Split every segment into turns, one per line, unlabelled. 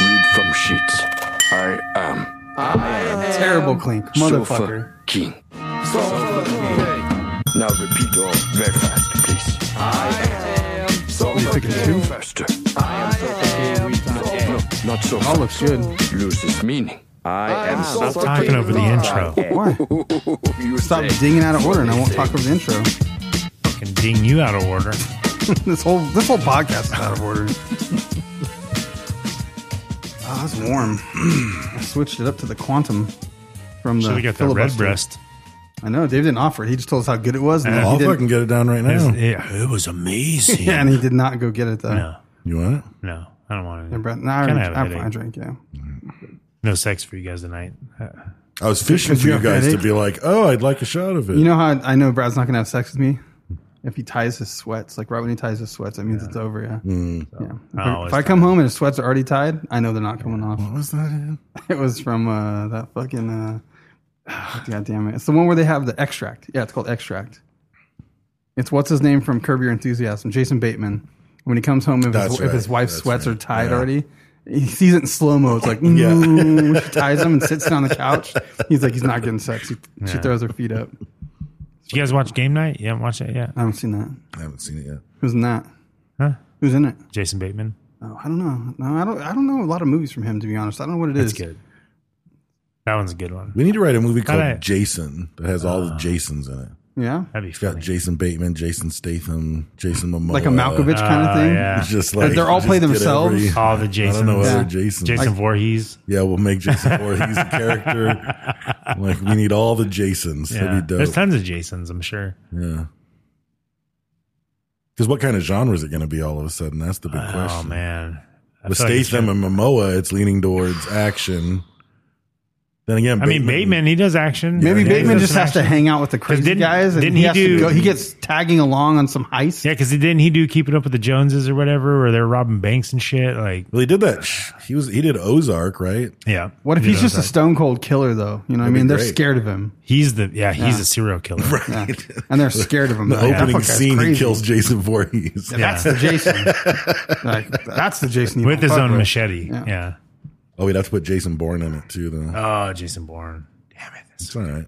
read from sheets. I am
Terrible clink, motherfucker.
Sofa King. Now repeat all very fast, please. I am Sofa
You're picking two?
Faster. No, not so
All looks good.
fast. Loses meaning. I am
Stop talking over the intro.
Why?
You
Stop
say.
dinging out of order, and I won't talk over the intro.
Fucking ding you out of order.
this whole this whole podcast is out of order. oh, it's warm. I switched it up to the quantum from the.
Should we got that red
filibuster.
breast?
I know Dave didn't offer it. He just told us how good it was, and then
Yeah,
he
I'll
didn't-
fucking get it down right now.
Yeah. It was amazing.
yeah, and he did not go get it though.
No,
You want it?
no, I don't want
And
to.
Brett, no, I,
Can I
already-
have a
I,
headache?
I drank. Yeah,
No sex for you guys tonight. Uh,
I was fishing for
you
you
have
guys to
headache?
be like, oh, I'd like a shot of it.
you know how I, I know Brad's not gonna have sex with me if he ties his sweats. Like right when he ties his sweats, that means it's over. Yeah,
Mm.
yeah. If I-
Oh,
if
it's
I come home and his sweats are already tied, I know they're not coming off.
what was that? in?
It was from uh, that fucking. Uh, God damn it! It's the one where they have the extract. Yeah, it's called extract. It's what's his name from Curb Your Enthusiasm, Jason Bateman. When he comes home, if,
That's
his, if his
right.
wife's
That's
sweats
right.
are tied
Yeah.
already, he sees it in slow mo. It's like,
Yeah.
"Mm," she ties him and sits down on the couch. He's like, he's not getting sex. He, She throws her feet up.
did you guys watch Game Night? You haven't watched that yet?
I haven't seen that.
I haven't seen it yet.
Who's in that?
Huh?
Who's in it?
Jason Bateman.
Oh, I don't know. No, I don't. I don't know a lot of movies from him to be honest. I don't know what it is.
It's good. That one's a good one.
We need to write a movie called
Alright.
Jason that has all the Jasons in it.
Yeah,
That'd be
It's got
funny.
Jason Bateman, Jason Statham, Jason Momoa.
like a Malkovich kind of thing.
Oh, yeah.
It's Just like
They're all
just
play
get
themselves?
every-
All the Jasons.
I don't know
Yeah.
other Jasons.
Jason Voorhees.
yeah, we'll make Jason Voorhees a character. Like we need all the Jasons.
Yeah.
That'd be
There's
dope.
tons of Jasons, I'm sure.
Yeah. Because what kind of genre is it going to be all of a sudden? That's the big
Oh
question.
man. I
With
feel like it's
Statham
been-
and Momoa, it's leaning towards action. Then again,
I mean Bateman, he does action.
Maybe
Yeah, he
Bateman
does
just
some
has to
action.
hang out with the crazy
didn't-
guys, and
didn't
he,
he
has
do-
to go. He gets tagging along on some heist.
Yeah, because didn't he do Keeping Up with the Joneses or whatever, where they're robbing banks and shit? Like,
Well, he did that. sh- He was he did Ozark, right?
yeah.
What if
You
he's
know,
just a
it's like-
stone cold killer, though? You know, what I
That'd be
mean, they're
great.
scared of him,
He's the yeah. He's a serial killer.
Yeah. and they're scared of him.
The
though. Yeah, that
opening
fuck guy's
scene, he
crazy.
kills Jason Voorhees.
Yeah.
That's the Jason. like, that's the Jason you
with
don't
his
fuck
own
with.
machete. Yeah.
Yeah.
Oh, we'd have to put Jason Bourne in it too, though.
Oh, Jason Bourne. Damn it.
It's all right.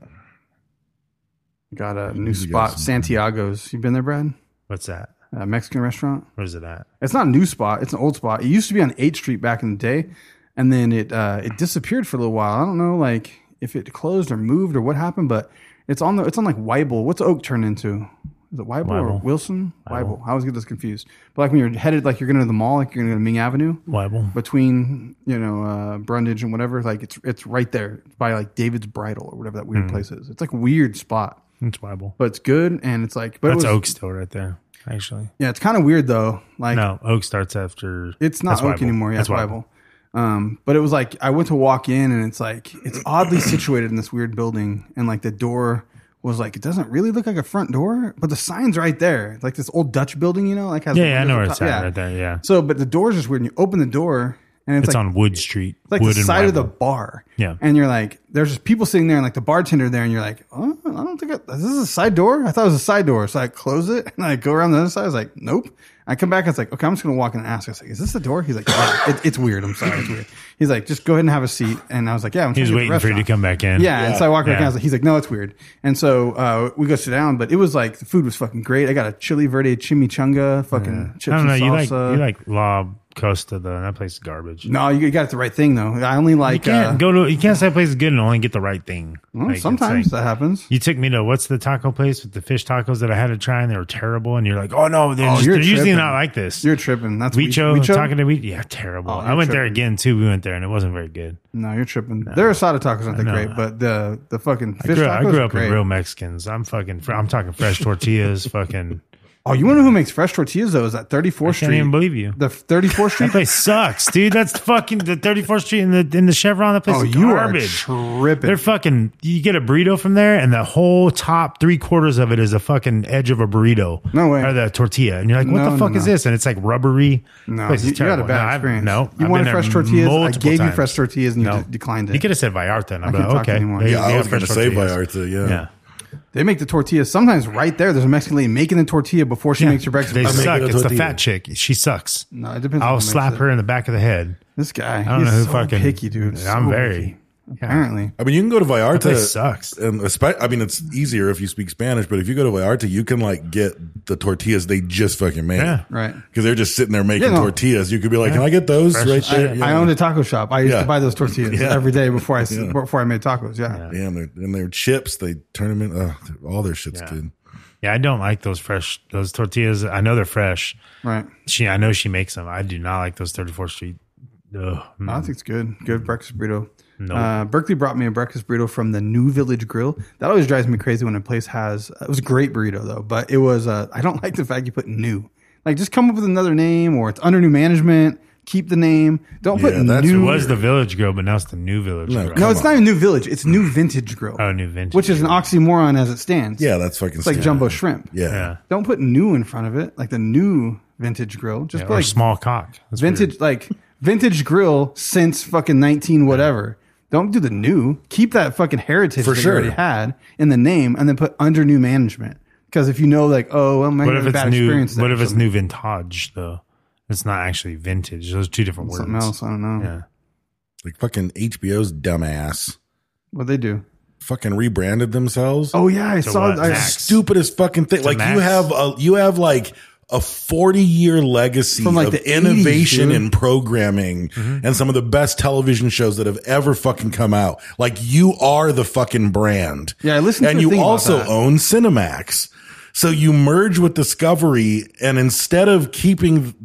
Got a new spot, Santiago's. You've been there, Brad?
What's that?
A Mexican restaurant.
Where's it at?
It's not a new spot. It's an old spot. It used to be on 8th Street back in the day, and then it uh, it disappeared for a little while. I don't know like if it closed or moved or what happened, but it's on the it's on like Weibel. What's Oak turned into? Is it Weibel, or
Weibel.
Wilson? Weibel. I always get this confused. But like when you're headed like you're going to the mall, like you're going to Ming Avenue
Weibel.
between you know uh, Brundage and whatever, like it's it's right there by like David's Bridal or whatever that weird
Hmm.
place is. It's like a weird spot,
It's Weibel.
but it's good and it's like but
That's
it was,
Oak still right there. Actually,
Yeah, it's kind of weird though. Like
no. Oak starts after.
it's not
that's
oak
Weibel.
anymore. Yeah, it's Bible. Um, but it was like I went to walk in, and it's like it's oddly situated in this weird building, and like the door was like it doesn't really look like a front door, but the sign's right there, It's like this old Dutch building, you know, like has
Yeah,
the
yeah, I
windows
know
up
where it's
top.
at right there. Yeah,
So, but the door's just weird. And you open the door, and it's,
it's
like
on Wood Street.
it's like
Wood
the
and
side of the
Weibel.
bar.
Yeah.
And you're like, there's just people sitting there and like the bartender there. And you're like, oh, I don't think I, is this a side door? I thought it was a side door. So I close it and I go around the other side. I was like, nope. I come back. It's like, okay, I'm just going to walk in and ask. I was like, is this the door? He's like, yeah, it, it's weird. I'm sorry. It's weird. He's like, just go ahead and have a seat. And I was like, yeah, I'm
He was
trying to get
waiting
the
for you to
restaurant.
come back in.
Yeah, and so I walked back
Yeah.
in. I was like, he's like, no, it's weird. And so uh, we go sit down, but it was like the food was fucking great. I got a chili verde chimichanga, fucking chips
I don't
and
know. You
salsa.
like you like La Costa though. That place is garbage.
no, you got the right thing though. I only like
You can't
uh,
go to you can't say a place is good and only get the right thing.
well,
Like, it's
sometimes that
like-
happens.
you took me to what's the taco place with the fish tacos that I had to try and they were terrible and you're like, oh no, they're,
Oh,
just-
you're
they're usually
tripping.
not like this.
You're tripping. That's we
Weecho,
Weecho?
talking to Weecho, yeah, terrible.
Oh,
I
you're
went there
tripping.
again too. We went there and it wasn't very good.
No, you're tripping. Their asada tacos aren't that
No.
great, but the the fucking
I
fish
grew,
tacos
I grew
are
up
great.
with real Mexicans. I'm fucking. fr- I'm talking fresh tortillas, fucking
Oh, you want to know who makes fresh tortillas though? Is that 34th Street?
Can't even believe you.
The 34th
That
Street.
place sucks, dude. That's fucking the 34th Street in the in the Chevron. That place
Oh,
is
you are
garbage.
tripping.
They're fucking. You get a burrito from there, and the whole top three quarters of it is a fucking edge of a burrito.
No way.
Or the tortilla, and you're like, what
No,
the
no,
fuck is
no.
this? And it's like rubbery.
No,
Place is
you, you had a
terrible. No,
bad
I've-
experience.
No, I've
you
been
wanted
there
fresh tortillas. I
multiple
gave you
times.
fresh tortillas and you
No.
d- declined it.
You could have said Vallarta, and I'd be
can't
like,
talk
okay.
anymore.
they-
Yeah,
I
they
was
have fresh
gonna say
tortillas.
Vallarta, yeah.
They make the tortillas sometimes right there. There's a Mexican lady making the tortilla before she
Yeah.
makes your breakfast.
They
I mean,
suck.
it a
It's the
tortilla.
fat chick. She sucks.
No, it depends on
I'll
who makes
slap
it.
her in the back of the head.
This guy,
I don't know
he's
who
so
fucking
picky, dude. So
I'm very.
picky.
yeah.
apparently.
I mean, you can go to Vallarta.
place sucks.
And espe- I mean, it's easier if you speak Spanish, but if you go to Vallarta, you can like get the tortillas they just fucking made.
Yeah.
Right.
Because they're just sitting there making
Yeah, no.
tortillas. You could be like, can I get those
Fresh
right
as
there?
shit.
Yeah.
I owned a taco shop. I used
Yeah.
to buy those tortillas
Yeah.
every day before I s-
Yeah.
before I made tacos. Yeah.
Damn, they're, and their chips, they turn them in. Uh, all their shit's good.
Yeah, I don't like those fresh those tortillas. I know they're fresh.
Right.
She, I know she makes them. I do not like those 34th Street. Ugh.
I think it's good. Good breakfast burrito.
No.
Uh, Berkeley brought me a breakfast burrito from the New Village Grill. That always drives me crazy when a place has. It was a great burrito though, but it was. Uh, I don't like the fact you put new. Like, just come up with another name, or it's under new management. Keep the name. Don't put
Yeah, that's
It
new.
was the Village Grill, but now it's the New Village
No,
Grill.
come
no, it's not even New Village. It's New Vintage Grill.
Oh, New Vintage
which is an oxymoron as it stands.
Yeah, that's fucking
it's like
stupid.
jumbo shrimp.
Yeah.
Yeah.
Don't put new in front of it, like the new Vintage Grill. Just
Yeah,
put
or
like
small cock. That's
vintage
weird.
like vintage grill since fucking 19 whatever don't do the new keep that fucking heritage
For
that
sure.
you already had in the name and then put under new management because if you know like oh well my
What if it's
bad
new?
experience there
What if
or
it's
something-
new vintage though? It's not actually vintage. Those are two different
something
words.
else i don't know
Yeah.
Like fucking HBO's dumbass
what they do
fucking rebranded themselves.
oh yeah i
So
saw
what,
I,
Max?
stupidest fucking thing. Like you
Max.
have a you have like a 40 year legacy
From, like,
of
the 80s,
innovation
dude.
in programming
Mm-hmm.
and some of the best television shows that have ever fucking come out. Like you are the fucking brand.
Yeah, I listened to
And
a
you
thing about
also
that.
own Cinemax. So you merge with Discovery and instead of keeping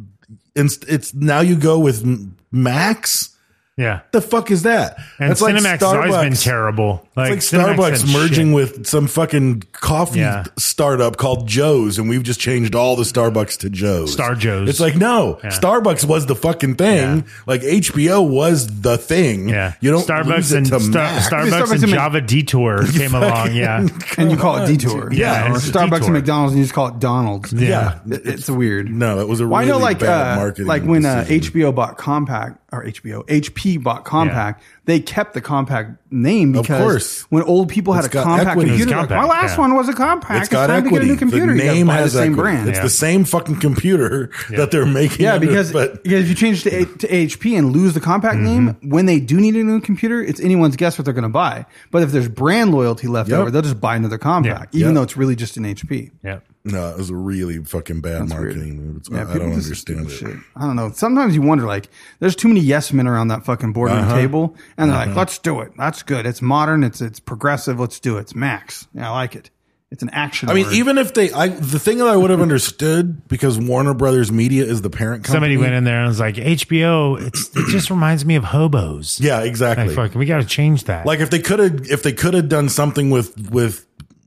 it's, it's now you go with M- Max.
Yeah.
The fuck is that?
And
That's
Cinemax has always been
Starbucks.
terrible. Like,
It's like
Cinemax
Starbucks
had
merging
shit.
with some fucking coffee
Yeah.
startup called Joe's, and we've just changed all the Starbucks to Joe's.
Star Joe's.
It's like no,
Yeah.
Starbucks was the fucking thing.
Yeah.
Like HBO was the thing.
Yeah,
you don't
Starbucks
lose it
and
to
Star-
Mac.
Starbucks,
Starbucks and
and
Mc-
Java Detour came along. Yeah,
and you call it detour
Yeah,
or
it's a
starbucks
detour.
and mcdonald's and you just call it donald's
Yeah.
It- it's, weird
Uh, No, it was a
Well, I
really
know, like
bad
uh,
marketing.
like when uh,
decision.
HBO bought Compact or HBO HP bought Compact, they kept the Compact name
Of
because
course.
when old people had
It's
a
got
Compact
equity.
computer,
It's
they're like,
Compact,
my last
yeah.
one was a Compact.
it's got
time
equity.
to get a new computer.
The
You gotta
name
buy
has
the same
equity.
brand.
It's
Yeah.
the same fucking computer that they're making.
Yeah,
under-
because,
but Mm-hmm.
because if you change to, A- to HP and lose the compact name, when they do need a new computer, it's anyone's guess what they're going to buy. But if there's brand loyalty left
Yep.
over, they'll just buy another compact, even
Yep.
though it's really just an HP.
yeah.
no, it was a really fucking bad
That's weird.
marketing move. It's-
Yeah,
I, I
people
don't
just
understand
do
it.
shit. I don't know. Sometimes you wonder, like, there's too many yes men around that fucking boardroom
Uh-huh.
table, and they're like, "Let's do it. That's good. It's modern. It's it's progressive. Let's do it. It's Max. Yeah, I like it. It's an action.
I mean,
word.
even if they, I the thing that I would have understood because Warner Brothers Media is the parent company.
Somebody went in there and was like, HBO. It's, it just reminds me of hobos.
Yeah, exactly.
like, fuck, we got to change that.
Like if they could have, if they could have done something with with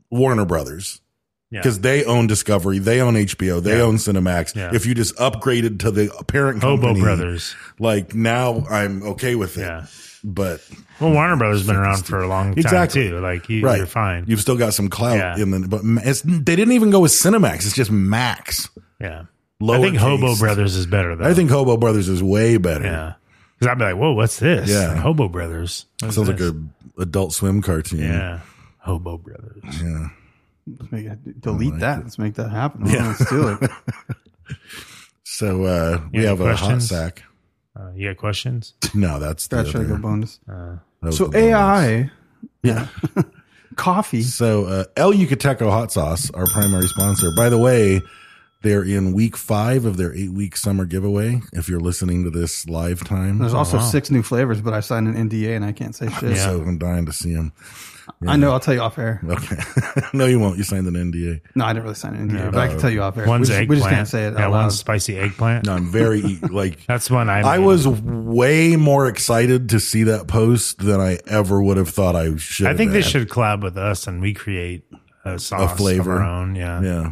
Warner Brothers
Yeah.
because they own Discovery, they own HBO, they
Yeah.
own Cinemax.
Yeah.
If you just upgraded to the parent
Hobo
company,
Brothers.
like now I'm okay with it.
Yeah.
But
well, Warner Brothers has been around for a long time
Exactly.
too. Like, you,
right,
you're fine.
You've still got some clout
Yeah.
in the, but it's, they didn't even go with Cinemax. It's just Max.
yeah, I
Lowercase.
think Hobo Brothers is better though.
I think Hobo Brothers is way better.
Oh. yeah, because I'd be like, whoa, what's this?
Yeah.
Hobo Brothers. What's
Sounds like
this?
a Adult Swim cartoon.
yeah, Hobo Brothers.
Let's make it- delete that. Let's make that happen. Yeah. Let's do it.
So uh, we
Any
have a hot
questions?
sack.
Uh, you got questions?
No, that's the
That's
other-
really good bonus.
that was
So
the bonus.
AI,
Yeah.
coffee.
So uh, El Yucateco hot sauce, our primary sponsor. By the way, they're in week five of their eight week summer giveaway. If you're listening to this live time,
There's also six new flavors, but I signed an NDA and I can't say shit.
so I'm dying to see them.
I know. I'll tell you off air.
Okay, no, you won't. You signed an NDA.
No, I didn't really sign an NDA, but I
Uh,
can tell you off air.
One's
we just,
eggplant.
we just can't say it.
Yeah,
out loud.
one's spicy eggplant.
No, I'm very e, like
That's one I.
I
made.
was way more excited to see that post than I ever would have thought I should.
I think
have
they
been.
should collab with us and we create a sauce
flavor.
of our own. Yeah.
Yeah.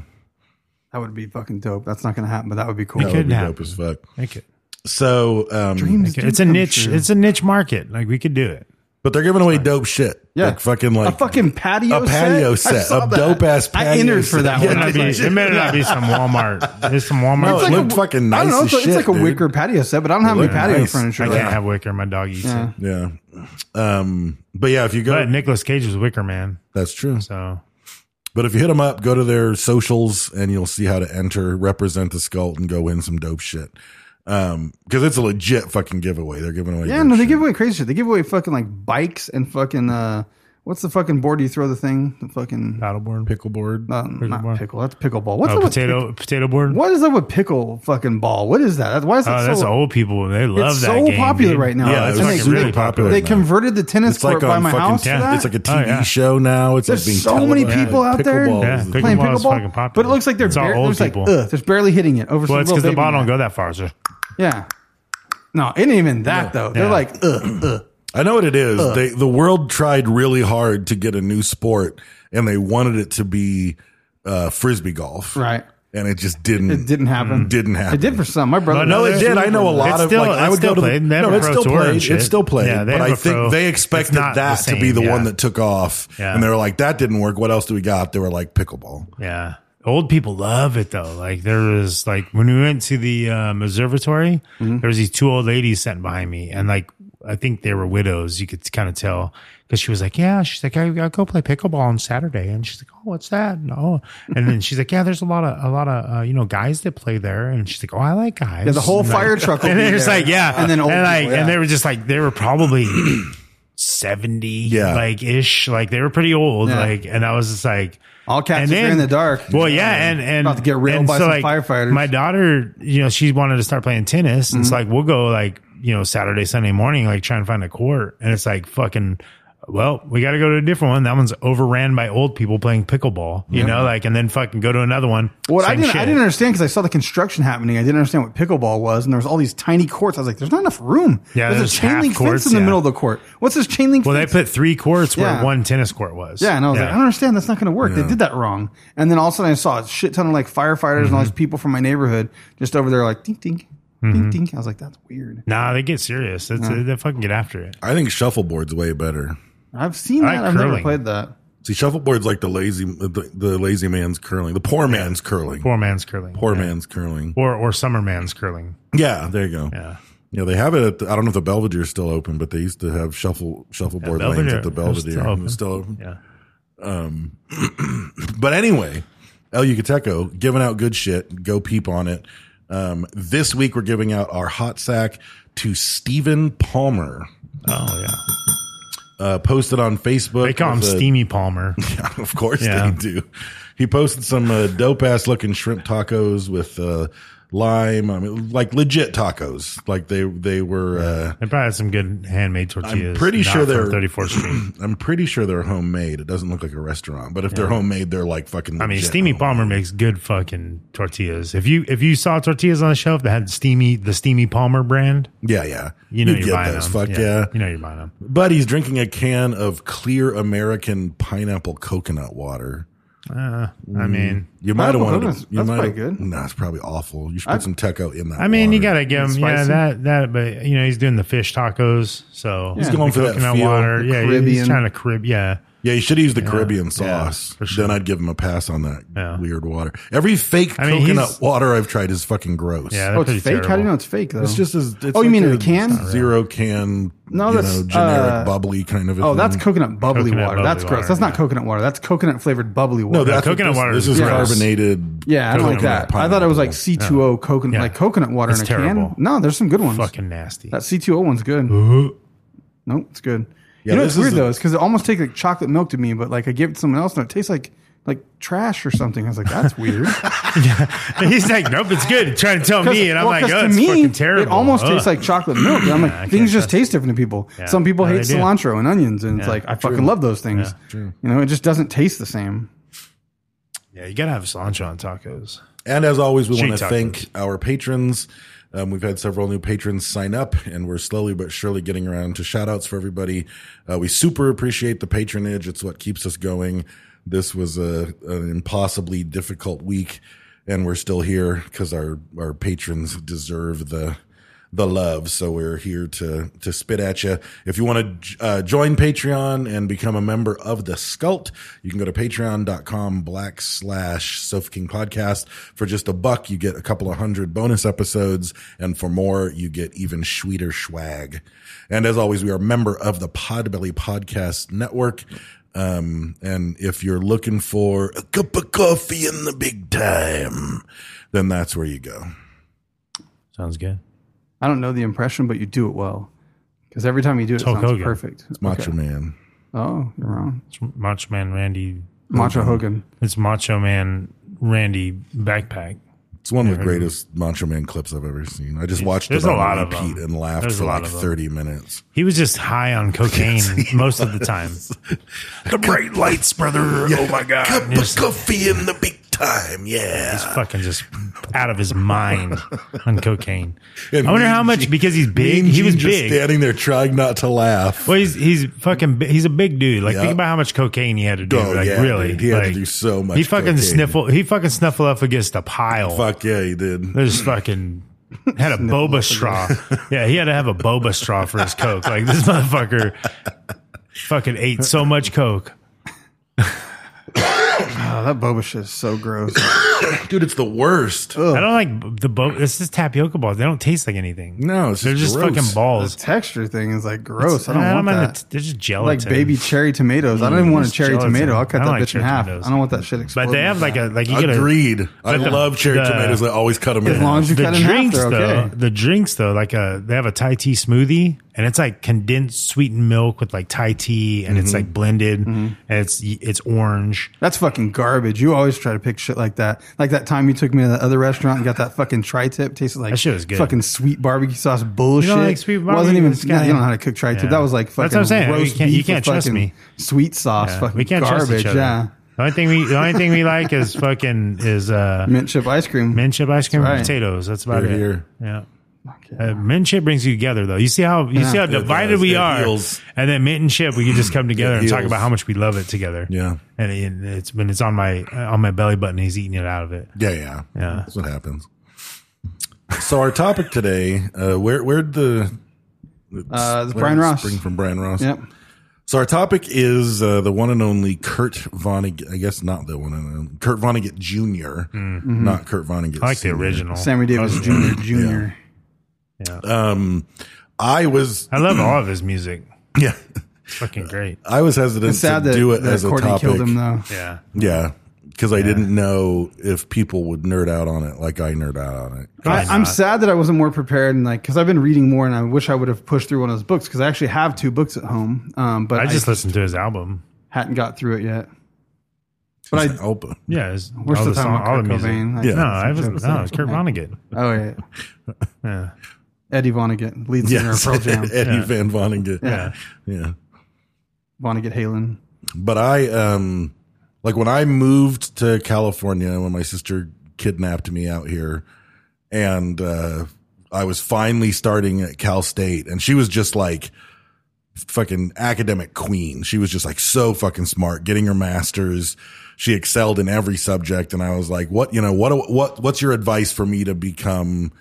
That would be fucking dope. That's not gonna happen, but that would be cool.
That
could
would be
happen.
dope as fuck.
Make it.
So, um,
Dreams do
It's a
come
niche.
true.
It's a niche market. Like we could do it.
but they're giving away dope shit.
Yeah.
Like fucking like
a fucking patio
a patio
set. I
set,
saw
a
that.
dope ass.
I entered for that
It
one.
might,
I was
be,
like-
it may not be some Walmart. There's some Walmart.
No, it
Like,
looked fucking nice.
I don't know.
as
It's, like- it's
shit,
like a
dude.
wicker patio set, but I don't have any
looked
patio
nice.
furniture.
I
like
can't
that.
have wicker. My dog eats it.
Yeah. Um. But yeah, if you go,
But Nicolas Cage was Wicker Man,
that's true.
so
But if you hit them up, go to their socials and you'll see how to enter, represent the sculpt, and go win some dope shit. Um, because it's a legit fucking giveaway. They're giving away.
Yeah,
dope
no, they
shit.
give away crazy shit. They give away fucking like bikes and fucking uh, what's the fucking board you throw the thing? The fucking
paddleboard,
pickle board.
uh, not
board.
pickle. That's pickleball. What's
oh,
up with
potato,
pick-
potato board.
what is up with pickle fucking ball? What is that? That's- Why is that
Oh,
so?
that's old people. They love
it's
that.
so
game,
popular
dude.
right now.
Yeah,
it's
And they-
fucking really popular
They
now.
converted the tennis
It's
court
like
by
on
my
fucking.
house. for
yeah,
that?
It's like a TV
Oh, yeah.
show now. It's like
There's
being
so many
televised.
people out there.
Pickleball
Yeah,
is the-
pickleball
playing
is
pickleball.
fucking popular.
But it looks like they're
It's all
bare-
old
there's like,
people.
ugh, there's barely hitting it over.
Well,
some
it's because
little
the ball
baby.
don't go that far. So
Yeah. No, it ain't even that though. They're
Yeah.
like, ugh, ugh.
I know what it is. They the world tried really hard to get a new sport, and they wanted it to be uh, frisbee golf,
Right.
And it just didn't.
It didn't happen.
Didn't happen.
It did for some. My brother.
Mm, But
No,
no,
it
there's-
did. I know a lot
It's
of
still-
like I
it's
would go
still
to the,
played. They have
no,
a
it's
pro
still
tour and
played.
shit.
It's still played.
Yeah, they
but
have
I
a
think
pro.
they
It's
expected
not the
that to be
same,
the
yeah.
one that took off,
Yeah.
and they were like, "That didn't work. What else do we got?" They were like, "Pickleball."
yeah, old people love it though. Like there was like when we went to the um, observatory,
Mm-hmm.
there was these two old ladies sitting behind me, and like I think they were widows. You could kind of tell because she was like, "Yeah," she's like, I, "I'll go play pickleball on Saturday," and she's like, "Oh, what's that?" No, and then she's like, "Yeah, there's a lot of a lot of uh, you know guys that play there," and she's like, "Oh, I like guys."
Yeah, the whole
And,
fire
like,
truck. will
and
be
they're just
there.
like, yeah,
and then old
like,
people, yeah.
and they were just like, they were probably seventy,
Yeah.
like ish, like they were pretty old,
Yeah.
like, and I was just like,
All cats if you're in the dark.
Well,
You know,
yeah, and and
about to get railed
and
by some firefighters. Mm-hmm.
My daughter, you know, she wanted to start playing tennis, and it's like we'll go like you know Saturday, Sunday morning, like try and find a court, and it's like fucking. Well, we got to go to a different one. That one's overran by old people playing pickleball, you know, like, and then fucking go to another one.
What I
Same
didn't, I
shit.
didn't understand because I saw the construction happening. I didn't understand what pickleball was, and there was all these tiny courts. I was like, "There's not enough room."
Yeah,
there's,
there's
a chain
half
link
courts,
fence in the
yeah.
middle of the court. What's this chain link?
Well, they
fence?
put three courts where
Yeah.
one tennis court was.
Yeah, and I was like, I don't understand. That's not going to work. They did that wrong. And then all of a sudden, I saw a shit ton of like firefighters and all
Mm-hmm.
these people from my neighborhood just over there, like dink dink, dink dink. I was like, that's weird.
Nah, they get serious. It's, They fucking get after it.
I think shuffleboard's way better.
I've seen
I
that.
like
I've never
curling.
played that.
See, shuffleboard's like the lazy, the, the lazy man's curling, the poor man's curling, poor,
Poor man's curling. Yeah.
man's curling.
Or or summer man's curling.
Yeah, there you go.
Yeah.
Yeah, they have it. At the, I don't know if the Belvedere is still open, but they used to have shuffle shuffleboard
Yeah,
lanes
Belvedere
at the
is still
Belvedere. It was
open.
still open.
Yeah.
But anyway, El Yucateco giving out good shit. Go peep on it. Um, this week we're giving out our hot sack to Stephen Palmer.
Oh yeah.
Uh, posted on Facebook.
They call him
with a-
Steamy Palmer.
of course
Yeah.
they do. He posted some uh, dope ass looking shrimp tacos with uh, lime. I mean, like legit tacos. Like they they were. Uh,
They probably had some good handmade tortillas.
pretty sure they're-
thirty fourth Street.
I'm pretty sure they're homemade. It doesn't look like a restaurant, but if they're homemade, they're like fucking.
I mean,
legit
Steamy
homemade.
Palmer makes good fucking tortillas. If you if you saw tortillas on the shelf that had steamy the Steamy Palmer brand,
Yeah, yeah.
you know
You'd
you're buying them.
Fuck yeah.
you know you're buying them.
But he's drinking a can of clear American pineapple coconut water.
Uh, I mean,
You might have
Pineapple
wanted.
coconut's-
you
that's
might
probably
have-
good.
Nah, it's probably awful. You should put some teco in that.
I mean, you
water.
gotta give him yeah
Spicy.
that that, but you know he's doing the fish tacos, so
He's going
The
for that
coconut
feel,
water.
the
Yeah,
Caribbean.
he's trying to crib. Yeah,
Yeah, you should use the Caribbean
yeah,
sauce.
for sure.
Then I'd give him a pass on that
Yeah.
weird water. Every fake
I mean,
coconut
he's-
water I've tried is fucking gross.
yeah. they're
Oh, it's
pretty
fake. How do you
terrible.
know it's fake though?
It's just as it's
Oh, you
like
mean in
a
a can?
zero can,
No,
you
that's,
know, generic
uh,
bubbly kind of. A
Oh, that's
thing.
coconut bubbly
Mm-hmm. Coconut
water.
bubbly
that's gross.
water,
that's not
yeah.
coconut water. That's coconut flavored bubbly water.
no, that's what
coconut
this,
water
This
is
is
gross.
carbonated.
yeah, I don't like
coconut
that. I thought it was like
pineapple.
C2O coconut,
Yeah.
like coconut water
It's
in a
terrible.
can. No, there's some good ones.
fucking nasty.
That C2O one's good. Nope, it's good.
Yeah,
you know
this
what's
is
weird
a-
though is because it almost tastes like chocolate milk to me, but like I give it to someone else and it tastes like like trash or something. I was like, that's weird.
He's like, nope, it's good. Trying to tell
'Cause-
me, and I'm
well,
like,
'cause
oh,
to
it's
me,
fucking terrible.
It almost
Ugh.
tastes like chocolate milk. And I'm like,
can't
things just
trust
taste different to people.
Yeah.
Some people
No,
hate
they do.
cilantro and onions, and it's
Yeah.
like I fucking love those things.
Yeah.
You know, it just doesn't taste the same.
yeah, you gotta have cilantro on tacos.
And as always, we
Street
want to
tacos.
thank our patrons. Um, we've had several new patrons sign up, and we're slowly but surely getting around to shout outs for everybody. Uh, we super appreciate the patronage. It's what keeps us going. This was a, an impossibly difficult week, and we're still here because our our patrons deserve the the love. So we're here to to spit at you. If you want to uh, join Patreon and become a member of the Sculpt, you can go to patreon.com black slash Sofa King podcast. For just a buck, you get a couple of hundred bonus episodes. And for more, you get even sweeter swag. And as always, we are a member of the Podbelly Podcast Network. Um, and if you're looking for a cup of coffee in the big time, then that's where you go.
Sounds good.
I don't know the impression, but you do it well. Because every time you do it, it
Hulk
sounds
Hogan.
perfect. It's
Macho Man.
Oh, you're wrong.
It's Macho Man Randy.
Macho Hogan.
It's Macho Man Randy backpack.
It's one of the greatest Macho Man clips I've ever seen. I just watched
There's
it
a
on
lot of
repeat
them.
and laughed
There's a
for
lot
like
of them.
30 minutes.
He was just high on cocaine most of the time.
The bright lights, brother. Oh my God. Cup of
Yes.
coffee in the big time. Yeah.
Fucking just out of his mind on cocaine.
And
I wonder
Mean
how much
Gene-
because he's big.
Mean
He was
Gene just
big.
standing there trying not to laugh.
Well, he's he's fucking bi- he's a big dude. Like
Yeah.
think about how much cocaine he had to do.
Oh,
like
yeah,
really,
dude. He had to
Like,
do so much
He fucking
cocaine.
sniffle. He fucking snuffle up against a pile.
Fuck yeah, he did.
There's fucking had a boba straw. yeah, he had to have a boba straw for his coke. Like this motherfucker fucking ate so much coke.
Oh, that boba shit is so gross.
Dude, it's the worst.
I don't like the boba. This is tapioca balls. They don't taste like anything.
No, it's
they're
just
just
gross.
fucking
the
balls.
texture thing is like gross. I don't want
mind
that.
the- they're just
like
gelatin.
baby cherry tomatoes. I don't even want a
Mm, It's
cherry
gelatin.
tomato. I'll cut
I
that
don't like
bitch in
cherry
half.
tomatoes.
I don't want that shit exploding.
But they have like a like you get a
Agreed. I
but the-
love cherry
the-
tomatoes. I always cut them
As
in.
long as you
the
cut it in half,
drinks
they're
though,
okay.
the drinks though, like uh they have a Thai tea smoothie, and it's like condensed sweetened milk with like Thai tea, and
Mm-hmm.
it's like blended, and it's it's orange.
That's fucking garbage. You always try to pick shit like that. Like that time you took me to the other restaurant and got that fucking tri-tip. Tasted like
That shit was good.
fucking sweet barbecue sauce bullshit.
like sweet
Wasn't
barbecue,
even.
it's
Nah,
kinda-
you don't know how to cook tri-tip.
Yeah.
That was like
That's what
fucking
I'm saying.
roast
You can't-
beef
you can't
with
trust
fucking
me.
Sweet sauce.
Yeah,
fucking
we can't
garbage.
trust each other.
Yeah.
The only thing we the only thing we like is fucking is uh
Mint chip ice cream.
mint chip ice cream
That's
and
right.
potatoes. That's about
Here,
it.
here.
Yeah. Uh, mint and chip brings you together, though. You see how you see how divided
does.
we
It
are,
heals.
and then mint and chip, we can just come together and talk
heals.
about how much we love it together.
Yeah.
and it, it's when it's on my on my belly button, he's eating it out of it.
Yeah, yeah,
Yeah.
That's what happens. So our topic today, uh, where where'd the
Uh, it's
where
Brian
did it
Ross.
spring from Brian Ross?
Yep.
So our topic is uh, the one and only Kurt Vonnegut. I guess not the one and only Kurt Vonnegut junior not Kurt Vonnegut.
Mm-hmm. I like the
Senior.
original.
Sammy Davis Jr. Jr.
Um, I was
I love all of his music.
yeah,
It's
Uh,
fucking great.
I was hesitant
It's sad
to
that,
do it
that
as a
Courtney
topic.
killed him though.
Yeah,
Yeah, because I didn't know if people would nerd out on it like I nerd out on it.
I, I'm sad that I wasn't more prepared and like because I've been reading more and I wish I would have pushed through one of those books because I actually have two books at home, um, but
I
I
just listened to his album.
hadn't got through it yet. But I,
open.
Yeah, his, all
we're still
the
talking
song,
about
all the
Kurt
music.
Cobain. I
Yeah.
No,
guess.
I was no, it's Kurt Vonnegut.
Oh yeah,
Yeah,
Eddie Vonnegut, lead singer
Yes,
of Pearl Jam.
Eddie Van Vonnegut.
Yeah.
yeah.
Vonnegut Halen.
but I um like when I moved to California when my sister kidnapped me out here and uh I was finally starting at Cal State and she was just like fucking academic queen. She was just like so fucking smart, getting her masters. She excelled in every subject and I was like, "What, you know, what do- what what's your advice for me to become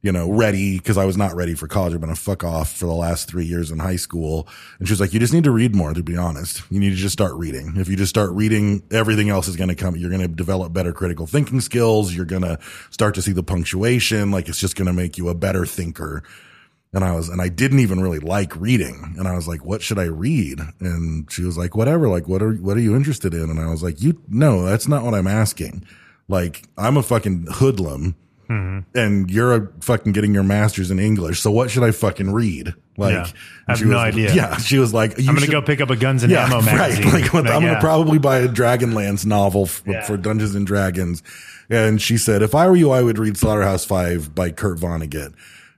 you know, ready because I was not ready for college. I've been a fuck off for the last three years in high school. And she was like, you just need to read more, to be honest. You need to just start reading. If you just start reading, everything else is going to come. You're going to develop better critical thinking skills. You're going to start to see the punctuation. Like it's just going to make you a better thinker. And I was, and I didn't even really like reading. And I was like, what should I read? And she was like, whatever. Like, what are, what are you interested in? And I was like, you, no, that's not what I'm asking. Like, I'm a fucking hoodlum and you're a fucking getting your master's in English. So what should I fucking read? Like,
Yeah. I
and
have
she
no
was-
idea.
Yeah. She was like,
I'm gonna go pick up a Guns and Ammo magazine.
Like, what the- I'm going
yeah.
to probably buy a Dragonlance novel f- for Dungeons and Dragons. And she said, if I were you, I would read Slaughterhouse Five by Kurt Vonnegut.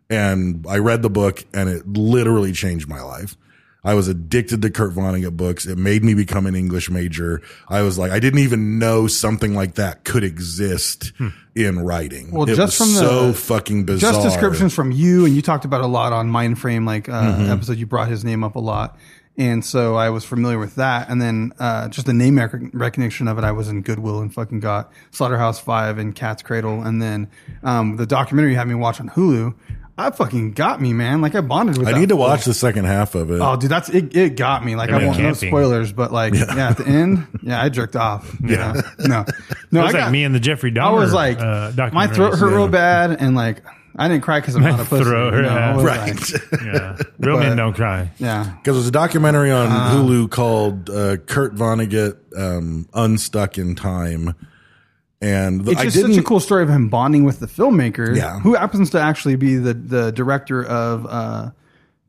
And I read the book and it literally changed my life. I was addicted to Kurt Vonnegut books. It made me become an English major. I was like, I didn't even know something like that could exist in writing.
Hmm. Well,
it was
just from the-
so fucking bizarre. Mm-hmm.
Just descriptions from you, and you talked about a lot on Mindframe, like uh, episode. You brought his name up a lot, And so I was familiar with that. And then uh, just the name rec- recognition of it, I was in Goodwill and fucking got Slaughterhouse Five and Cat's Cradle. And then um, the documentary you had me watch on Hulu, I fucking got me, man. Like I bonded with
I
that
need to
film.
watch the second half of it.
Oh, dude, that's it. It got me. Like
They
I
went
want no
camping.
spoilers, but like yeah. at the end, yeah, I jerked off.
Yeah.
Yeah, no, no, I
It was like
got,
me and the Jeffrey Dahmer.
I was like,
uh,
my throat
documentaries.
hurt
Yeah.
real bad, and like I didn't cry because I'm
My
not a pussy.
throat
you know?
hurt,
I was
right.
like,
Because
Yeah. Real
But-
men don't cry.
yeah,
there's a documentary on
Ah.
Hulu called uh, Kurt Vonnegut um, Unstuck in Time. And the,
it's
I
just
didn't.
such a cool story of him bonding with the filmmaker,
Yeah.
who happens to actually be the the director of uh,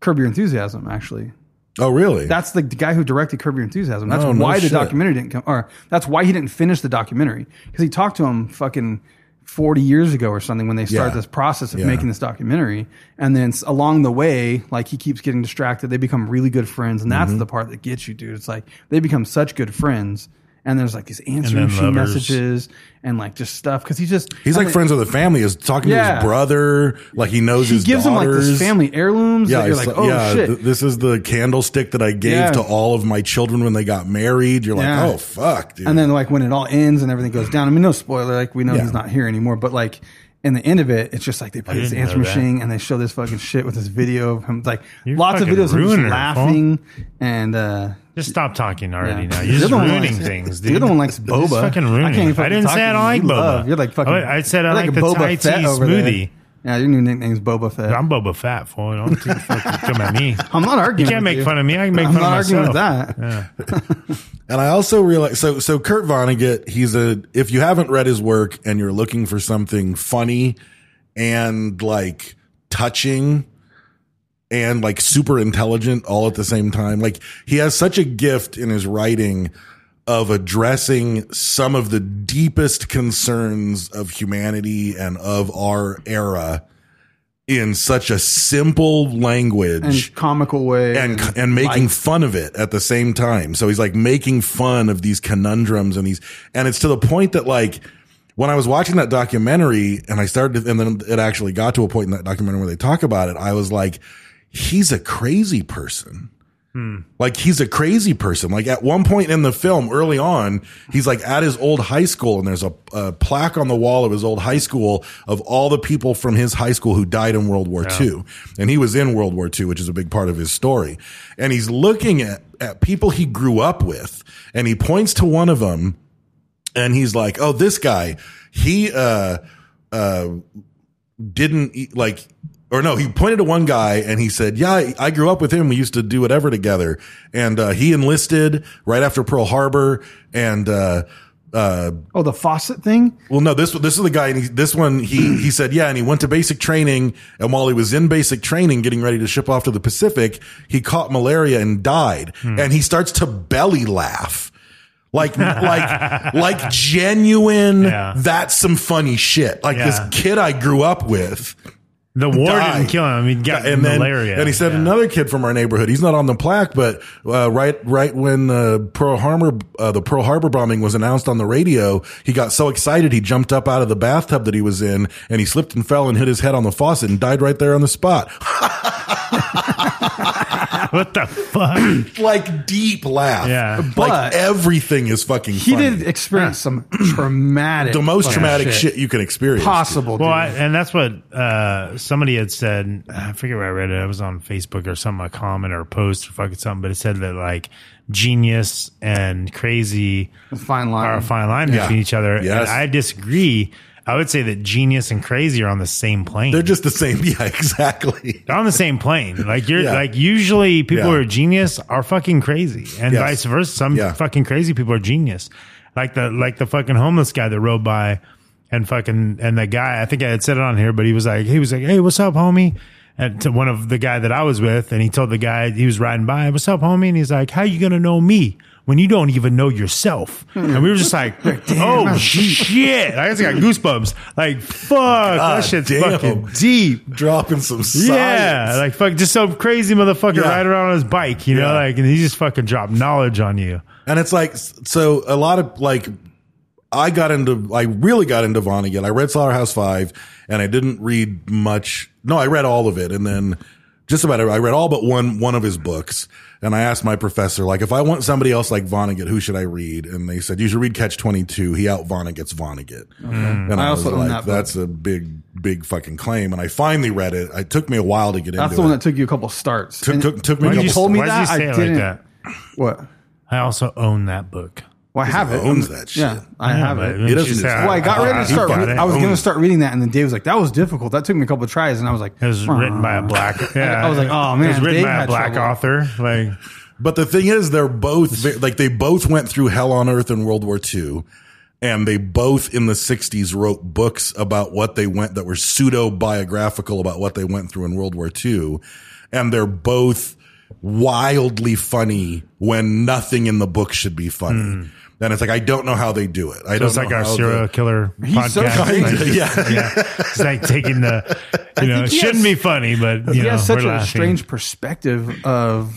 Curb Your Enthusiasm. Actually,
oh, really?
That's the guy who directed Curb Your Enthusiasm. That's
Oh, no
why the
shit.
documentary didn't come, or that's why he didn't finish the documentary because he talked to him fucking forty years ago or something when they started
Yeah.
this process of
Yeah.
making this documentary, and then s- along the way, like he keeps getting distracted. They become really good friends, and
Mm-hmm.
that's the part that gets you, dude. It's like they become such good friends. And there's like these answering machine
lovers.
messages and like just stuff because he's just
He's
I
like
mean,
friends with the family. Is talking to
Yeah.
his brother. Like he knows
He
his
gives him like
daughters.
this family heirlooms. Yeah,
Yeah,
that you're
I
like,
saw-
oh
yeah,
shit,
th- this is the candlestick that I gave
Yeah.
to all of my children when they got married. You're like,
Yeah.
oh fuck, dude.
And then like when it all ends and everything goes down. I mean, no spoiler. Like we know
Yeah.
he's not here anymore. But like in the end of it, it's just like they play this
didn't
answer
know that.
machine and they show this fucking shit with this video of him. Like
You're
lots of
fucking
videos of him
ruining
just
it,
laughing and. uh
Just stop talking already
Yeah.
now. You're
The
just
other one
ruining
likes-
things,
the
dude.
other one likes
Just
boba.
fucking
I
ruining
can't even
it. I
fucking
didn't
talk
say I
to
don't
you.
like
You
boba.
love- you're like fucking-
I, I said I
you're
like,
like a
the
Boba
Thai tea
Fett over there.
smoothie.
Yeah, your new nickname's Boba Fett.
I'm Boba Fat, fool. Don't you fucking come at me.
I'm not arguing.
You can't
with
make fun of me. I can make
I'm
fun of
not arguing
myself.
with that.
And I also realized so so Kurt Vonnegut, he's a if you haven't read his work and you're looking for something funny and like touching and like super intelligent all at the same time. Like he has such a gift in his writing of addressing some of the deepest concerns of humanity and of our era in such a simple language
And comical way.
and and making fun of it at the same time. So he's like making fun of these conundrums and these, and it's to the point that like when I was watching that documentary and I started, and then it actually got to a point in that documentary where they talk about it. I was like, he's a crazy person. Like he's a crazy person. Like at one point in the film, early on, he's like at his old high school, and there's a, a plaque on the wall of his old high school of all the people from his high school who died in World War II, and he was in World War II, which is a big part of his story. And he's looking at at people he grew up with, and he points to one of them, and he's like, "Oh, this guy, he uh uh didn't eat, like or no he pointed to one guy and he said yeah I- i grew up with him we used to do whatever together and uh, he enlisted right after pearl harbor and uh, uh,
oh, the faucet thing.
well no this this is the guy and he, this one he he said yeah and he went to basic training and while he was in basic training getting ready to ship off to the pacific he caught malaria and died
Hmm.
and he starts to belly laugh like like like genuine
Yeah.
that's some funny shit like this
Yeah.
kid i grew up with
The war
die.
didn't kill him. He got
and then,
malaria.
And he said
Yeah.
another kid from our neighborhood. He's not on the plaque, but uh, right right when uh, Pearl Harbor uh, the Pearl Harbor bombing was announced on the radio, he got so excited he jumped up out of the bathtub that he was in, and he slipped and fell and hit his head on the faucet and died right there on the spot.
What the fuck?
like deep laugh.
Yeah.
like
But-
everything is fucking.
He
funny.
did experience some traumatic,
the most
fucking
traumatic shit. you can experience.
possible.
Well,
dude.
I, and that's what uh, somebody had said. I forget where I read it. I was on Facebook or something, a comment or a post or fucking something, but it said that like genius and crazy
fine line.
are a fine line
Yeah.
between each other.
Yes.
And I disagree. I would say that genius and crazy are on the same plane.
They're just the same. Yeah, exactly.
They're on the same plane. Like you're
Yeah.
like usually
Yeah.
people who are genius are fucking crazy, and
Yes.
vice versa. Some
Yeah.
fucking crazy people are genius. Like the like the fucking homeless guy that rode by, and fucking and the guy I think I had said it on here, but he was like he was like hey what's up homie. And to one of the guy that I was with, and he told the guy he was riding by, "What's up, homie?" And he's like, "How you gonna know me when you don't even know yourself?"
Hmm.
And we were just like, "Oh shit!" I just got goosebumps. Like, fuck, that
God
shit's
damn.
fucking deep.
Dropping some science.
Yeah, like fuck, just some crazy motherfucker
Yeah.
ride around on his bike, you know,
Yeah.
like, and he just fucking dropped knowledge on you.
And it's like, so a lot of like, I got into, I really got into Vonnegut. I read Slaughterhouse Five and I didn't read much. No, I read all of it. And then just about every, I read all but one one of his books, and I asked my professor like, if I want somebody else like Vonnegut, who should I read? And they said you should read Catch Twenty Two. He out Vonnegut's Vonnegut, and I,
Mm-hmm. I
was
also own
like,
that book.
that's a big big fucking claim. And I finally read it. It took me a while to get into
That's the
it.
one that took you a couple starts.
Took-
And
took- took me a
when you
couple-
told me
Why did you
that,
say it
I
like
didn't.
that?
What?
I also own that book.
Well, I have
he
it.
owns
I'm-
that
Yeah,
shit.
I have it.
He doesn't just-
Well, I
uh,
got ready to
he
start.
got
re-
it.
I was going
Own
to
it.
start reading that, and then Dave was like, "That was difficult. That took me a couple tries," and I was like,
It was written by a black. Yeah,
Ah. I was like, "Oh,
it was
man,
written
Dave
by a
had
black
trouble."
author. Like,
But the thing is, they're both ve- like they both went through hell on earth in World War II, and they both in the '60s wrote books about what they went that were pseudo biographical about what they went through in World War II, and they're both wildly funny when nothing in the book should be funny. And it's like I don't know how they do it. I
it
don't
was Hmm. like
know
our
how
serial
they-
killer podcast.
He's so
kind.
Like,
Yeah.
It's like taking the, you know, it
think he
shouldn't
has-
be funny, but you
he
know,
has such
we're
a
laughing.
strange perspective of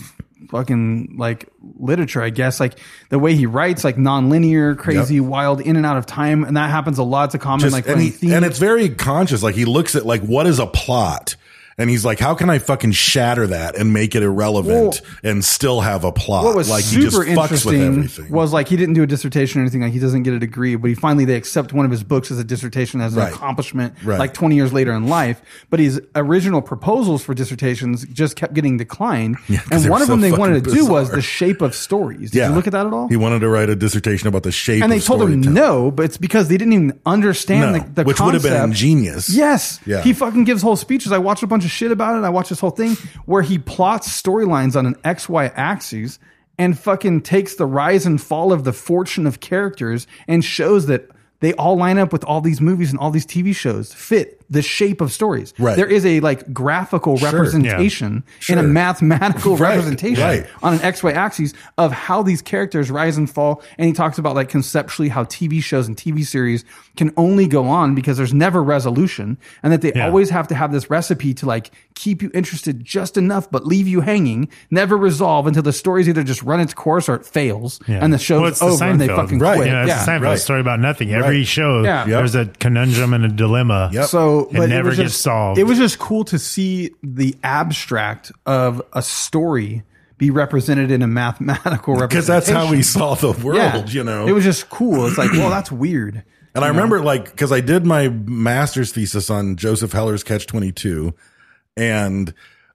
fucking like literature, I guess. Like the way he writes, like nonlinear, crazy,
Yep.
wild, in and out of time, and that happens a lot. It's a common
Just-
like
and,
running
he,
theme.
and it's very conscious. Like he looks at like what is a plot, and he's like, how can I fucking shatter that and make it irrelevant and still have a plot?
what was
like
super interesting was like he didn't do a dissertation or anything. Like he doesn't get a degree, but he finally they accept one of his books as a dissertation as an
Right.
accomplishment.
Right.
Like twenty years later in life, but his original proposals for dissertations just kept getting declined.
'cause they
and
were
one of
so
them they
fucking
wanted to do was
bizarre.
the shape of stories. Did you look at that at all?
He wanted to write a dissertation about the shape,
and they
of
told him
storytelling.
no, but it's because they didn't even understand
No,
the, the
which would have
concept.
been ingenious.
Yes,
Yeah.
He fucking gives whole speeches. I watched a bunch of shit about it. I watched this whole thing where he plots storylines on an X Y axis and fucking takes the rise and fall of the fortune of characters and shows that. They all line up with all these movies and all these TV shows fit the shape of stories.
Right.
There is a like graphical representation
Sure.
and a mathematical representation
right.
on an XY axis of how these characters rise and fall. And he talks about like conceptually how TV shows and TV series can only go on because there's never resolution and that they
Yeah.
always have to have this recipe to like keep you interested just enough, but leave you hanging, never resolve until the story's either just run its course or it fails and the show's
Well, it's the
over and they
Seinfeld.
fucking
Right.
quit.
You know, it's
yeah.
a Seinfeld
right.
story about nothing. Every
Right.
show,
Yeah. Yep.
there's a conundrum and a dilemma.
Yep.
So
It never
was
gets
just,
solved.
It was just cool to see the abstract of a story be represented in a mathematical representation.
because that's how he saw the world. You know,
it was just cool. It's like, well, that's weird.
And I remember like because I did my master's thesis on Joseph Heller's Catch Twenty Two, and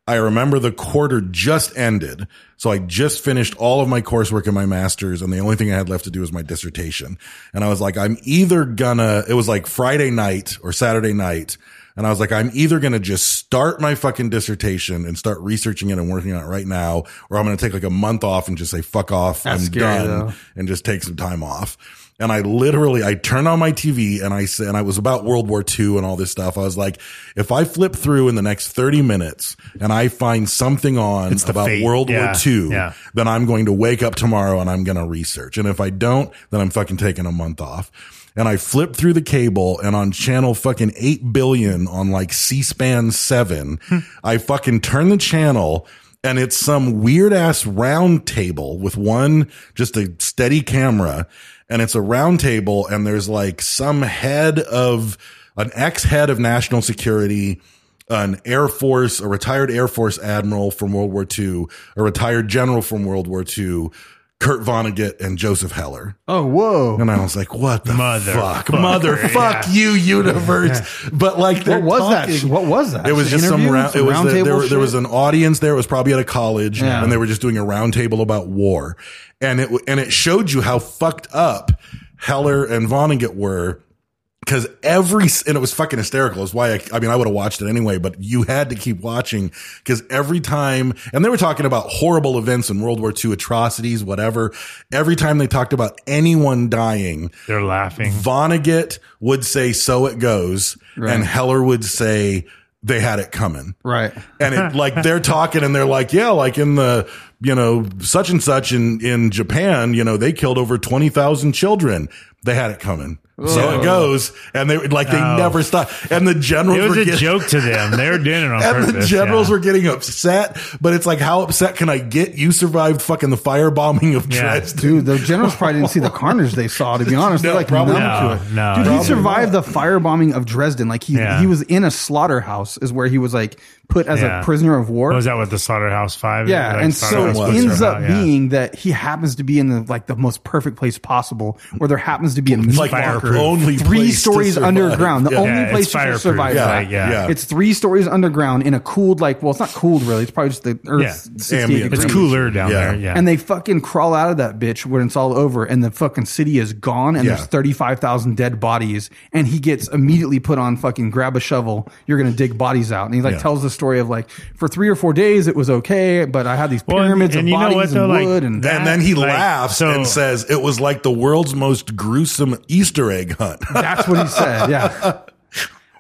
I remember the quarter just ended, so I just finished all of my coursework in my master's, and the only thing I had left to do was my dissertation. And I was like, I'm either gonna. It was like Friday night or Saturday night. And I was like, I'm either going to just start my fucking dissertation and start researching it and working on it right now, or I'm going to take like a month off and just say, fuck off.
That's
I'm done
scary, though.
and just take some time off. And I literally, I turned on my TV and I said, and I was about World War II and all this stuff. I was like, if I flip through in the next 30 minutes and I find something on
the
about
fate.
World
Yeah.
War II,
Yeah.
then I'm going to wake up tomorrow and I'm going to research. And if I don't, then I'm fucking taking a month off. And I flipped through the cable and on channel fucking 8 billion on like C-SPAN 7, I fucking turn the channel and it's some weird ass round table with one just a steady camera and it's a round table and there's like some head of an ex head of national security an Air Force, a retired Air Force admiral from World War II, a retired general from World War II, Kurt Vonnegut, and Joseph Heller.
Oh, whoa.
And I was like, what the
Mother
fuck?
fucker,
Motherfuck
yeah.
you, universe. But like, they're
What was
talking-
that? What was that?
It was just some
Interview?
round, it
Some
was
round
the-
table
there, were-
shit?
there was an audience there. It was probably at a college
Yeah.
and they were just doing a round table about war. And it, w- and it showed you how fucked up Heller and Vonnegut were because every and it was fucking hysterical is why I, I mean i would have watched it anyway but you had to keep watching because every time and they were talking about horrible events in world war ii atrocities whatever every time they talked about anyone dying
They're laughing.
vonnegut would say so it goes and heller would say they had it coming
right.
and it like they're talking and they're like yeah like in the you know such and such in in japan you know they killed over 20000 children they had it coming so it goes and they like they
Oh.
never stop and the generals
It was
were
a
getting,
joke to them. They were doing it on
and
purpose.
the generals
yeah.
were getting upset but it's like how upset can i get you survived fucking the firebombing of
Yeah.
dresden
Dude, the generals probably didn't see the carnage they saw, to be honest.
No,
They're like
probably
numb
not.
to it.
No,
Dude,
probably
he survived the firebombing of Dresden. Like he
Yeah.
he was in a slaughterhouse is where he was like put as
Yeah.
a prisoner of war.
Was that what the Slaughterhouse Five?
Yeah,
like
and so it
Slaughterhouse books are
ends up
about? Yeah.
being that he happens to be in the like the most perfect place possible, where there happens to be a meat
like
locker
the only
three
place to
stories
survive.
underground. The
Yeah.
only
Yeah, it's
place you can
fireproof,
survive.
yeah,
that.
yeah.
Yeah.
it's three stories underground in a cooled like well, it's not cooled really. It's probably just the Earth's
Yeah.
68
Ambient.
It's
degrees.
cooler down
Yeah.
there. Yeah,
And they fucking crawl out of that bitch when it's all over, and the fucking city is gone, and
Yeah.
there's thirty five thousand dead bodies, and he gets immediately put on fucking grab a shovel. You're gonna dig bodies out, and he like
Yeah.
tells the story of like for three or four days it was okay, but I had these
Well, and-
pyramids
and
of
you know
bodies
what, though,
and
like,
wood, and
that-
and then he
Like,
laughs
so-
and says, "It was like the world's most gruesome Easter egg hunt."
that's what he said. Yeah,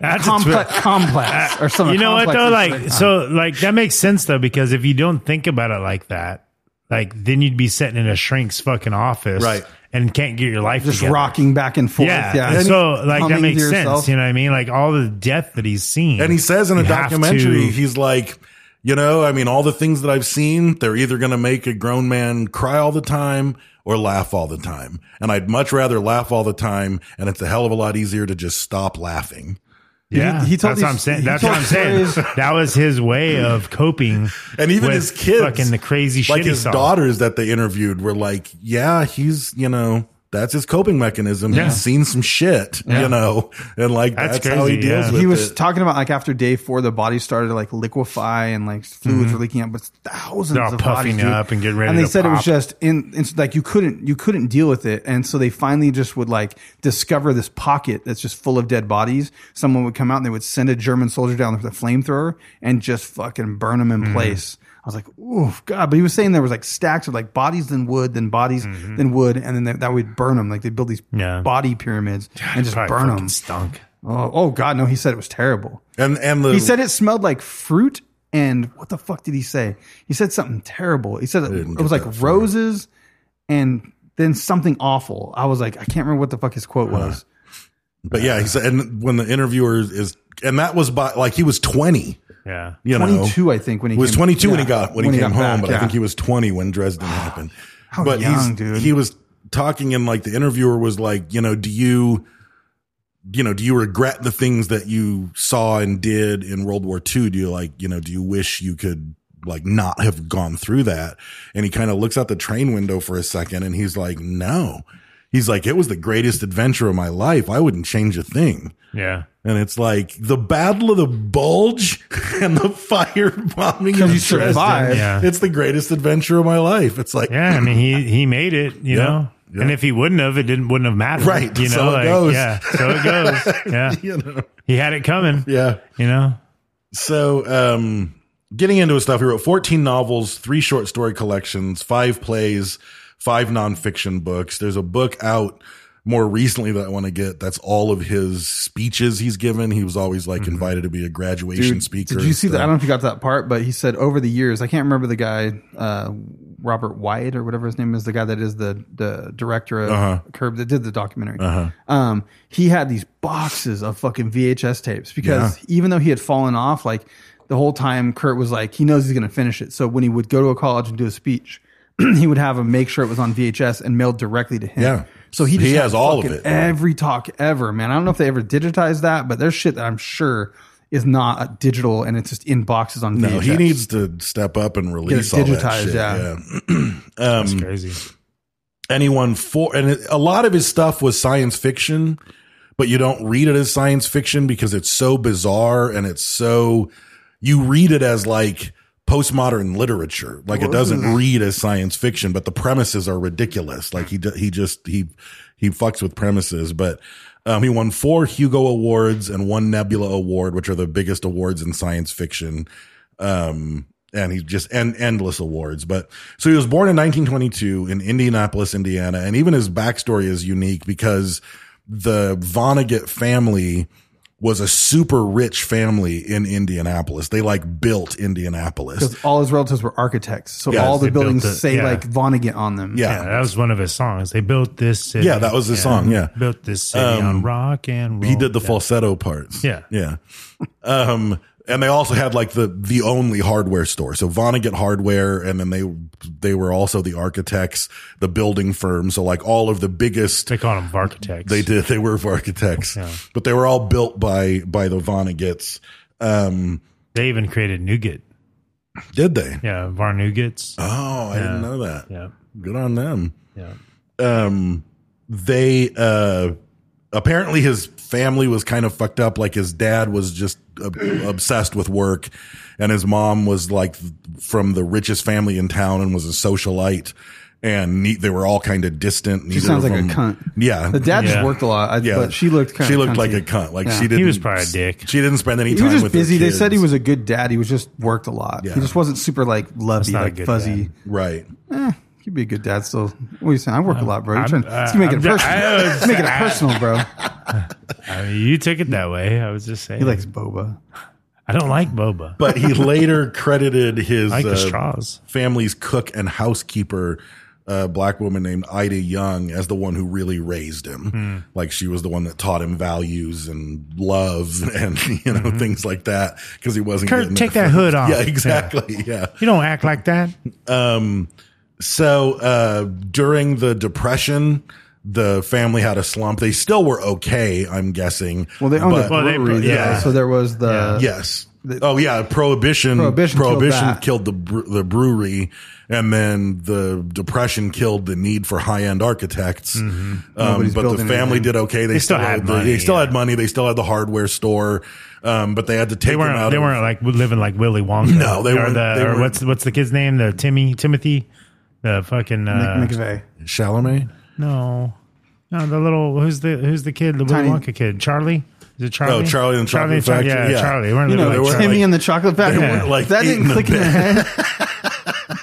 That's a
complex,
twi-
complex, or something.
You know what
complex
though?
is
Like so, like that makes sense though because if you don't think about it like that, like then you'd be sitting in a shrink's fucking office,
Right.
And can't get your life
just
together.
rocking back and forth.
Yeah,
Yeah,
and
And
so like that
humming
makes
to
sense.
yourself.
You know what I mean? Like all the death that he's seen,
And he says in a
you have
documentary,
to-
he's like, you know, I mean, all the things that I've seen, they're either going to make a grown man cry all the time or laugh all the time. And I'd much rather laugh all the time. And it's a hell of a lot easier to just stop laughing.
yeah,
he told
that's what I'm
these-
saying.
he
That's what
told
I'm saying. that was his way of coping.
And even
with
his kids,
fucking the crazy shit
like
he
his
saw.
daughters that they interviewed were like, yeah, he's, you know, that's his coping mechanism.
Yeah.
He's seen some shit, you know, and like that's,
That's
how he
crazy,
deals
yeah.
with
he was
it.
talking about like after day four, the body started to like liquefy and like fluids were leaking out, but thousands
Mm-hmm. They're all
of
puffing
bodies, dude.
up and getting ready
And they
to
said it was
pop.
just in it's like you couldn't you couldn't deal with it, and so they finally just would like discover this pocket that's just full of dead bodies. Someone would come out and they would send a German soldier down with a flamethrower and just fucking burn them in
Mm-hmm.
place. I was like, "Oof, God!" But he was saying there was like stacks of like bodies, then wood, then bodies, then wood, and then that, that would burn them. Like they build these
Mm-hmm. Yeah.
body pyramids and just
Probably
burn
fucking
them.
Stunk.
Oh, oh God, no! He said it was terrible.
And, and the,
He said it smelled like fruit and what the fuck did he say? He said something terrible. He said it,
didn't
it was
get that
like
far.
roses and then something awful. I was like, I can't remember what the fuck his quote
Uh,
was.
but yeah, he said, and when the interviewer is, and that was by like, he was 20.
Yeah.
you know,
22, I think, when he
was
came-
22 when
yeah,
he got when, he came
got
home,
back,
but I
yeah. Ah,
think he was 20 when Dresden happened. but he's,
young, dude.
he was talking and like the interviewer was like, you know, do you, you know, do you regret the things that you saw and did in World War II? Do you like, you know, do you wish you could like not have gone through that? And he kind of looks out the train window for a second and he's like, no. He's like, it was the greatest adventure of my life. I wouldn't change a thing.
Yeah.
And it's like the Battle of the Bulge and the firebombing.
Because
of Dresden.
you survived.
Yeah.
It's the greatest adventure of my life. It's like,
Yeah, I mean he he made it, you
Yeah,
know.
yeah.
And if he wouldn't have, it didn't wouldn't have mattered,
Right,
You know,
so it
like
goes.
yeah, so it goes. Yeah,
you know,
he had it coming.
yeah.
you know.
So, um, getting into his stuff, he wrote 14 novels, three short story collections, five plays, five nonfiction books. There's a book out more recently that I want to get. That's all of his speeches he's given. He was always
Mm-hmm.
like invited to be a graduation
Dude,
speaker.
Did you
and
see that? I
stuff.
don't know if you got that part, but he said over the years, I can't remember the guy, uh, Robert Wyatt or whatever his name is, the guy that is the, the director of
Uh-huh.
Curb that did the documentary. Um, he had these boxes of fucking VHS tapes because even though he had fallen off, like the whole time, Kurt was like, he knows he's going to finish it. So when he would go to a college and do a speech, he would have him make sure it was on VHS and mailed directly to him.
Yeah.
So he
He
just had
has all of
fucking
it.
Every talk ever, man. I don't know if they ever digitized that, but there's shit that I'm sure is not digital and it's just in boxes on VHS.
No, he needs to step up and release all that
digitized,
shit.
yeah.
yeah. Um,
That's crazy.
anyone for and it, a lot of his stuff was science fiction but you don't read it as science fiction because it's so bizarre and it's so you read it as like postmodern literature like it doesn't read as science fiction but the premises are ridiculous like he d- he just he he fucks with premises but um, he won four Hugo awards and one Nebula award which are the biggest awards in science fiction um and he's just and endless awards but so he was born in 1922 in indianapolis indiana and even his backstory is unique because the vonnegut family was a super rich family in indianapolis they like built indianapolis
because all his relatives were architects. So
Yes,
all the
they built
buildings
it,
say
yeah.
like Vonnegut on them.
yeah
Yeah, that was one of his songs. They built this city.
Yeah, that was his song, yeah. Um,
built this city on rock and roll.
he did the
Yeah.
falsetto parts
Yeah.
yeah um and they also had like the the only hardware store so vonnegut hardware and then they they were also the architects the building firm so like all of the biggest
They called him architects.
They did. They were architects, but they were all built by by the Vonnegut's. Um,
They even created nougat.
Did they?
Yeah, Var nougats.
Oh, I didn't
Yeah.
know that.
Yeah,
Good on them.
yeah.
um they uh apparently his family was kind of fucked up like his dad was just ob- obsessed with work and his mom was like from the richest family in town and was a socialite and ne- they were all kind of distant
She
Neither
sounds
of
like a
them-
cunt.
yeah
The dad
Yeah.
just worked a lot. I,
yeah
but she looked kind
she
of
looked
cunty.
like a cunt like
Yeah.
she didn't
was probably a dick.
she didn't spend any
He
time
was just
with her
busy. They said he
kids.
was a good dad. He was just worked a lot.
Yeah.
He just wasn't super like lovey,
not a
like
good
fuzzy.
dad.
right
You'd be a good dad still. What are you saying? I work a lot, bro. You're
I'm- uh,
trying, let's make it
I'm-
personal.
I was-
Let's make it personal, bro.
I mean, you took it that way. I was just saying.
He likes boba.
I don't like boba.
but he later credited his
I like the
uh,
straws.
family's cook and housekeeper, a black woman named Ida Young, as the one who really raised him.
Hmm.
Like she was the one that taught him values and love and you know things like that because he wasn't
Mm-hmm. Kurt,
getting it
take
from-
that hood off.
Yeah, exactly. yeah.
You don't act like that.
Um, so uh, during the Depression, the family had a slump. They still were okay, I'm guessing.
Well, they owned a
but-
Well, they-
brewery, though,
yeah.
so there was the
Yes. oh yeah, prohibition.
Prohibition
Prohibition, prohibition killed,
killed that.
the bre- the brewery, and then the depression killed the need for high end architects. Um,
Mm-hmm. Nobody's
but the
building
family
anything.
did okay. They,
still had
the-
money,
They still
yeah.
had money. They still had the hardware store, um, but they had to take
They
them
weren't.
out.
They
of-
weren't like living like Willy Wonka.
No, they
Or
weren't-
The,
they
or
weren't.
what's what's the kid's name? The Timmy Timothy, the fucking uh,
Nick McVeigh.
Chalamet.
no, no, the little who's the who's the kid? The
Tiny-
Willy Wonka kid, Charlie. Is it Charlie?
Oh, Charlie and the Chocolate
Char-
Factory,
Yeah,
yeah.
Charlie. They weren't
You
living
know,
they
like
weren't
Charlie.
Timmy
like-
and the Chocolate Factory.
weren't, like,
that
eating
didn't
the
click in the
bed.
head.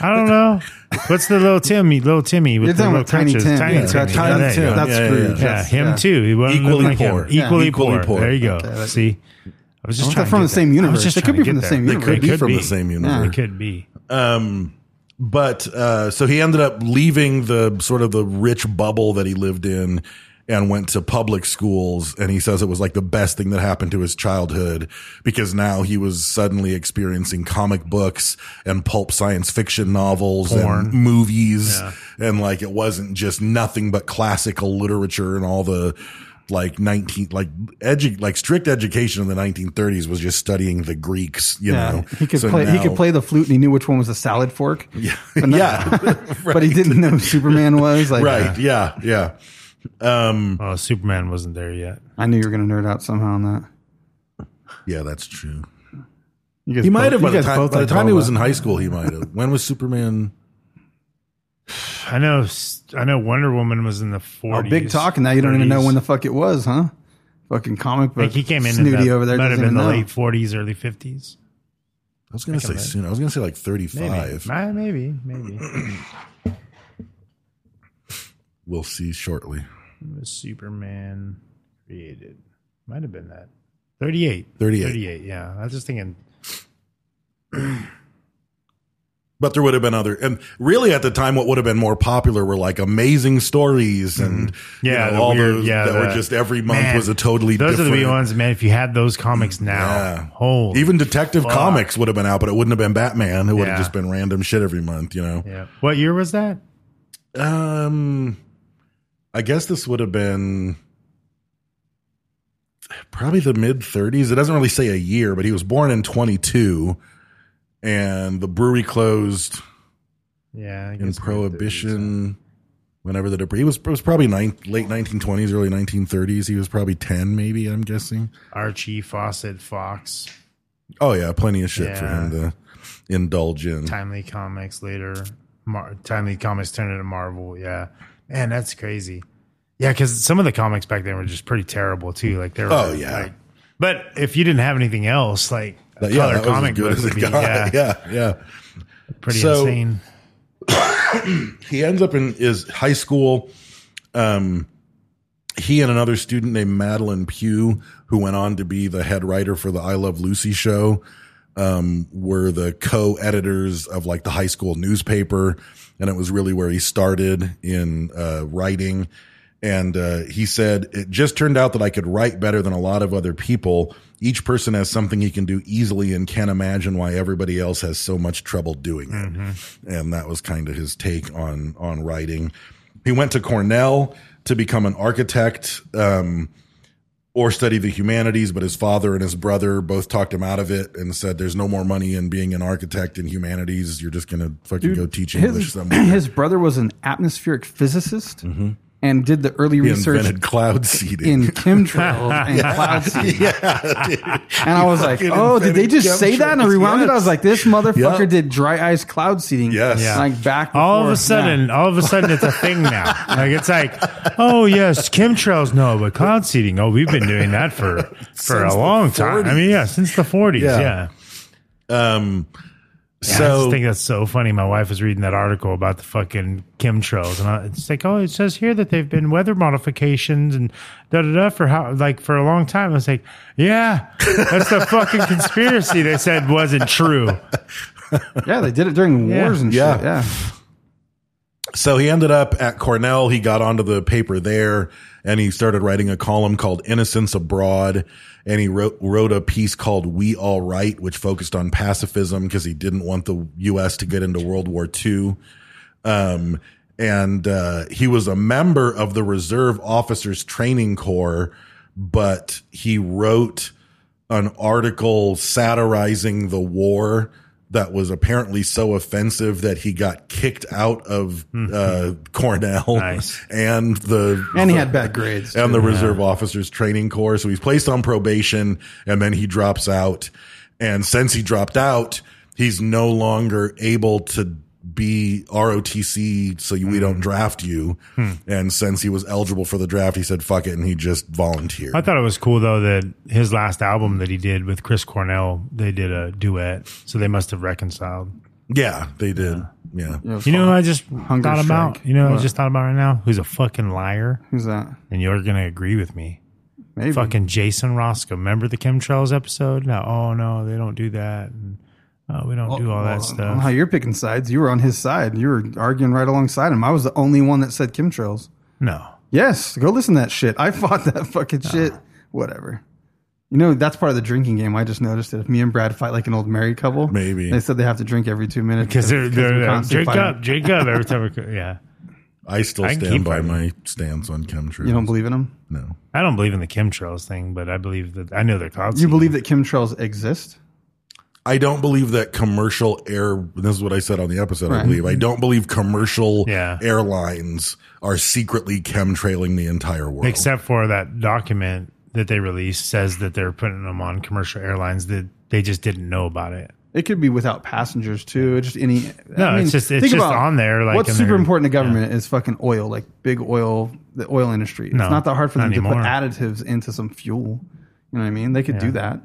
I don't know. What's the little Timmy? Little Timmy with
You're
the
talking
little
about Tiny
crutches.
Tim.
Tiny
Yeah,
Timmy.
Tiny
there you
Tim.
go.
That's
yeah, yeah.
Scrooge.
Yeah,
That's-
him too. He wasn't
Equally
looking like him.
poor.
Yeah.
Equally,
Equally
poor.
poor.
There you go.
Okay, that-
See, I was just
They're
trying
from
to
the
get
same
there. I was
universe.
just
They
trying
could
to
be from
get
the
there.
same
They could
universe.
be from the same universe.
They could be.
Um, but uh, so he ended up leaving the sort of the rich bubble that he lived in and went to public schools. And he says it was like the best thing that happened to his childhood because now he was suddenly experiencing comic books and pulp science fiction novels
Porn.
and movies. And like it wasn't just nothing but classical literature and all the like 19 like edu- like strict education in the 1930s was just studying the greeks you
Yeah,
know
he could
So
play. he
now-
could play the flute, and he knew which one was a salad fork. Yeah, but, not-
yeah
but he didn't know who Superman was. Like,
Right. Yeah. Yeah.
Oh, Superman wasn't there yet.
I knew you were gonna nerd out somehow on that.
Yeah, that's true.
You guys
He might
both-
have by
you
the
guys
time,
both
by the
like
time he
boba.
was in high school. He might have. When was Superman?
I know. I know. Wonder Woman was in the
Oh,
forties.
big talk, and now you don't even know when the fuck it was, huh? Fucking comic book.
Like he came in.
snooty
in the,
over there.
Might have
doesn't
been
even
the
know.
late forties, early fifties.
I was gonna say
that.
soon. I was gonna say like
Maybe.
thirty-five.
Ah, Maybe. Maybe.
We'll see shortly.
When was Superman created? Might have been that. 38.
38.
38, yeah. I was just thinking.
But there would have been other, and really at the time, what would have been more popular were like amazing stories and you
Mm-hmm. Yeah,
know,
the
all
weird-
those
yeah,
that were
the-
just every month
Man,
was a totally
Those
different.
are the ones, man. If you had those comics now,
Yeah.
holy.
Even Detective
fuck.
Comics would have been out, but it wouldn't have been Batman. It would
Yeah.
have just been random shit every month, you know.
Yeah. What year was that?
Um, I guess this would have been probably the mid 30s. It doesn't really say a year, but he was born in 22, and the brewery closed
Yeah. I
in
guess
Prohibition. Whenever the debris he was, it was probably nine, late 1920s, early 1930s. He was probably 10, maybe. I'm guessing.
Archie, Fawcett, Fox,
Oh yeah, plenty of shit for
Yeah.
him to indulge in.
Timely Comics later. Mar- Timely Comics turned into Marvel. Yeah. Man, that's crazy. Yeah, because some of the comics back then were just pretty terrible, too. Like, they were.
Oh, yeah.
like- but if you didn't have anything else, like,
But,
color
that was as
comic
good
book
as
would
it
be,
got.
yeah,
yeah, yeah.
pretty
So-
insane.
he ends up in his high school. Um, he and another student named Madeline Pugh, who went on to be the head writer for the I Love Lucy show, um, were the co-editors of like the high school newspaper, and it was really where he started in uh, writing. And uh, he said, "It just turned out that I could write better than a lot of other people. Each person has something he can do easily, and can't imagine why everybody else has so much trouble doing it." and that was kind of his take on on writing. He went to Cornell to become an architect. Um, or study the humanities, but his father and his brother both talked him out of it and said, "There's no more money in being an architect in humanities. You're just gonna fucking go teach English
His,
somewhere."
his brother was an atmospheric physicist and did the early
he
research
invented cloud seeding.
in chemtrails and cloud seeding.
yeah, dude.
And I was like,
Fucking
oh, did they
invented
just say that? And I
chemtrails.
rewound it. I
Yes.
was like, this motherfucker
Yeah.
did dry ice cloud seeding.
Yes. Yeah.
Like back before,
all of a
Yeah.
sudden, all of a sudden, it's a thing now. like it's like, oh yes, chemtrails, no, but cloud seeding. Oh, we've been doing that for for
Since
a
the
long time. I mean, yeah, since the forties.
Yeah.
Yeah.
Um,
Yeah, I
so
just think that's so funny. My wife was reading that article about the fucking chemtrails, and I, it's like, oh, it says here that they've been weather modifications and da da da for how like for a long time. I was like, yeah, that's the fucking conspiracy they said wasn't true.
Yeah, they did it during
Yeah.
wars and
Yeah.
shit. Yeah.
So he ended up at Cornell. He got onto the paper there and he started writing a column called Innocence Abroad. And he wrote, wrote a piece called We All Right, which focused on pacifism because he didn't want the U.S. to get into World War II. Um, and uh, he was a member of the Reserve Officers Training Corps, but he wrote an article satirizing the war that was apparently so offensive that he got kicked out of uh, Cornell
Hmm. Nice.
and the
And he had bad grades.
and the reserve officers training corps. So he's placed on probation and then he drops out. And since he dropped out, he's no longer able to be ROTC so you, we
Hmm.
don't draft you. And since he was eligible for the draft, he said, fuck it. And he just volunteered.
I thought it was cool though that his last album that he did with Chris Cornell, they did a duet, so they must have reconciled.
yeah, they did. Yeah.
You know, who I just
Hunger
thought about.
strike.
You know, who I
What?
just thought about right now. Who's a fucking liar?
Who's that?
And you're gonna agree with me.
Maybe.
Fucking Jason Roscoe. Remember the chemtrails episode? No, oh no, they don't do that. And, oh, we don't do all that
I don't know
stuff.
how you're picking sides. You were on his side. You were arguing right alongside him. I was the only one that said chemtrails.
no,
Yes, go listen to that shit. I fought that fucking shit. Whatever. You know, that's part of the drinking game. I just noticed that if me and Brad fight like an old married couple,
Maybe.
they said they have to drink every two minutes
because they're, they're,
we're
they're uh,
constantly
drink
fighting.
up, drink up every time. We, co- yeah,
I still
I can
stand
keep
by
fighting.
my stance on chemtrails.
You don't believe in them?
No.
I don't believe in the chemtrails thing, but I believe that I know they're called.
You believe that chemtrails exist?
I don't believe that commercial air. This is what I said on the episode. I
Right.
believe I don't believe commercial
Yeah.
airlines are secretly chemtrailing the entire world.
except for that document that they released says that they're putting them on commercial airlines that they just didn't know about it.
It could be without passengers too. It's just any.
No, it's just- it's
think
just
about
on there, like,
what's
in
super
their-
important to government is fucking oil, like big oil, the oil industry. It's
No,
not that hard for them
not
to put
anymore.
additives into some fuel. You know what I mean? They could do that.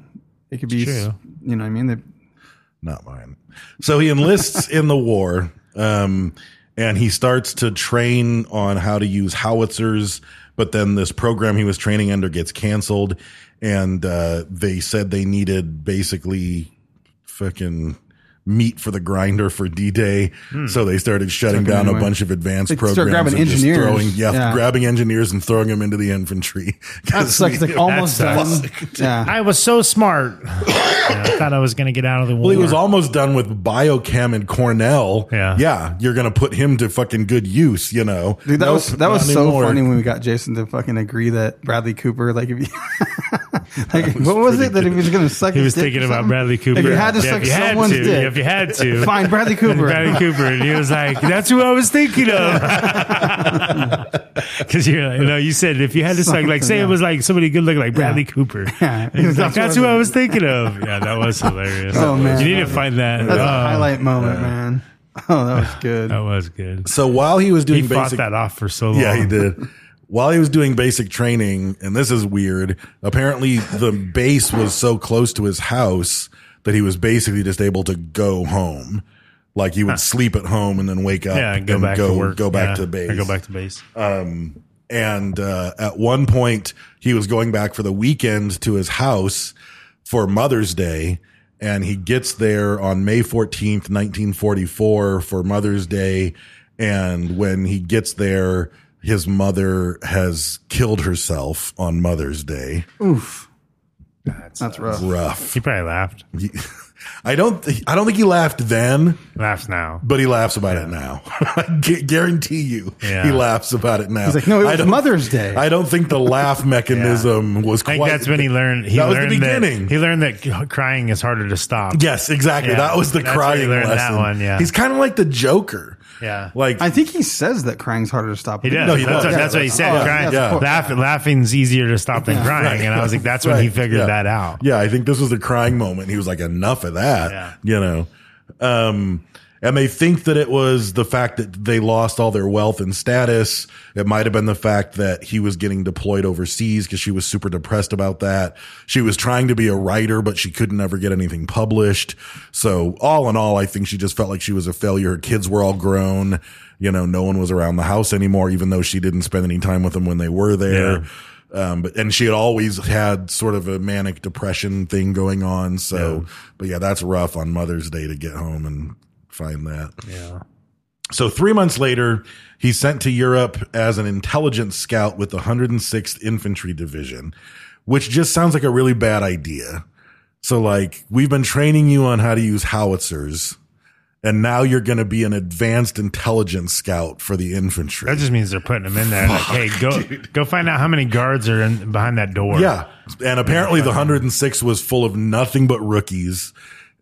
It could be.
It's
s-
true.
You know what I mean? They,
not mine. So he enlists in the war, um, and he starts to train on how to use howitzers. But then this program he was training under gets canceled, and uh, they said they needed basically fucking meat for the grinder for D-Day. So they started shutting down a
anyway.
bunch of advanced
They start
programs.
grabbing
and just
engineers.
throwing, yeah,
Yeah.
grabbing engineers and throwing them into the infantry.
that
'Cause
sucks.
we-
Like almost done. Yeah.
I was so smart. Yeah, I thought I was going to get out of the war.
Well, he was almost done with biochem and Cornell.
Yeah.
Yeah. You're going to put him to fucking good use, you know?
Dude, that
Nope,
was that
not
was so
anymore.
funny when we got Jason to fucking agree that Bradley Cooper, like, if you, like, what was it that he was going to suck?
He
his
was
dick or
thinking about
something?
Bradley Cooper.
If you had to
Yeah,
suck
you had
someone's
to,
dick,
If you had to.
Fine, Bradley Cooper.
Bradley Cooper. And he was like, that's who I was thinking of. Because you're like, no, you said if you had to suck, like, say it was like somebody good looking, like Bradley Cooper. He was like, that's who I was thinking of. Yeah, that was hilarious.
Oh, man.
You need to find that.
That's
Oh,
a highlight moment, man. Oh, that was good.
That was good.
So while he was doing
He fought
basic.
that off for so long.
yeah, he did. While he was doing basic training, and this is weird, apparently the base was so close to his house that he was basically just able to go home. Like he would sleep at home and then wake up
Yeah, go
and
back
go,
to work.
go back
Yeah,
to base. Uh,
or Go back to base.
and uh, at one point he was going back for the weekend to his house for Mother's Day, and he gets there on May fourteenth, nineteen forty four, for Mother's Day, and when he gets there, his mother has killed herself on Mother's Day.
Oof. That's rough.
Rough.
He probably laughed.
He- I don't. Th- I don't think he laughed then,
Laughs now.
but he laughs about it now. I gu- guarantee you,
Yeah.
he laughs about it now.
He's like, no, it
I
was
don't-
Mother's Day.
I don't think the laugh mechanism was. Quite,
I think that's when he learned. He
that was the
learned
beginning.
That, he learned that crying is harder to stop.
Yes, exactly.
Yeah.
That was the
That's where he
crying
learned that
lesson.
one, yeah.
he's kind of like the Joker.
Yeah.
Like
I think he says that crying's harder to stop.
He does.
No, he
that's,
does.
What, that's what he
Yeah,
said.
yeah,
crying,
yeah, of course.
laugh, laughing's easier to stop than crying. And I was like, that's when he
Right,
figured
yeah.
that out.
Yeah, I think this was the crying moment. He was like, enough of that.
Yeah.
You know. Um and they think that it was the fact that they lost all their wealth and status. It might have been the fact that he was getting deployed overseas because she was super depressed about that. She was trying to be a writer, but she couldn't ever get anything published. So all in all, I think she just felt like she was a failure. Her kids were all grown. You know, no one was around the house anymore, even though she didn't spend any time with them when they were there
Yeah.
um, but and she had always had sort of a manic depression thing going on. So, but yeah, that's rough on Mother's Day to get home and find that.
Yeah.
So three months later, he's sent to Europe as an intelligence scout with the 106th Infantry Division, which just sounds like a really bad idea. So like we've been training you on how to use howitzers. And now you're going to be an advanced intelligence scout for the infantry.
That just means they're putting him in there. like, hey, go go find out how many guards are in, behind that door.
Yeah. And apparently the 106 was full of nothing but rookies.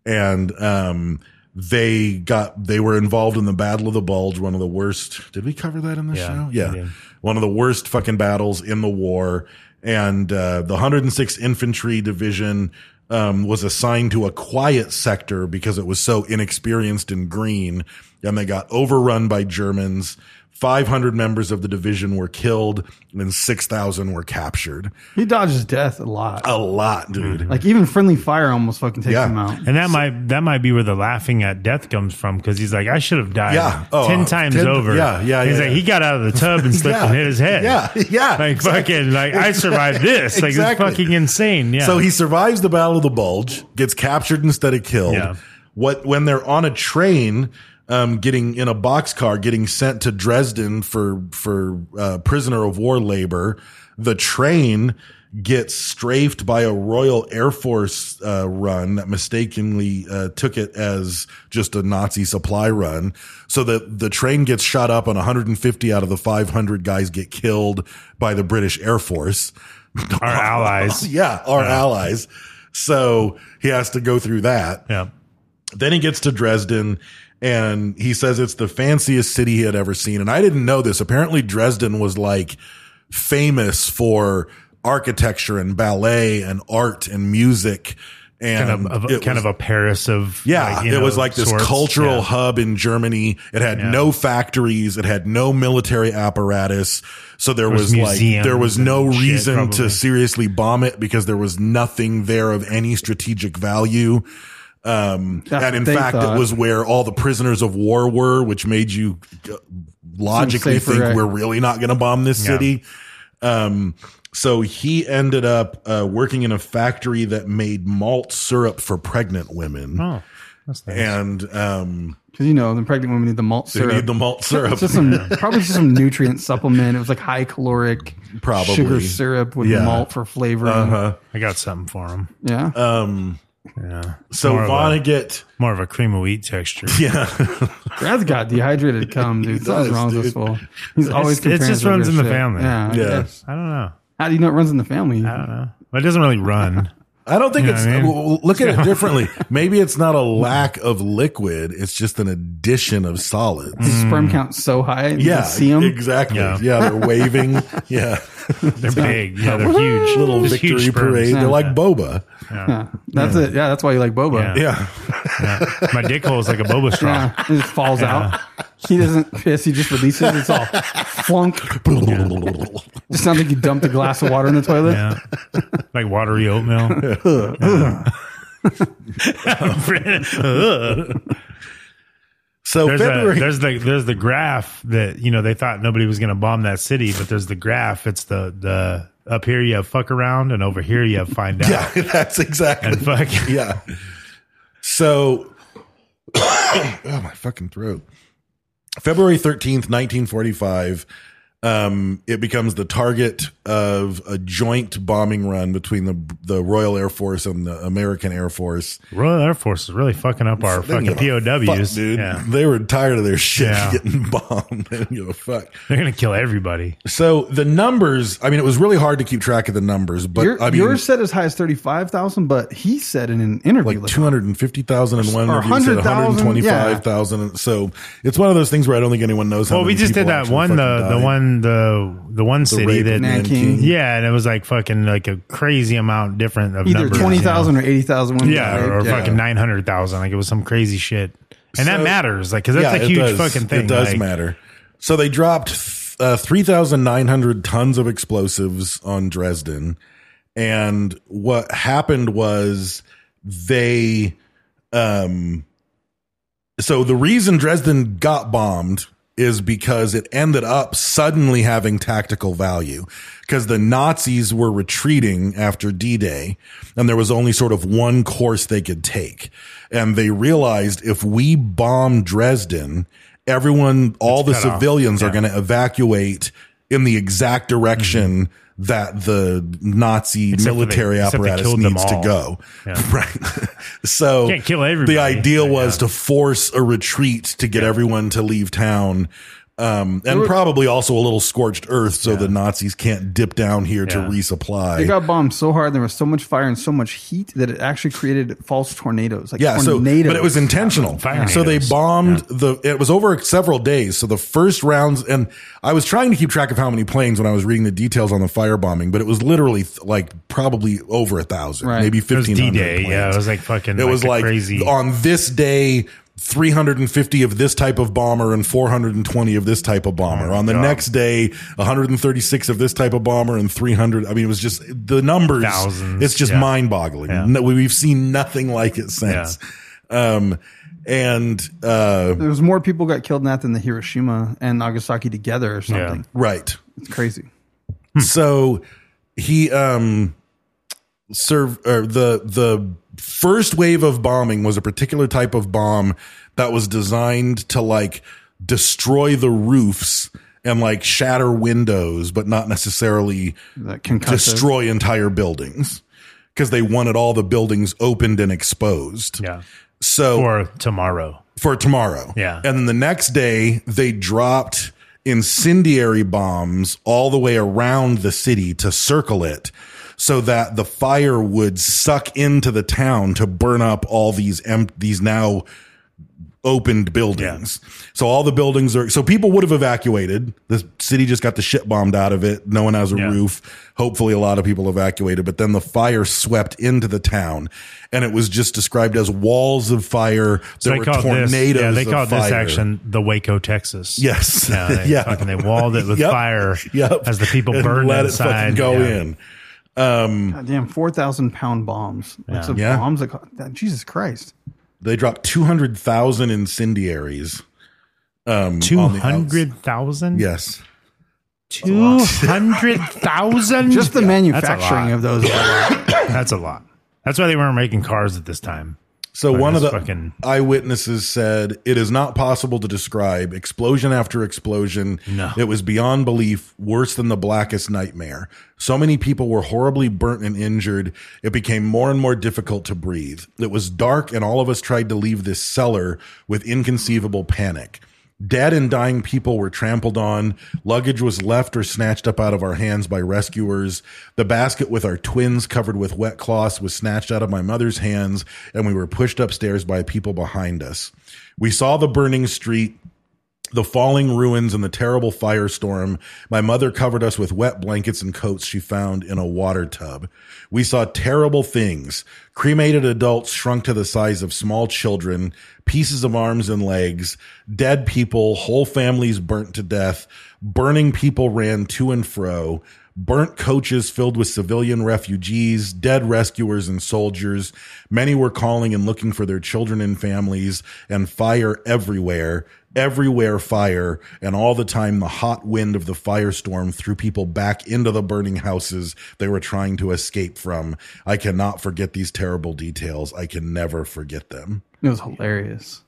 And, um, they got, they were involved in the Battle of the Bulge, one of the worst. Did we cover that in the
Yeah,
show?
we
Yeah.
did.
One of the worst fucking battles in the war. And, uh, the 106th Infantry Division, um, was assigned to a quiet sector because it was so inexperienced and green. And they got overrun by Germans. 500 members of the division were killed and 6,000 were captured
He dodges death a lot.
Oh.
a lot, dude.
Like even friendly fire almost fucking takes
Yeah.
him out.
And that might that might be where the laughing at death comes from because he's like, I should have died
Yeah.
ten
Oh,
times
10
over.
yeah, yeah,
He's
yeah,
like,
yeah.
he got out of the tub and slipped
Yeah.
and hit his head.
Yeah, yeah,
Like
exactly.
fucking like I survived this. Like
Exactly.
it's fucking insane. Yeah.
So he survives the Battle of the Bulge, gets captured instead of killed.
Yeah.
What when they're on a train, um, getting in a boxcar, getting sent to Dresden for for uh, prisoner of war labor, the train gets strafed by a Royal Air Force uh, run that mistakenly uh, took it as just a Nazi supply run. So the the train gets shot up, and 150 out of the 500 guys get killed by the British Air Force.
our allies.
Yeah, our allies. So he has to go through that.
Yeah.
Then he gets to Dresden and he says it's the fanciest city he had ever seen. And I didn't know this. Apparently, Dresden was like famous for architecture and ballet and art and music. And
Kind of, of
it
kind
was-
of a Paris of
yeah,
you
it was
know,
like this
sorts.
cultural
Yeah.
hub in Germany. It had
Yeah.
no factories. It had no military apparatus. So there,
was
was, like
museums
there was no
and shit,
reason
probably.
to seriously bomb it because there was nothing there of any strategic value. Um,
That's
and in
what they
fact,
thought.
it was where all the prisoners of war were, which made you uh, logically
Seems safer,
think
right?
we're really not going to bomb this
Yeah.
city. Um, so he ended up uh, working in a factory that made malt syrup for pregnant women
Oh, that's nice.
and um,
Because you know, the pregnant women need the malt
they
syrup.
need the malt syrup.
It's just some probably just some nutrient supplement. It was like high caloric
Probably.
sugar syrup with
Yeah. Uh-huh.
malt for flavoring.
I got something for him.
Yeah.
Uh,
Yeah.
so
more of a-
Vonnegut,
more of a cream of wheat texture.
Brad's got dehydrated cum, dude. Something's
does,
wrong with this
dude.
fool. He's always
It's- it
comparing
just
some
runs in
weird
the
shit.
family.
Yeah.
Yeah. Uh,
yeah.
I don't know.
How do you know it runs in the family?
I don't know. But it doesn't really run.
I don't think
You know
it's.
what I mean?
well, Look at it differently. Maybe it's not a lack of liquid; it's just an addition of solids.
His sperm count's so high. Mm. You
Yeah,
can see him.
exactly. Yeah.
Yeah.
they're waving. yeah,
They're big. Yeah, they're huge.
little
Just huge
victory
sperms.
parade. They're like boba.
Yeah. That's it. Yeah. That's why you like boba. Yeah.
Yeah,
My dick hole is like a boba straw.
It just falls out. He doesn't piss. He just releases. It's all flunk. Just sounds like you dumped a glass of water in the toilet.
Yeah. Like watery oatmeal. Yeah.
so
there's, a,
Oh, February.
there's the there's the graph that you know they thought nobody was going to bomb that city, but there's the graph. It's the the up here you have fuck around, and over here you have find out.
yeah, that's exactly.
And fuck.
yeah. So, oh, my fucking throat. February 13th, 1945, um, it becomes the target of a joint bombing run between the the Royal Air Force and the American Air Force.
Royal Air Force is really fucking up our
They
fucking
didn't give a fuck,
POWs.
dude.
Yeah.
They were tired of their shit
Yeah.
getting bombed. They didn't give a fuck.
They're gonna kill everybody.
So the numbers. I mean, it was really hard to keep track of the numbers, but
Your,
I mean,
yours said as high as thirty five thousand, but he said in an interview
like 250,000 in one
Or
review said
100,000,
125,000. So it's one of those things where I don't think anyone knows how
Well, we
many
just did
people
that
actually
one the
fucking
the
died.
one the the one
The
city
rape
that
in
Nanking.
yeah, and it was like fucking like a crazy amount different of
either
numbers,
twenty
you
thousand
know?
or eighty thousand women.
yeah,
died.
or
Yeah.
fucking nine hundred thousand. Like it was some crazy shit, and that
So-
matters, like because that's
Yeah,
a
it
huge
does.
fucking thing.
It does
like,
matter. So they dropped uh, 3,900 tons of explosives on Dresden. And what happened was they, um, so the reason Dresden got bombed is because it ended up suddenly having tactical value because the Nazis were retreating after D-Day and there was only sort of one course they could take. And they realized if we bomb Dresden, everyone, all
It's
the
cut off.
civilians are
Yeah. Mm-hmm.
going to evacuate in the exact direction that the Nazi
Except for they-
military
except they
apparatus
killed them
needs to
all.
go.
Yeah.
Right. so
Can't kill everybody.
the idea
Yeah,
was to
yeah.
force a retreat to get everyone to leave town. Um, and probably also a little scorched earth so the Nazis can't dip down here to
Yeah.
resupply.
They got bombed so hard, there was so much fire and so much heat that it actually created false tornadoes. Like
yeah, so
tornadoes.
but it was intentional.
Fire
So they
tornadoes.
bombed the. It was over several days. So the first rounds, and I was trying to keep track of how many planes when I was reading the details on the firebombing, but it was literally th- like probably over a thousand,
Right.
maybe
It was
fifteen
D
hundred.
Day. Yeah, it was like fucking.
it was
a
like
crazy.
on this day 350 of this type of bomber and 420 of this type of bomber on the
Oh God.
next day 136 of this type of bomber and 300 i mean it was just the numbers
Thousands,
it's just
yeah.
mind-boggling
Yeah.
no, we've seen nothing like it since um and uh
There was more people got killed in that than the Hiroshima and Nagasaki together or
Yeah.
something.
right
It's crazy.
so he um serve or the the first wave of bombing was a particular type of bomb that was designed to like destroy the roofs and like shatter windows but not necessarily
That concussive.
destroy entire buildings because they wanted all the buildings opened and exposed
yeah,
so
for tomorrow.
for tomorrow.
Yeah.
And then the next day, they dropped incendiary bombs all the way around the city to circle it so that the fire would suck into the town to burn up all these em- these now opened buildings. So all the buildings are so people would have evacuated. The city just got the shit bombed out of it. No one has a
Yeah.
roof. Hopefully a lot of people evacuated, but then the fire swept into the town and it was just described as walls of fire.
So
there
they
were
called
tornadoes.
this. Yeah, they
of
called this
fire.
action the Waco, Texas.
Yes.
Yeah, they,
Yeah.
Fucking, they walled it with
Yep.
fire
Yep.
as the people
And
burned
let
inside.
it fucking go
Yeah.
in.
God damn, 4,000 pound bombs. Like some
Yeah.
bombs that, co- that- Jesus Christ.
They dropped 200,000 incendiaries. Um,
Two
on the outs-
hundred thousand.
Yes.
Two hundred thousand.
Just the manufacturing
that's a lot.
of those.
That's a lot. That's why they weren't making cars at this time.
So
Like
one of
this
the
fucking-
eyewitnesses said it is not possible to describe explosion after explosion.
No.
It was beyond belief, worse than the blackest nightmare. So many people were horribly burnt and injured. It became more and more difficult to breathe. It was dark and all of us tried to leave this cellar with inconceivable panic. Dead and dying people were trampled on. Luggage was left or snatched up out of our hands by rescuers. The basket with our twins covered with wet cloths was snatched out of my mother's hands, and we were pushed upstairs by people behind us. We saw the burning street the falling ruins and the terrible firestorm. My mother covered us with wet blankets and coats she found in a water tub. We saw terrible things. Cremated adults shrunk to the size of small children, pieces of arms and legs, dead people, whole families burnt to death, burning people ran to and fro, burnt coaches filled with civilian refugees, dead rescuers and soldiers. Many were calling and looking for their children and families, and fire everywhere, everywhere fire. And all the time, the hot wind of the firestorm threw people back into the burning houses they were trying to escape from. I cannot forget these terrible details. I can never forget them.
It was hilarious.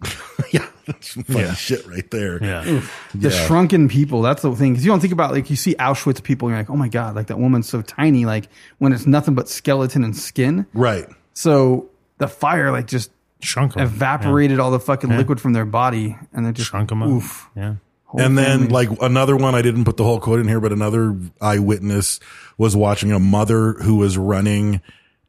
yeah. That's some funny shit right there.
Yeah.
The
Yeah.
shrunken people. That's the thing. Because you don't think about like you see Auschwitz people. And you're like, oh my god, like that woman's so tiny. Like when it's nothing but skeleton and skin.
Right.
So the fire like just
Shrunk 'em.
evaporated all the fucking liquid from their body, and they
Yeah.
just
Shrunk them up.
Oof.
Yeah.
Whole
and then
family.
like another one i didn't put the whole quote in here but another eyewitness was watching a mother who was running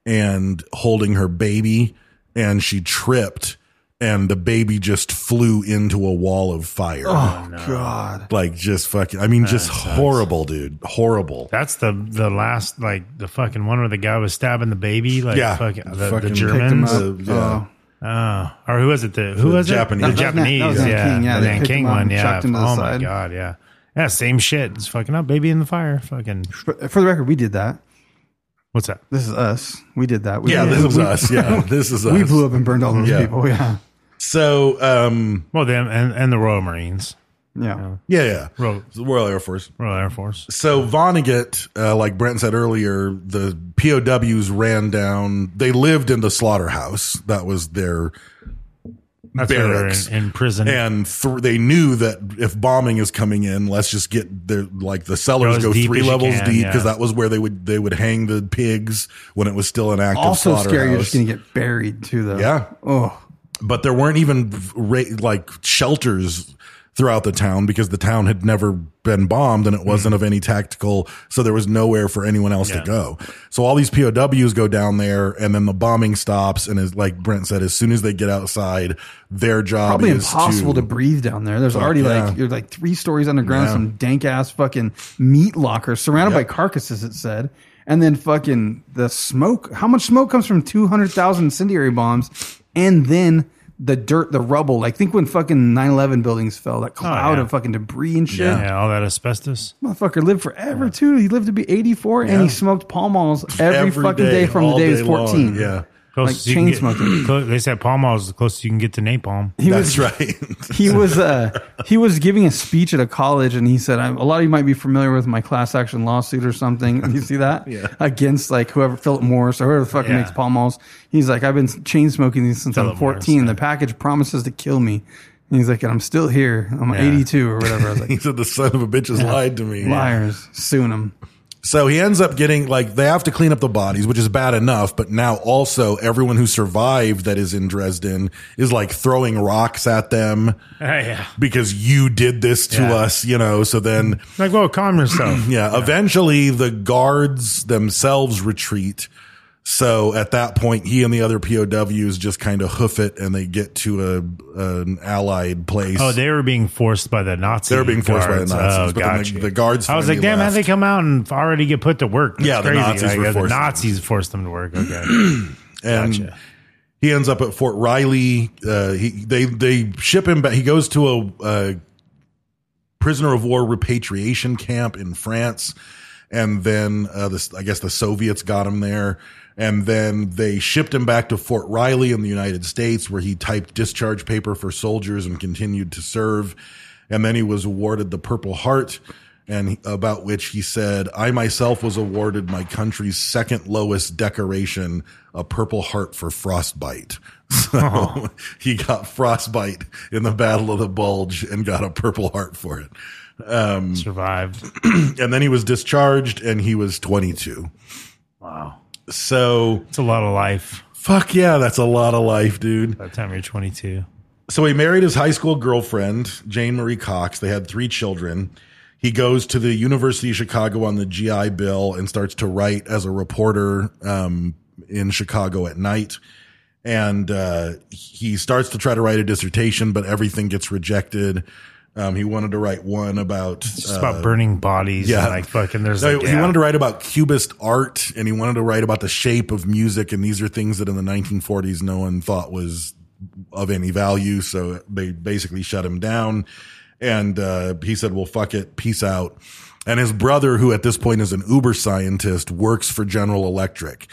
and holding her baby and she tripped and the baby just flew into a wall of fire
oh god,
like just fucking i mean just horrible dude horrible
That's the the last like the fucking one where the guy was stabbing the baby like
yeah
fucking, the,
Fucking
the
picked him
Germans
up.
Uh,
yeah.
oh, or who was it the who
The
was
Japanese.
it the
That was
Nan- that
Japanese
was Nan
yeah
King, yeah,
the
they
Nan
picked
King
him up
one
and
yeah
chucked him to the
oh my
side.
god yeah yeah same shit it's fucking up baby in the fire fucking
For, for the record, we did that.
what's that
This is us. We did that. We,
yeah this is
we,
us yeah this is us
We blew up and burned all those
Yeah.
people. Yeah,
so um
well them and and the Royal Marines
yeah.
yeah yeah
Royal
the royal air force
Royal Air Force
So Vonnegut, uh, like Brent said earlier, the POWs ran down. They lived in the slaughterhouse. That was their
that's
barracks.
where they're in, in prison
and th- they knew that if bombing is coming in, let's just get their like the cellars
as
go
deep
three
as you
levels
can,
deep
yeah.
because that was where they would they would hang the pigs when it was still an active
Also
slaughterhouse.
scary. You're just gonna get buried too, though.
Yeah.
Oh,
but there weren't even ra- like shelters throughout the town because the town had never been bombed and it wasn't of any tactical so there was nowhere for anyone else to
Yeah.
go so all these pows go down there and then the bombing stops and as like brent said as soon as they get outside their job
probably
is
impossible to, breathe down there. There's already
yeah.
like you're like three stories underground,
Yeah.
some dank ass fucking meat locker surrounded
Yep.
by carcasses. It said, and then fucking the smoke. How much smoke comes from two hundred thousand incendiary bombs, and then the dirt, the rubble. Like think when fucking 9-11 buildings fell,
Oh,
that cloud
yeah.
of fucking debris and shit.
yeah all that asbestos
Motherfucker lived forever too. He lived to be eighty four, and
Yeah.
he smoked Pall Malls every, fucking day, from the
all
day he was
long.
fourteen.
yeah
Like
Closest you can
chain
get-
smoking.
clo- they said Palm Mall is the closest you can get to napalm
he
that's
was
right
he was uh, he was giving a speech at a college, and he said, I, "A lot of you might be familiar with my class action lawsuit or something." You see that? yeah. Against like whoever Philip Morris or whoever the fuck
Yeah.
makes Pall Malls. He's like, "I've been chain smoking these since
Philip
I'm
Morris,
14.
yeah.
The package promises to kill me." And he's like, "And I'm still here. I'm
Yeah.
82 or whatever." I was
he
like,
said the son of a bitch has lied to me
"Liars, suing him."
So he ends up getting like they have to clean up the bodies, which is bad enough, but now also everyone who survived that is in Dresden is like throwing rocks at them
yeah
because you did this to
Yeah.
us, you know. So then
like well calm yourself
yeah, eventually the guards themselves retreat. So at that point, he and the other POWs just kind of hoof it and they get to a an allied place.
Oh, they were being forced by the Nazis.
They were being forced by the
guards.
Nazis, but
Oh,
then the-
gotcha.
the guards
I was like,
finally
damn, how'd they
left.
come out and already get put to work? That's
Yeah, the
crazy.
Nazis
Like,
were
the
forced them.
Nazis forced them to work. Okay,
and
Gotcha.
he ends up at Fort Riley. Uh, he they they ship him back. He goes to a, uh prisoner of war repatriation camp in France, and then uh, this I guess the Soviets got him there. And then they shipped him back to Fort Riley in the United States, where he typed discharge paper for soldiers and continued to serve. And then he was awarded the Purple Heart, and about which he said, I myself was awarded my country's second lowest decoration, a Purple Heart for frostbite. So he got frostbite in the Battle of the Bulge and got a Purple Heart for it. Um,
survived.
And then he was discharged and he was 22.
Wow,
So
it's a lot of life.
fuck yeah, that's a lot of life, dude.
By the time you're 22,
So he married his high school girlfriend, Jane Marie Cox. They had three children. He goes to the University of Chicago on the GI Bill and starts to write as a reporter um, in Chicago at night. And uh, he starts to try to write a dissertation, but everything gets rejected. Um, he wanted to write one about uh,
it's just about burning bodies. Yeah,
yeah.
and like fucking. There's
no,
like,
he
yeah.
wanted to write about cubist art and he wanted to write about the shape of music and these are things that in the 1940s no one thought was of any value so they basically shut him down and uh, he said well fuck it peace out and his brother who at this point is an uber scientist works for general electric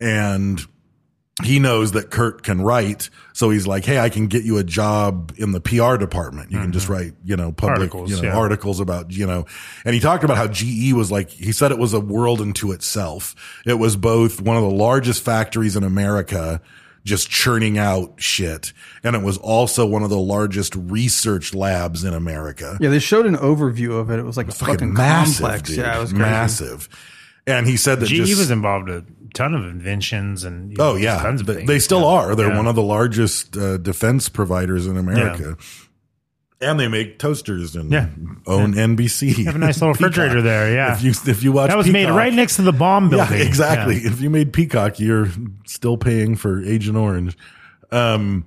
and he knows that Kurt can write, so he's like, "Hey, I can get you a job in the PR department. You can just write, you know, public
Mm-hmm. Articles,
you know,
yeah.
articles about, you know." And he talked about how GE was like. He said it was a world unto itself. It was both one of the largest factories in America just churning out shit. And it was also one of the largest research labs in America.
Yeah, they showed an overview of it. It was like a fucking,
massive,
complex.
dude.
Yeah, it was crazy.
massive. And he said that
GE
just,
E was involved in a ton of inventions and you know,
Oh yeah,
tons of
They-
things.
they still
Yeah.
are. They're
Yeah.
one of the largest uh, defense providers in America, and they make toasters and
Yeah.
own NBC.
have a nice little
Peacock.
refrigerator there, yeah.
if you if you watch
that was made
Peacock-
right next to the bomb
yeah,
building.
exactly.
Yeah.
If you made Peacock, you're still paying for Agent Orange. Um,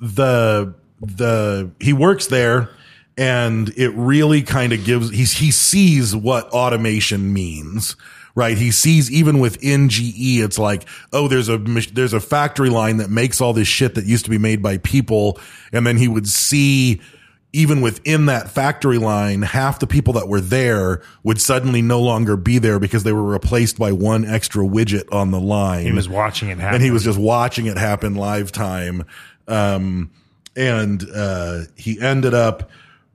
the the he works there, and it really kind of gives he he sees what automation means. Right, he sees even within GE, it's like, oh, there's a mach- there's a factory line that makes all this shit that used to be made by people, and then he would see even within that factory line, half the people that were there would suddenly no longer be there because they were replaced by one extra widget on the line.
He was watching it happen.
and he was just watching it happen live time. Um, and uh, he ended up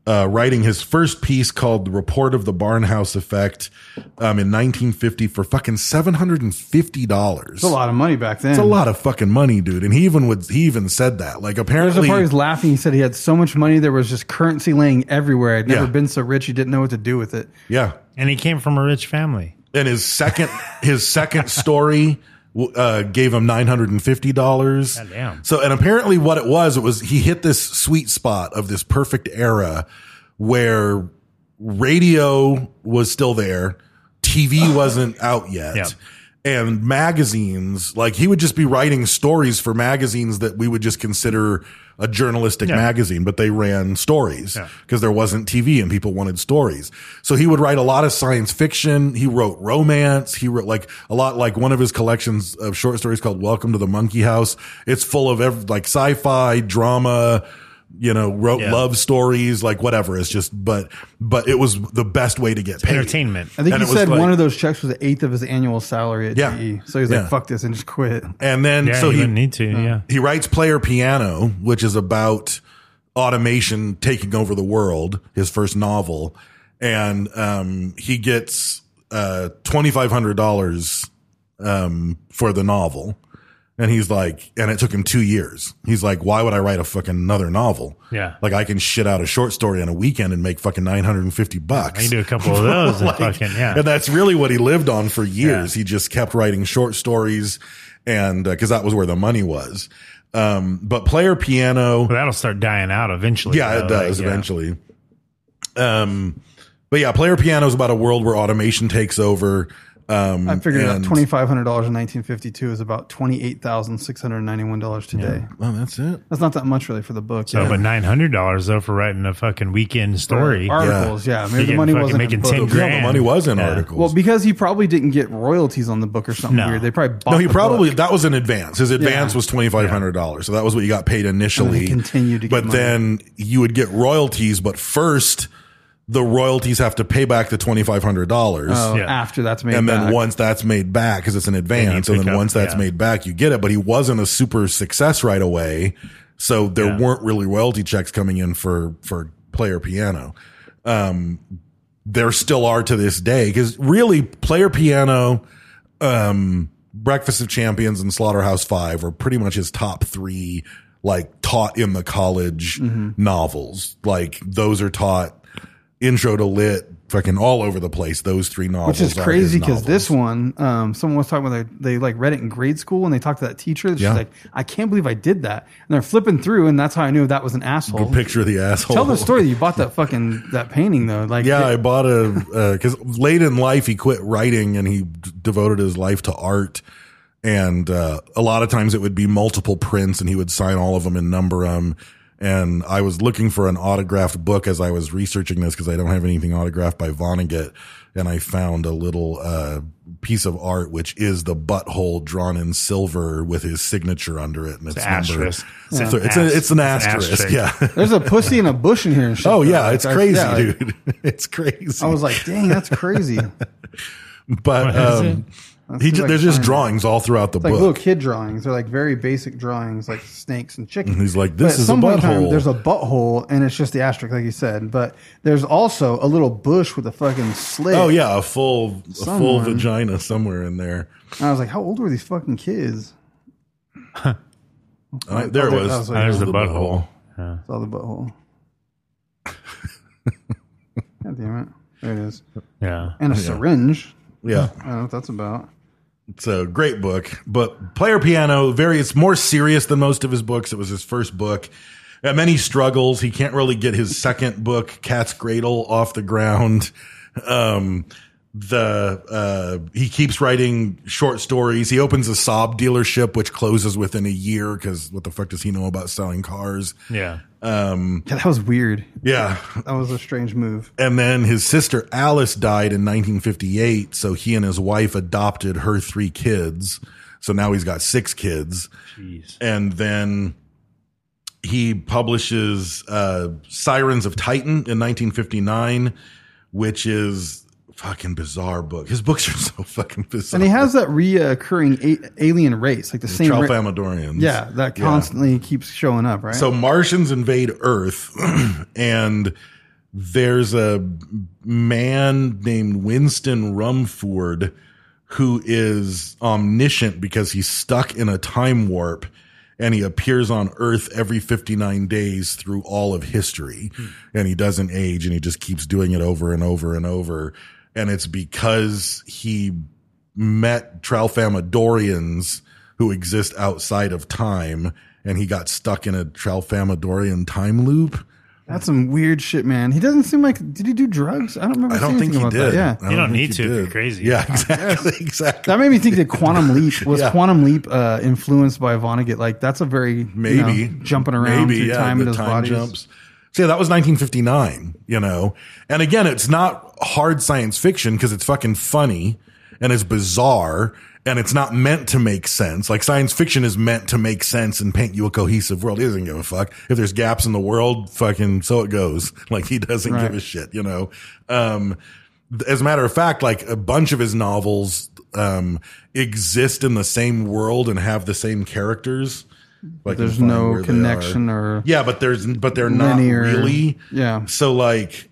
uh, writing his first piece called "The Report of the Barnhouse Effect" um, in 1950 for fucking seven hundred and fifty dollars.
It's a lot of money back then.
It's a lot of fucking money, dude. And he even would he even said that. Like
There's a
apparently,
part he was laughing. He said he had so much money there was just currency laying everywhere. I'd never
Yeah.
been so rich. He didn't know what to do with it.
yeah.
and he came from a rich family.
and his second his second story w- uh, gave him nine hundred and fifty dollars.
Goddamn.
So and apparently what it was it was he hit this sweet spot of this perfect era where radio was still there, TV wasn't out yet.
Yeah.
And magazines, like he would just be writing stories for magazines that we would just consider a journalistic
Yeah.
magazine, but they ran stories
Yeah.
because there wasn't TV and people wanted stories. So he would write a lot of science fiction. He wrote romance. He wrote like a lot, like one of his collections of short stories called Welcome to the Monkey House. It's full of ev- like sci-fi drama, you know, wrote
Yeah.
love stories, like whatever. It's just, but, but it was the best way to get paid.
Entertainment.
I think
And it
he
was
said
like-
one of those checks was the eighth of his annual salary at
Yeah.
GE. So he was
Yeah.
like, "Fuck this," and just quit.
And then,
Yeah,
so
he
he,
didn't need to. Yeah.
he writes Player Piano, which is about automation taking over the world, his first novel. And um, he gets uh, $2,500 um, for the novel. And he's like, and it took him two years. He's like, why would I write a fucking another novel?
Yeah.
Like I can shit out a short story in a weekend and make fucking 950 bucks.
I can do a couple of those and
Like,
fucking yeah.
and that's really what he lived on for years. He just kept writing short stories and because that was where the money was. Um, but player piano,
Well, that'll start dying out eventually.
yeah, it
though, like,
does
Oh, yeah.
eventually. Um, but yeah, player piano is about a world where automation takes over. Um,
I figured out
and-
twenty five hundred dollars in nineteen fifty two is about twenty eight thousand six hundred ninety one dollars today.
Well, that's it.
That's not that much really for the book.
So, but nine hundred dollars though for writing a fucking weekend story.
articles, yeah. Maybe the
You're
money
fucking
wasn't in
making
the
ten
book.
Yeah,
grand.
the money was in
Yeah.
articles.
Well, because he probably didn't get royalties on the book or something
No.
weird. They probably bought
no, he
the
probably
book.
that was an advance. His advance
Yeah.
was twenty five hundred dollars, so that was what you got paid initially.
And he continued to get
but
money.
then you would get royalties, but first the royalties have to pay back the twenty five hundred dollars.
Oh,
Yeah.
after that's made.
And then
back.
once that's made back, because it's an advance, and
pick
then
up,
once that's
yeah.
made back, you get it. But he wasn't a super success right away, so there weren't really royalty checks coming in for for player piano. Um, there still are to this day because really, player piano, um, Breakfast of Champions, and Slaughterhouse Five are pretty much his top three, like taught in the college novels. Like those are taught. Intro to lit, fucking all over the place. Those three novels,
Which is
are his
crazy because
novels.
this one, um, someone was talking about they, they like read it in grade school and they talked to that teacher. She's
Yeah.
like, I can't believe I did that. And they're flipping through, and that's how I knew that was an asshole.
picture of the asshole.
Tell the story that you bought that fucking that painting though. Like,
Yeah, I
it-
bought a because late in life he quit writing and he d- devoted his life to art. And uh, a lot of times it would be multiple prints, and he would sign all of them and number them. And I was looking for an autographed book as I was researching this because I don't have anything autographed by Vonnegut. And I found a little uh, piece of art, which is the butthole drawn in silver with his signature under it. And it's, numbered.
asterisk. It's
So it's, a-
an ast-
it's an
it's an
asterisk.
asterisk.
Yeah.
there's a pussy and a bush in here and shit.
Oh
though.
yeah,
Like,
it's
I-
crazy,
yeah, like,
dude. it's crazy.
I was like, dang, that's crazy.
but um, he
see
ju-
if I
there's
can
just
find it.
drawings all throughout the
It's like little
book.
kid drawings. They're like very basic drawings, like snakes and chickens.
He's like, this
But
is
at
a
some point in time,
butthole.
There's a butthole, and it's just the asterisk, like you said. But there's also a little bush with a fucking slit.
oh yeah, a full a full
Someone-
vagina somewhere in there.
And I was like, how old were these fucking kids?
All right, Oh, there it was.
That was like-
There's the butthole.
Saw the butthole. God damn it. There it is.
Yeah.
And a syringe.
Yeah.
I don't know what that's about.
It's a great book, but Player Piano, very, it's more serious than most of his books. It was his first book. And many struggles. He can't really get his second book, Cat's Cradle, off the ground. Um, the, uh, he keeps writing short stories. He opens a Saab dealership, which closes within a year because what the fuck does he know about selling cars?
Yeah.
Yeah, that was weird.
Yeah.
That was a strange move.
And then his sister Alice died in 1958. So he and his wife adopted her three kids. So now he's got six kids. And then he publishes uh, Sirens of Titan in 1959, which is a fucking bizarre book. His books are so fucking bizarre.
And he has that reoccurring a- alien race, like the same. ra-
Tralfamadorians.
yeah, that constantly keeps showing up, right?
So Martians invade Earth, and there's a man named Winston Rumford who is omniscient because he's stuck in a time warp and he appears on Earth every 59 days through all of history. And he doesn't age and he just keeps doing it over and over and over. And it's because he met Tralfamadorians who exist outside of time, and he got stuck in a Tralfamadorian time loop.
that's some weird shit, man. He doesn't seem like. Did he do drugs? I don't remember.
I don't
seeing
think he
anything about
did.
That.
I
Yeah,
You don't
think
need
he
to if you're
did.
crazy.
Yeah, exactly, exactly.
that made me think that Quantum Leap was
Yeah.
Quantum Leap uh, influenced by Vonnegut. Like that's a very you know,
maybe
jumping around through time
the
in those bodies.
So yeah, that was 1959, you know. And again, it's not hard science fiction because it's fucking funny and it's bizarre and it's not meant to make sense. Like science fiction is meant to make sense and paint you a cohesive world. He doesn't give a fuck if there's gaps in the world. Fucking so it goes. Like he doesn't give a shit, you know. Um, as a matter of fact, like a bunch of his novels um, exist in the same world and have the same characters. Like
There's no connection or
yeah, but there's but they're not
Linear.
really.
Yeah.
So like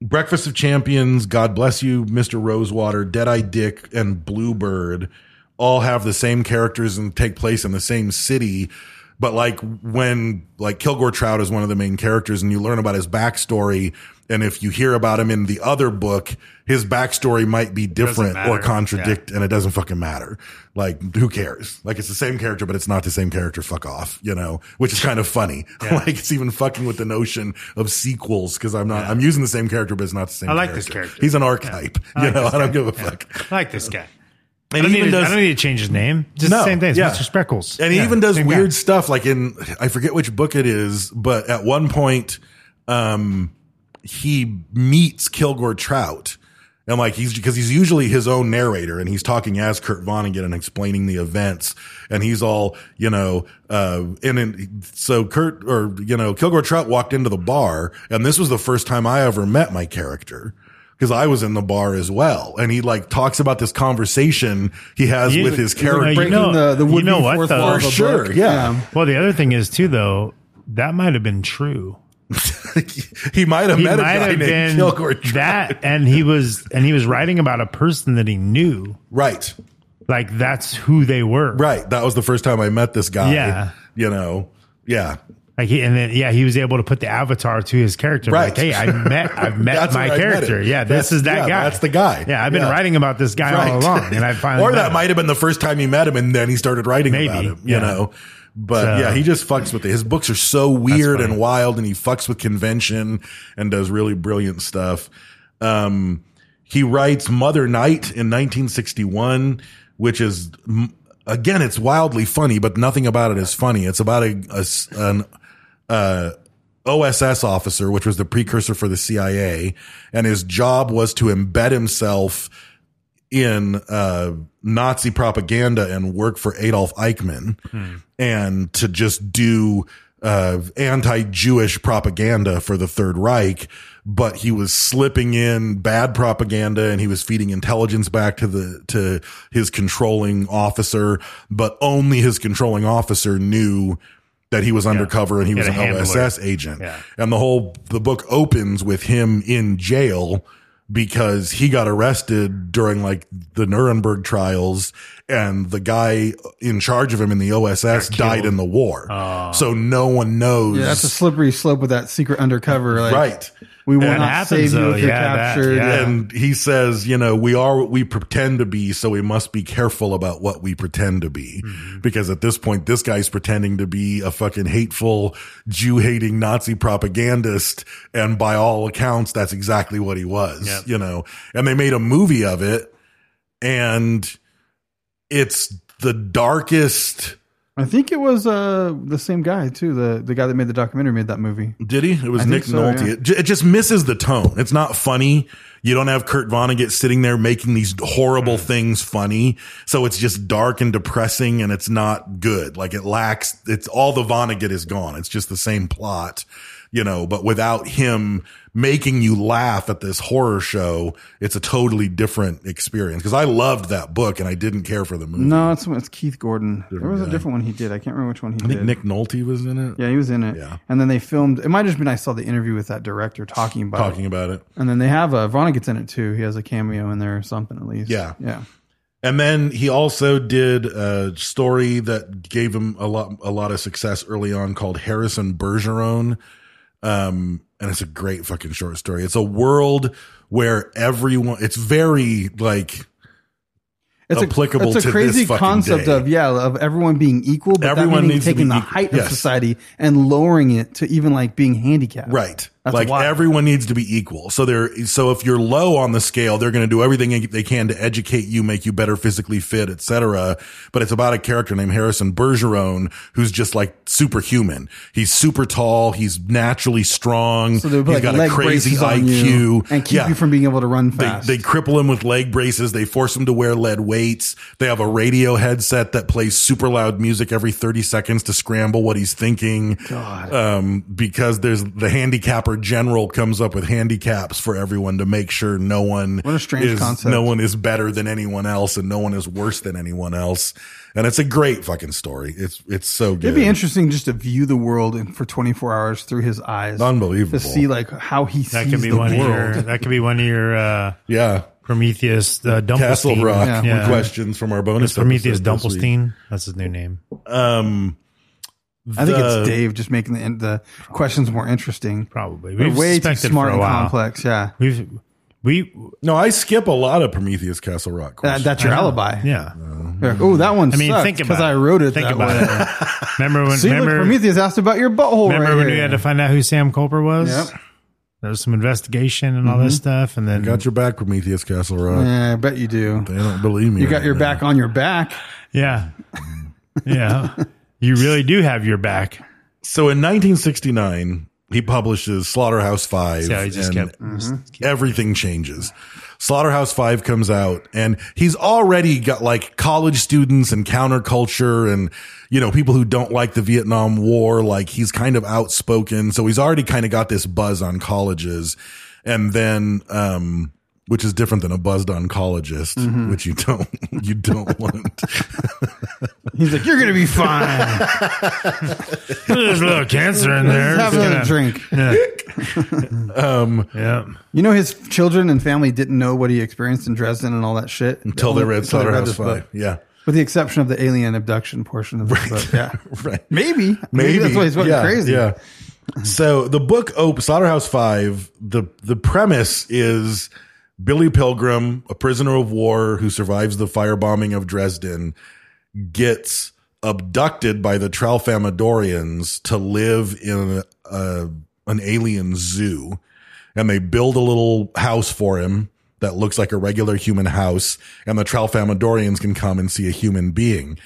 Breakfast of Champions, God bless you, Mr. Rosewater, Deadeye Dick, and Bluebird all have the same characters and take place in the same city. But like when like Kilgore Trout is one of the main characters and you learn about his backstory, and if you hear about him in the other book, his backstory might be different or
matter.
contradict and it doesn't fucking matter. Like who cares? Like it's the same character, but it's not the same character. Fuck off, you know, which is kind of funny. like it's even fucking with the notion of sequels. Cause I'm not, I'm using the same character, but it's not the same.
I like this character.
He's an archetype. You know, I don't give a fuck.
I like this guy. I
And
don't,
he
need
even
to,
does,
I don't need to change his name. Just
No,
the same thing. It's
yeah.
Mr. Speckles.
and he
Yeah,
even does
same guy.
weird stuff. Like in, I forget which book it is, but at one point, um, he meets Kilgore Trout. And like he's because he's usually his own narrator and he's talking as Kurt Vonnegut and explaining the events. And he's all, you know, uh, and then so Kurt or, you know, Kilgore Trout walked into the bar and this was the first time I ever met my character. Cause I was in the bar as well. And he like talks about this conversation he has
You-
with his
you know,
character.
you know-
the the
you
would
know what,
fourth
though?
wall
For
of a
sure,
book.
yeah.
Well, the other thing is too, though, that might have been true.
he might have
He
met a
might
guy
have
named
been
Kilgore Trout.
that, and he was and he was writing about a person that he knew.
Right,
Like that's who they were.
right. That was the first time I met this guy.
Yeah.
you know, yeah.
Like he, and then yeah, he was able to put the avatar to his character.
Right.
Like, hey, I met I've met
That's
my
where I met
character.
him.
yeah, this
That's-
is that
yeah,
guy.
that's the guy.
Yeah, I've been
Yeah.
writing about this guy all along, and I finally
or
met
that
him.
might have been the first time he met him, and then he started writing
Maybe,
about him. You
yeah.
know, but
So-
yeah, he just fucks with it. His books are so weird and wild, and he fucks with convention and does really brilliant stuff. Um, he writes Mother Night in 1961, which is m- again, it's wildly funny, but nothing about it is funny. It's about a, a s- an uh, OSS officer, which was the precursor for the CIA, and his job was to embed himself in uh, Nazi propaganda and work for Adolf Eichmann and to just do uh, anti Jewish propaganda for the Third Reich. But he was slipping in bad propaganda and he was feeding intelligence back to the, to his controlling officer, but only his controlling officer knew that he was undercover and he
He
was
had
an
a handler.
OSS agent.
Yeah.
And the whole, the book opens with him in jail because he got arrested during like the Nuremberg trials and the guy in charge of him in the OSS died in the war. So no one knows.
Yeah, that's a slippery slope with that secret undercover. Like,
right.
We will
That
not
happens,
save you
though.
if you're
Yeah, that-
captured.
yeah.
And he says, you know, we are what we pretend to be, so we must be careful about what we pretend to be.
Mm-hmm.
Because at this point, this guy's pretending to be a fucking hateful, Jew hating Nazi propagandist. And by all accounts, that's exactly what he was,
Yep.
you know. And they made a movie of it, and it's the darkest.
I think it was uh, the same guy too. The the guy that made the documentary made that movie.
Did he? It was
I
Nick
think so,
Nolte.
yeah.
It, ju- it just misses the tone. It's not funny. You don't have Kurt Vonnegut sitting there making these
Mm.
horrible things funny. So it's just dark and depressing and it's not good. Like it lacks, it's all the Vonnegut is gone. It's just the same plot, you know, but without him making you laugh at this horror show, it's a totally different experience. Cause I loved that book and I didn't care for the movie.
No, it's it's Keith Gordon. there was
guy.
a different one he did. I can't remember which one he
I think
did.
Nick Nolte was in it.
yeah, he was in it.
Yeah.
And then they filmed. It might have just been I saw the interview with that director talking about it.
Talking about it.
And then they have uh, Vonnegut's in it too. He has a cameo in there or something at least.
Yeah.
yeah.
And then he also did a story that gave him a lot a lot of success early on called Harrison Bergeron. Um, and it's a great fucking short story. It's a world where everyone it's very like applicable
A, it's a
to
crazy
this fucking
concept
day.
of yeah of everyone being equal, but
Everyone
everyone that meaning
needs to
taking
be
the
equal.
height
Yes.
of society and lowering it to even like being handicapped.
Right.
That's
like
wild.
everyone needs to be equal. So they're so if you're low on the scale, they're going to do everything they can to educate you, make you better physically fit, etc. But it's about a character named Harrison Bergeron who's just like superhuman. He's super tall, he's naturally strong,
So they would put
he's
like leg braces on you and keep
Yeah.
you from being able to run
They,
fast.
they cripple him with leg braces. They force him to wear lead weights. They have a radio headset that plays super loud music every 30 seconds to scramble what he's thinking. Um, because there's the handicapper general comes up with handicaps for everyone to make sure no one
What a strange
is,
concept.
no one is better than anyone else and no one is worse than anyone else. And it's a great fucking story. It's, it's so good.
It'd be interesting just to view the world in, for 24 hours through his eyes.
Unbelievable.
To see like how he
That
sees
could be
the
one of your.
world.
That could be one of your uh,
Yeah.
Prometheus uh, Dumpelstein.
Castle Rock
Yeah.
Yeah.
questions from our bonus.
It's Prometheus
episode this week.
Dumpelstein. That's his new name.
Um,
I think
the-
it's Dave just making the, the questions more interesting.
Probably.
They're
We've
way too
suspected for
smart
a
and
while.
complex. Yeah.
We've we
No, I skip a lot of Prometheus Castle Rock.
That,
Questions.
that's your alibi.
yeah.
Oh, that one.
I mean, think about
because I
it.
wrote it.
Think
that
about
way.
it. remember when?
See, look,
remember
Prometheus asked about your butthole.
remember
right
when
here.
we had to find out who Sam Culper was?
Yep. Mm-hmm.
There was some investigation and all this stuff, and then
got your back, Prometheus Castle Rock.
Yeah, I bet you do.
They don't believe me.
You got
right
your
now.
back on your back.
yeah, yeah. You really do have your back.
So in 1969, he publishes Slaughterhouse Five.
Yeah, he just
and
kept.
Everything changes. Slaughterhouse Five comes out, and he's already got like college students and counterculture, and you know people who don't like the Vietnam War. Like he's kind of outspoken, so he's already kind of got this buzz on colleges, and then. um which is different than a buzzed oncologist,
Mm-hmm.
which you don't, you don't want.
He's like, you're gonna be fine.
There's a little cancer in there.
Have
Just
another
gonna-
drink. Um,
Yeah.
You know, his children and family didn't know what he experienced in Dresden and all that shit
Until they read
Until they read
Slaughterhouse
this
Five.
book.
Yeah.
with the exception of the alien abduction portion of the book. Yeah,
Right.
maybe, maybe, that's why he's going
yeah,
crazy.
Yeah. So the book op Slaughterhouse Five, the the premise is Billy Pilgrim, a prisoner of war who survives the firebombing of Dresden, gets abducted by the Tralfamadorians to live in a, a, an alien zoo and they build a little house for him that looks like a regular human house and the Tralfamadorians can come and see a human being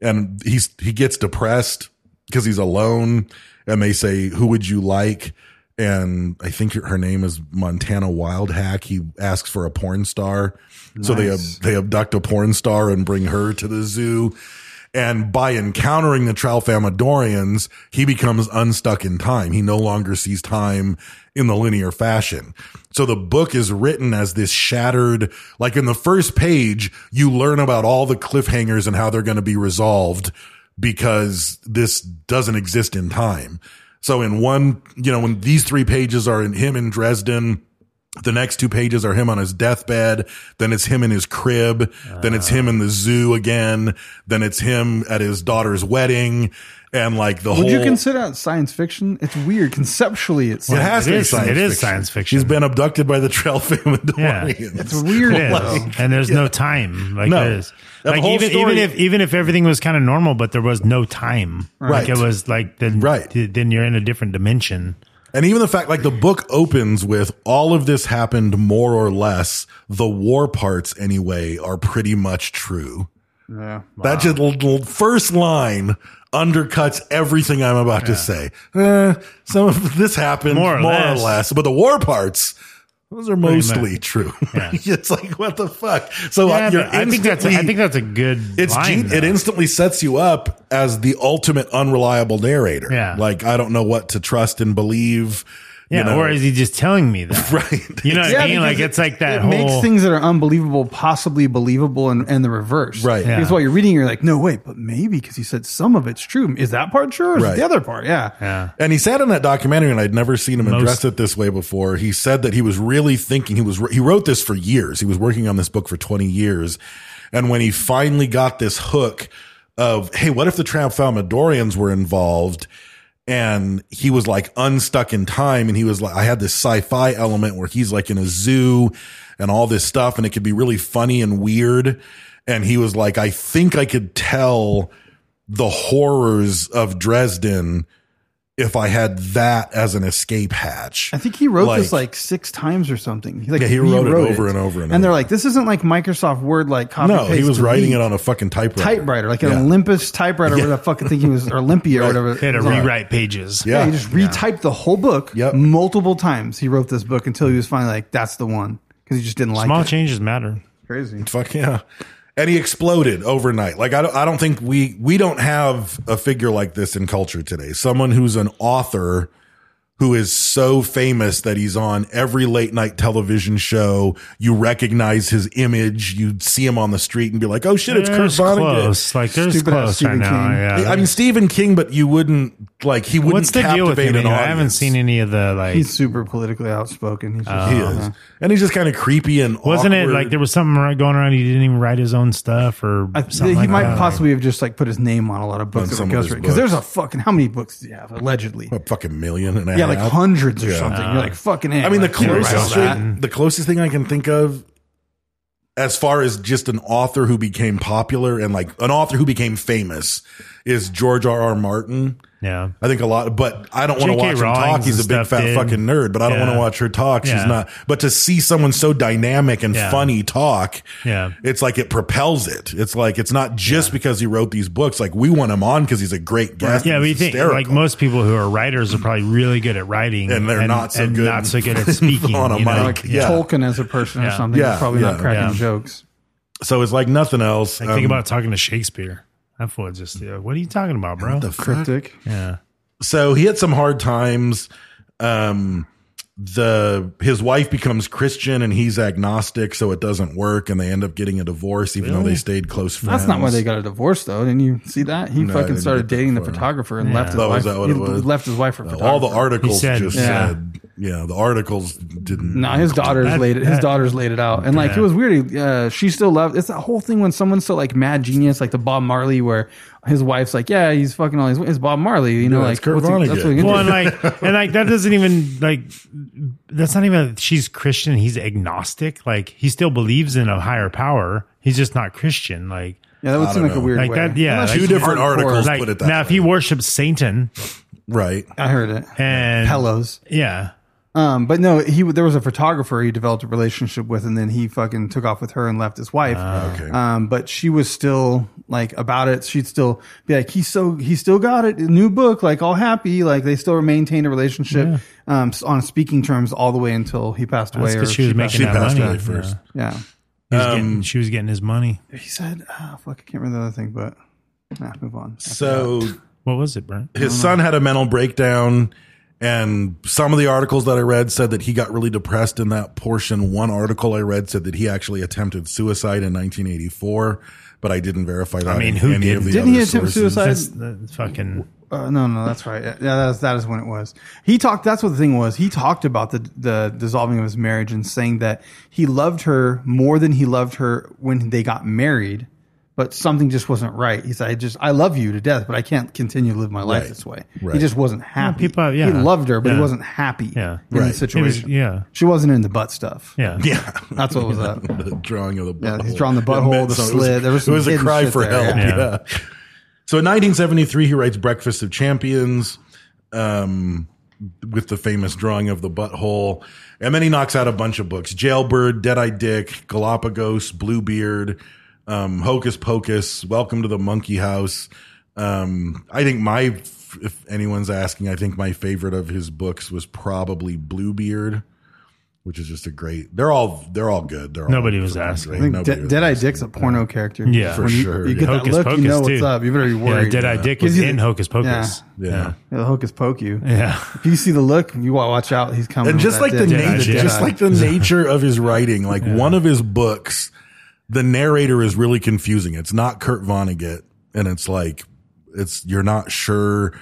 and he's he gets depressed because he's alone and they say who would you like and I think her name is Montana Wildhack. He asks for a porn star, so they ab- they abduct a porn star and bring her to the zoo. And by encountering the Tralfamadorians, he becomes unstuck in time. He no longer sees time in the linear fashion. So the book is written as this shattered, like in the first page, you learn about all the cliffhangers and how they're going to be resolved because this doesn't exist in time. So in one, you know, when these three pages are in him in Dresden, the next two pages are him on his deathbed. Then it's him in his crib. then it's him in the zoo again. Then it's him at his daughter's wedding. And like the whole.
Would you consider that science fiction? It's weird conceptually. It's
it has
It
to be
is-
science
it
fiction.
is science fiction.
He's been abducted by the Trail Family
Yeah.
DeLoreans.
it's weird.
It is.
though.
and there's no time. Like
No.
there is.
That
Like
whole
even
story-
even if even if everything was kind of normal, but there was no time.
Right.
Like it was like then
Right.
then you're in a different dimension.
And even the fact, like the book opens with all of this happened more or less. The war parts, anyway, are pretty much true.
Yeah.
That just l- l- first line undercuts everything I'm about to say. Eh, some of this happened more or, less. but the war parts. Those are mostly
much.
true.
Yeah.
it's like what the fuck. So uh,
Yeah,
you're
but I think that's a,
instantly-
I think that's a good.
it's
line,
gen- it
though.
instantly sets you up as the ultimate unreliable narrator.
Yeah.
like I don't know what to trust and believe.
Yeah, or is he just telling me that?
right?
You know what I mean? Like
because
it's like that
it
whole.
makes things that are unbelievable possibly believable and, and the reverse.
Right.
Yeah.
Because while you're reading, you're like, no, wait, but maybe because he said some of it's true. Is that part true? Or is it
Right.
the other part? Yeah.
yeah.
And he said in that documentary, and I'd never seen him
Most-
address it this way before. He said that he was really thinking he was he wrote this for years. He was working on this book for twenty years, and when he finally got this hook of hey, what if the Tralfalmadorians were involved? And he was like unstuck in time, and he was like, I had this sci-fi element where he's like in a zoo and all this stuff, and it could be really funny and weird. And he was like, I think I could tell the horrors of Dresden if I had that as an escape hatch.
I think he wrote this like six times or something. He, like,
Yeah, he wrote it
rewrote
over and over and
they're
over.
like, this isn't like Microsoft Word, like copy
no, he
paste,
was writing
delete.
it on a fucking typewriter.
typewriter, like an
Yeah.
Olympus typewriter, where the fucking thing he was, or Olympia
Right.
or whatever.
They had to
it was on.
rewrite pages.
Yeah.
Yeah, he just retyped the whole book
Yep.
multiple times. He wrote this book until he was finally like, that's the one. Because he just didn't like
Small
it.
changes matter.
Crazy.
Fuck yeah. And he exploded overnight. Like I don't, I don't think we we don't have a figure like this in culture today. Someone who's an author who is so famous that he's on every late night television show. You recognize his image. You see him on the street and be like, "Oh shit, it's Kurt
There's
Vonnegut."
close. Like there's
Stupid ass
close right
Stephen
now.
King.
Yeah.
I mean, Stephen King, but you wouldn't like he wouldn't
what's the deal with
captivate
him?
an
anyway? I haven't
audience.
seen any of the like.
He's super politically outspoken. He's just,
Oh. He is, and he's just kind of creepy and
wasn't it
awkward.
like there was something right- going around? He didn't even write his own stuff or
I,
something.
he
like
might
that.
possibly have just like put his name on a lot of
On
books
some of his
because
books.
there's a fucking how many books do you have allegedly?
a fucking million and a
Yeah, like
half.
hundreds or
Yeah.
something. You're like fucking. hey,
I mean, the
like, you know,
closest
write all that.
thing, the closest thing I can think of, as far as just an author who became popular and like an author who became famous, is George R. R. Martin.
Yeah.
I think a lot, but I don't want to
J.K.
watch him talk.
Rowling's
He's a
and
big
stuff
fat
did.
fucking nerd, but I don't
Yeah.
want to watch her talk. She's
Yeah.
not. But to see someone so dynamic and
Yeah.
funny talk,
Yeah.
it's like it propels it. It's like it's not just because he wrote these books. Like we want him on because he's a great guest.
Yeah,
and
but you
he's
think like
hysterical.
most people who are writers are probably really good at writing,
And they're not so
and
good
not so good at speaking
on a
you know?
mic.
Like
Yeah.
Tolkien as a person or
Yeah.
something.
Yeah,
Yeah, probably
yeah.
not cracking
Yeah.
jokes.
so it's like nothing else.
Like, think
Um,
about talking to Shakespeare. That fool just, yeah, what are you talking about, bro?
the fuck?
Cryptic.
yeah,
so he had some hard times. Um, the his wife becomes Christian and he's agnostic, so it doesn't work, and they end up getting a divorce, even though they stayed close friends.
That's not why they got a divorce though. Didn't you see that? He
No, I
fucking
didn't
started
get that
dating the
far.
photographer and left his
Oh,
wife.
is that what
he
it was?
Left his wife for
Uh, all the
photographer.
articles
He said-
just
Yeah.
said, yeah, the articles didn't.
No, his daughters
That-
laid it. His
that-
daughters laid it out, and like
Yeah.
it was weird. Uh, she still loved. It's that whole thing when someone's so like mad genius, like the Bob Marley, where his wife's like, "Yeah, he's fucking all his. It's Bob Marley, you know,
Yeah, it's
like
Kurt
what's he-
Vonnegut.
he can
Well,
do.
and like, and like that doesn't even like that's not even she's Christian. He's agnostic. Like he still believes in a higher power. He's just not Christian. Like
yeah, that would seem
don't
like a
know.
weird
like
way.
that. Yeah,
Unless
like,
Two
he's
different
hardcore.
articles.
Like,
put it that
now, if
way.
he worships Satan
right.
I heard it.
and
Pillows.
yeah,
Um, but no, he there was a photographer he developed a relationship with, and then he fucking took off with her and left his wife.
Ah, okay.
Um, but she was still like about it. She'd still be like, he's so he still got it, new book, like all happy, like they still maintained a relationship um s- on speaking terms all the way until he passed away.
that's
Or
because she was
passed-
making
She
that
passed
money
away first.
yeah.
He
Um,
was getting, she was getting his money.
He said, oh, "Fuck, I can't remember the other thing," but nah, move on.
So
What was it, Brent?
his son had a mental breakdown and some of the articles that i read said that he got really depressed in that portion one article i read said that he actually attempted suicide in 1984 but i didn't verify that
I mean,
in
who
any of
didn't?
the
Didn't he
other
attempt
sources.
suicide?
That's, that's fucking
Uh, no, no, that's right. Yeah, that is that is when it was. He talked. That's what the thing was. He talked about the the dissolving of his marriage and saying that he loved her more than he loved her when they got married, but something just wasn't right. He said, "I just I love you to death, but I can't continue to live my life
Right.
this way."
Right.
He just wasn't happy.
people- yeah.
He loved her, but
Yeah.
he wasn't happy.
Yeah.
Right.
in
He
the
was-
situation.
yeah.
she wasn't in the butt stuff.
Yeah.
Yeah.
that's what was up.
the drawing of the butthole.
Yeah, he's drawing the
It
butthole,
meant
the
something. It
slit. There was
it was
some
a
hidden
cry
shit
for
there,
help.
yeah.
Yeah. So in 1973, he writes Breakfast of Champions um, with the famous drawing of the butthole. And then he knocks out a bunch of books Jailbird, Deadeye Dick, Galapagos, Bluebeard, um, Hocus Pocus, Welcome to the Monkey House. Um, I think my, if anyone's asking, I think my favorite of his books was probably Bluebeard. Which is just a great. They're all they're all good. They're
Nobody
all
was
fucking
asking.
great.
I think
Nobody
De-
was
Deadeye
asking.
Dick's a porno character.
Yeah. For
When you-
sure,
You
yeah.
get that
Hocus
look, you
Pocus,
know what's
too.
up. You better be worried.
Yeah, Deadeye Dick
Gives
was
you
in
the-
Hocus Pocus.
Yeah.
Yeah, the hocus pocus.
Yeah.
If you see the look, you wa- watch out. He's coming.
and
with
just
that
like the
dick.
Jedi
nature,
shit.
just like the nature of his writing, like one of his books, the narrator is really confusing. It's not Kurt Vonnegut, and it's like it's you're not sure.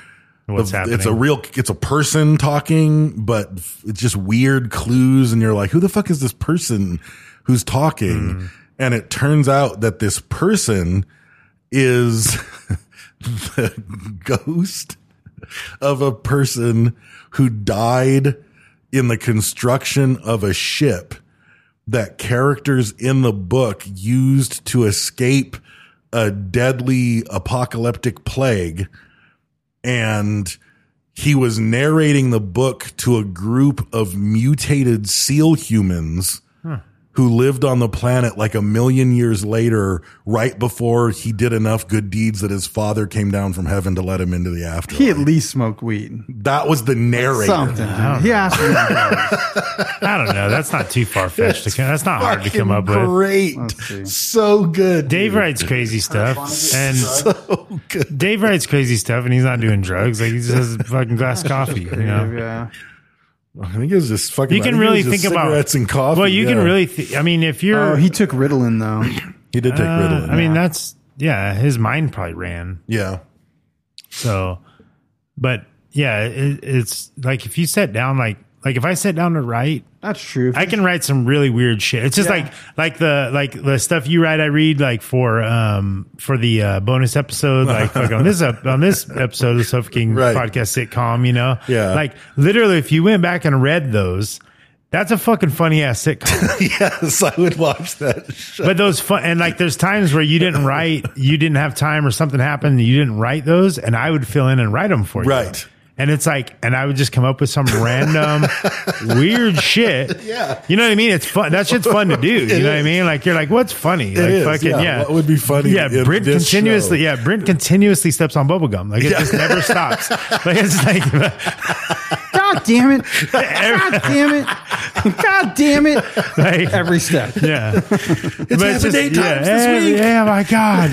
What's
the-
happening?
It's a real, it's a person talking, but it's just weird clues, and you're like, who the fuck is this person who's talking?
Mm-hmm.
And it turns out that this person is the ghost of a person who died in the construction of a ship that characters in the book used to escape a deadly apocalyptic plague. And he was narrating the book to a group of mutated seal humans who lived on the planet like a million years later, right before he did enough good deeds that his father came down from heaven to let him into the afterlife.
he at least smoked weed.
that was the narrator.
Something. Dude. He asked me.
I don't know. That's not too far fetched. That's not hard to come up
Fucking
with.
Great. So good.
Dave
dude.
writes crazy stuff, and
So good.
Dave writes crazy stuff, and he's not doing drugs. Like he just has a fucking glass of coffee. You know,
yeah.
I think it was just fucking.
you
I
can
it was
really
just
think about
cigarettes and coffee.
Well, you can
yeah.
really. Th- I mean, if you're,
Oh, he took Ritalin though.
He did take
uh,
Ritalin.
I mean, that's yeah. His mind probably ran.
yeah.
So, but yeah, it, it's like if you sit down, like like if I sit down to write,
That's true.
I can write some really weird shit. It's just
Yeah.
like like the like the stuff you write. I read like for um for the uh, bonus episode, like, like on this ep- on this episode of the Sofa King
Right.
podcast sitcom. You know,
Yeah.
Like literally, if you went back and read those, that's a fucking funny ass sitcom.
Yes, I would watch that. Show.
but those fun and like there's times where you didn't write, you didn't have time, or something happened, and you didn't write those, and I would fill in and write them for you,
Right.
And it's like, and I would just come up with some random weird shit.
Yeah.
You know what I mean? It's fun. That shit's fun to do. You
It
know what I
is.
mean? Like you're like, what's funny? like
is,
fucking
yeah.
yeah.
What would be funny
Yeah.
in
Brent
this
continuously.
show?
Yeah. Brent continuously steps on bubblegum. Like it just never stops. Like it's like
God damn it! God damn it! God damn it!
like
Every step.
yeah. It's
happened eight times this
yeah,
week.
Yeah, my God.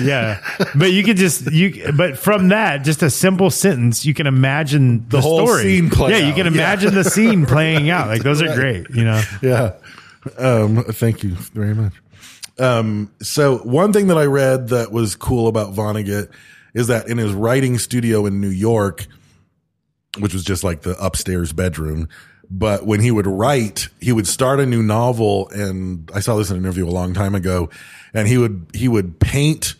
Yeah. but you could just you but from that, just a simple sentence, you can imagine the,
whole
story.
scene play
yeah, you
out.
can
Yeah.
imagine the scene playing out. Like those are great, you know.
yeah. Um, thank you very much. Um, so one thing that I read that was cool about Vonnegut is that in his writing studio in New York, which was just like the upstairs bedroom, but when he would write, he would start a new novel. And I saw this in an interview a long time ago and he would, he would paint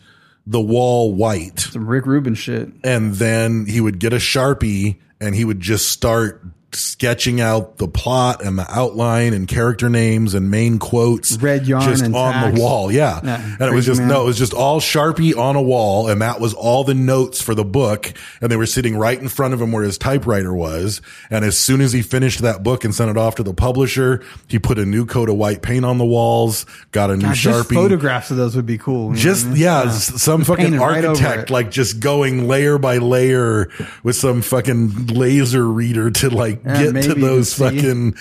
the wall white
Some Rick Rubin shit.
and then he would get a sharpie and he would just start sketching out the plot and the outline and character names and main quotes
Red yarn
just
and
on
tags.
the wall yeah,
Yeah,
and it was
crazy
just
man.
no it was just all sharpie on a wall and that was all the notes for the book and they were sitting right in front of him where his typewriter was and as soon as he finished that book and sent it off to the publisher he put a new coat of white paint on the walls got a new
God,
sharpie
just photographs of those would be cool. you know what I
just
mean?
yeah, s- some fucking
Mm-hmm. Painted right over
architect
it.
like just going layer by layer with some fucking laser reader to like
Yeah,
get
maybe
to
you
those
can see.
fucking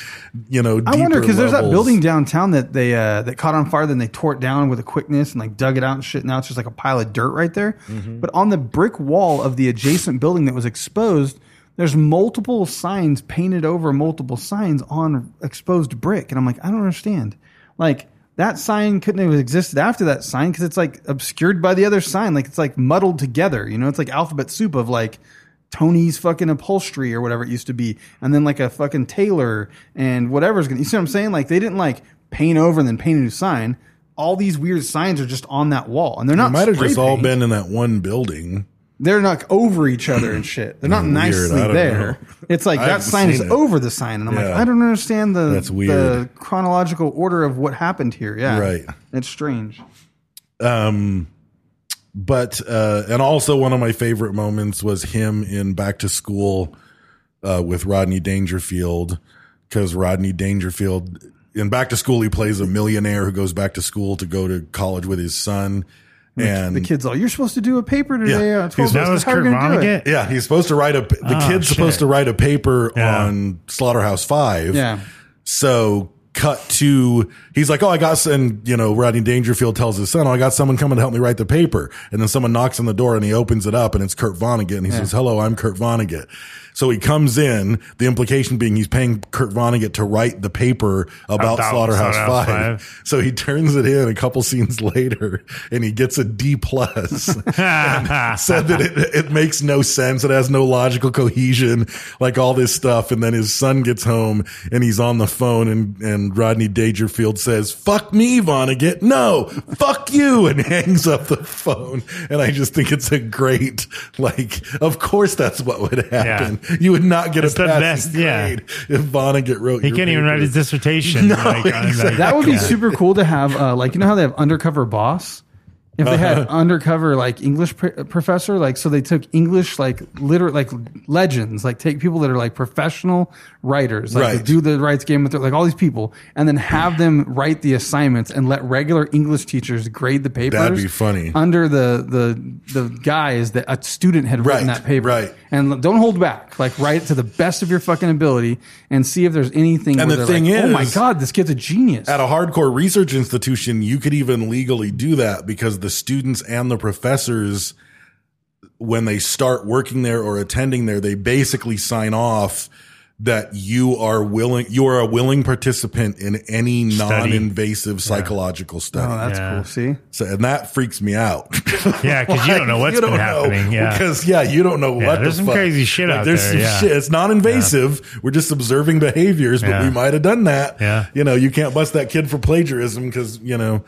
you know
I wonder because there's that
levels.
building downtown that they uh, that caught on fire, then they tore it down with a quickness and like dug it out and shit. Now it's just like a pile of dirt right there. But on the brick wall of the adjacent building that was exposed, there's multiple signs painted over multiple signs on exposed brick, and I'm like, I don't understand. Like that sign couldn't have existed after that sign because it's like obscured by the other sign. Like it's like muddled together. You know, it's like alphabet soup of like Tony's fucking upholstery or whatever it used to be, and then like a fucking tailor and whatever's gonna. You see what I'm saying? Like they didn't like paint over and then paint a new sign. All these weird signs are just on that wall, and they're not.
It might have
spray
just all
paint.
been in that one building.
They're not over each other and shit. They're not
Mm, Weird,
nicely
I don't
there.
know.
It's like
I
that
haven't
sign is
seen it.
over the sign, and I'm like,
Yeah.
I don't understand the
That's
the
weird.
chronological order of what happened here. Yeah,
Right.
It's strange.
but uh, and also one of my favorite moments was him in Back to School uh, with Rodney Dangerfield because Rodney Dangerfield in Back to School he plays a millionaire who goes back to school to go to college with his son, and
The kids all, you're supposed to do a paper today.
Yeah.
Yeah, at 12
He's-
bucks.
That was
How are you
Kurt
gonna do it?"
Vonnegut.
yeah, he's supposed to write a the
Oh,
kid's
shit.
supposed to write a paper
Yeah.
on Slaughterhouse Five,
Yeah.
So cut to he's like, oh, I got and you know Rodney Dangerfield tells his son, oh, I got someone coming to help me write the paper, and then someone knocks on the door and he opens it up and it's Kurt Vonnegut and he says, hello, I'm Kurt Vonnegut. So he comes in, the implication being he's paying Kurt Vonnegut to write the paper about
About
Slaughterhouse,
Slaughterhouse
Five.
Five.
So he turns it in a couple scenes later and he gets a D plus. said that it, it makes no sense. It has no logical cohesion, like all this stuff. And then his son gets home and he's on the phone and, and Rodney Dangerfield says, fuck me, Vonnegut. No, fuck you. And hangs up the phone. And I just think it's a great, like, of course that's what would happen. You would not get
It's
a
the
passing
best, yeah.
grade if Vonnegut wrote
He
your
can't even
paper.
write his dissertation.
No,
like, on, like,
exactly.
That would be
yeah.
super cool to have, uh, like, you know how they have undercover boss? If they had
Uh-huh.
undercover, like, English pr- professor, like, so they took English, like, literate, like, legends, like, take people that are, like, professional writers, like,
Right.
that do the rights game with, their, like, all these people, and then have them write the assignments and let regular English teachers grade the papers.
be funny.
Under the, the, the guise that a student had written
Right,
that paper.
right.
And l- don't hold back. Like, write it to the best of your fucking ability and see if there's anything
And
where
the
they're
thing
like, oh my
is-
God. God, this kid's a genius.
at a hardcore research institution, you could even legally do that because the students and the professors, when they start working there or attending there, they basically sign off that you are willing, you are a willing participant in any non-invasive psychological study.
oh, that's
Yeah.
cool. See,
so, and that freaks me out.
Yeah, because you don't know what's
You
been
don't know,
happening. Yeah.
because yeah, you don't know
Yeah,
what.
there's
the
some
fuck.
crazy shit out
there's
there,
Some
yeah.
shit. It's non-invasive. We're just observing behaviors, but
Yeah.
we might have done that.
Yeah.
you know, you can't bust that kid for plagiarism because you know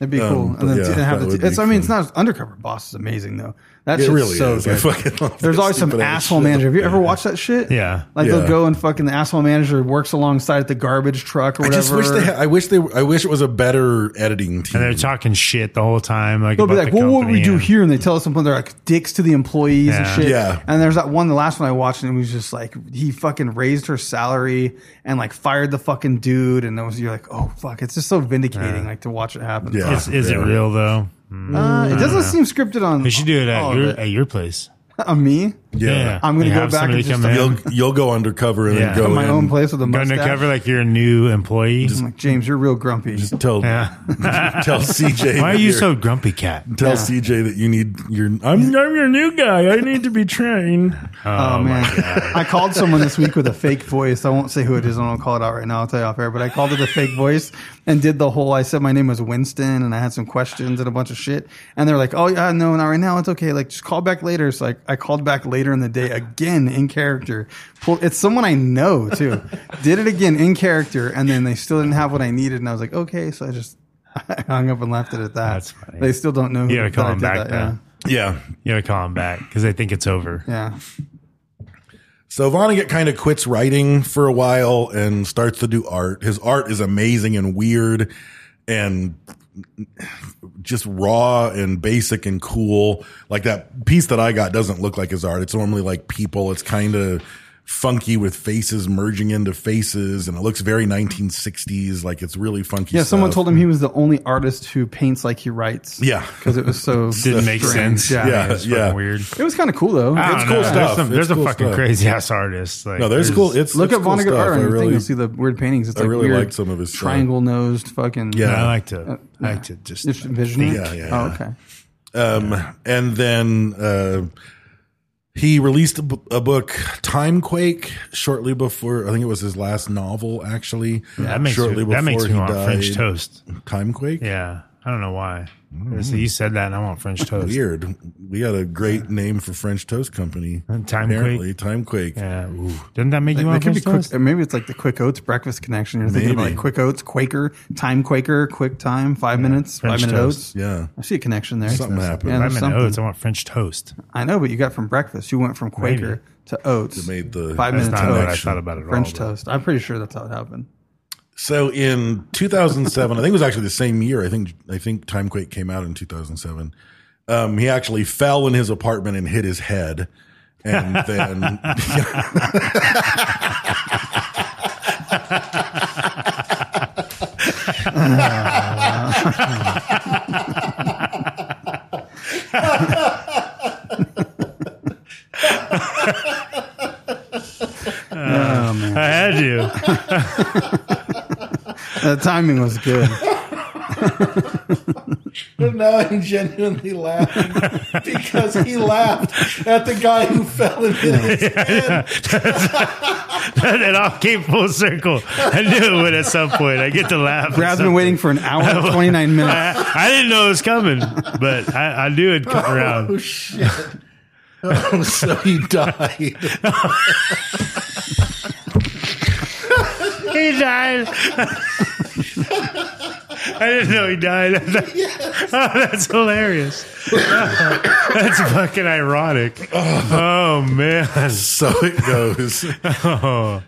it'd be
Um,
cool.
but
And then
yeah,
to have
that
the
would
it's,
be
I mean, it's
fun.
not undercover boss is amazing though. That
It
shit's
really
so
is. I
Good.
fucking love
There's
that
always some
stupid-ass
asshole
shit.
manager. Have you ever watched that shit?
Yeah.
like they'll
Yeah.
go and fucking the asshole manager works alongside the garbage truck or
I
whatever.
just wish they. Had, I wish they. I wish it was a better editing team.
and they're talking shit the whole time. Like,
They'll be
about
like,
the
"Well, what do we
company
do
and-
here?" And they tell us something. They're like dicks to the employees and
Yeah.
shit.
Yeah.
And there's that one, the last one I watched, and it was just like he fucking raised her salary and like fired the fucking dude. And that was you're like, "Oh fuck!" It's just so vindicating, like to watch it happen.
Yeah.
Is, is it
Yeah.
real though?
Uh, it doesn't seem scripted on.
We should do it
all
at
of
your
it.
at your place.
on me.
yeah,
I'm gonna
You
go
have
back
somebody
and just-
come in.
you'll you'll go undercover and
Yeah.
then go
In my
in.
own place with a
Go
mustache.
undercover like you're a new employee.
I'm like James, you're real grumpy.
Just tell
yeah.
tell CJ.
Why are
that
you
you're-
so grumpy, cat?
Tell CJ that you need your. I'm
I'm your new guy. I need to be trained.
oh man, I called someone this week with a fake voice. I won't say who it is. I won't call it out right now. I'll tell you off air. But I called it a fake voice and did the whole. I said my name was Winston and I had some questions and a bunch of shit. And they're like, "Oh yeah, no, not right now. It's okay. Like just call back later." So like I called back later in the day again in character. Pull- It's someone I know too. did it again in character, and then they still didn't have what I needed. And I was like, "Okay," so I just. I hung up and left it at that.
That's funny.
They still don't know.
You gotta
that
call
I
him
did
back.
that, yeah.
Then.
yeah.
You gotta call him back because they think it's over.
Yeah.
So Vonnegut kind of quits writing for a while and starts to do art. His art is amazing and weird and just raw and basic and cool. Like that piece that I got doesn't look like his art. It's normally like people. It's kind of funky with faces merging into faces and it looks very 1960s. Like it's really funky.
Yeah, someone
stuff.
told him he was the only artist who paints like he writes.
hmm. Yeah.
Because it was so
Didn't make
strange.
sense.
Yeah.
Yeah,
it's fucking
yeah.
weird.
It was kind of cool though.
I don't
cool
know.
stuff.
There's, some, there's
It's cool
a fucking
stuff.
crazy ass artist. Like,
No, there's cool. It's
Look
it's
up
cool
Vonnegut
stuff.
art on
I
your thing.
really-
You'll see the weird paintings. It's
I
like
really
weird
liked some of his stuff.
triangle nosed fucking.
Yeah.
I like to. I like to just.
Just visioning.
Yeah, yeah,
Oh,
yeah.
okay.
Um, and then uh, he released a, b- a book, Timequake, shortly before. I think it was his last novel, actually.
That makes me, that makes me want French toast.
Timequake.
Yeah, I don't know why. So you said that, and I want French
Mm.
toast.
Weird. We had a great name for French Toast Company.
And Timequake.
Apparently, Timequake.
Uh, Yeah. Ooh. Doesn't that make you
Like, they could
want French
be
toast?
quick, or maybe it's like the quick oats breakfast connection. You're thinking about
Maybe.
like quick oats, Quaker, time Quaker, quick time, five minutes, five
French
minute oats.
toast.
Yeah.
I see a connection there.
Something happened.
Yeah,
I'm
there's
in
something.
oats. I want French toast.
I know, but you got from breakfast. You went from Quaker
Maybe.
to oats.
They made the
five
That's
minutes
not what I
oats,
thought about it. at
French
all, but-
toast. I'm pretty sure that's how it happened.
So in 2007, I think it was actually the same year. I think I think Timequake came out in 2007. Um, he actually fell in his apartment and hit his head, and then
I had you.
The Uh, timing was good.
now I'm genuinely laughing because he laughed at the guy who fell and hit his
it all came full circle. I knew it would at some point. I get to laugh. at
Brad's been
something.
waiting for an hour and 29 minutes.
I, I didn't know it was coming, but I, I knew it'd come around.
Oh, shit. Oh, so he died.
He died. I didn't know he died. oh, that's hilarious. that's fucking ironic. Oh man.
So it goes.
Oh.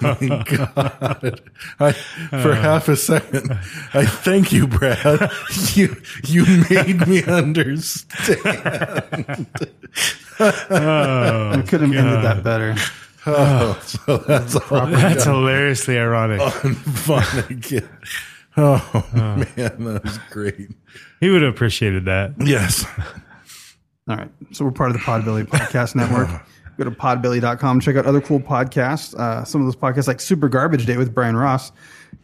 my God. I,
Uh.
for half a second, I thank you, Brad. You you made me understand.
Oh.
I couldn't have ended that better.
Oh, so that's all
That's hilariously ironic.
Oh. fun again. Oh, man, that was great.
He would have appreciated that.
Yes.
All right. So we're part of the Podbilly Podcast Network. Go to podbilly.com. Check out other cool podcasts. Uh, some of those podcasts, like Super Garbage Day with Brian Ross.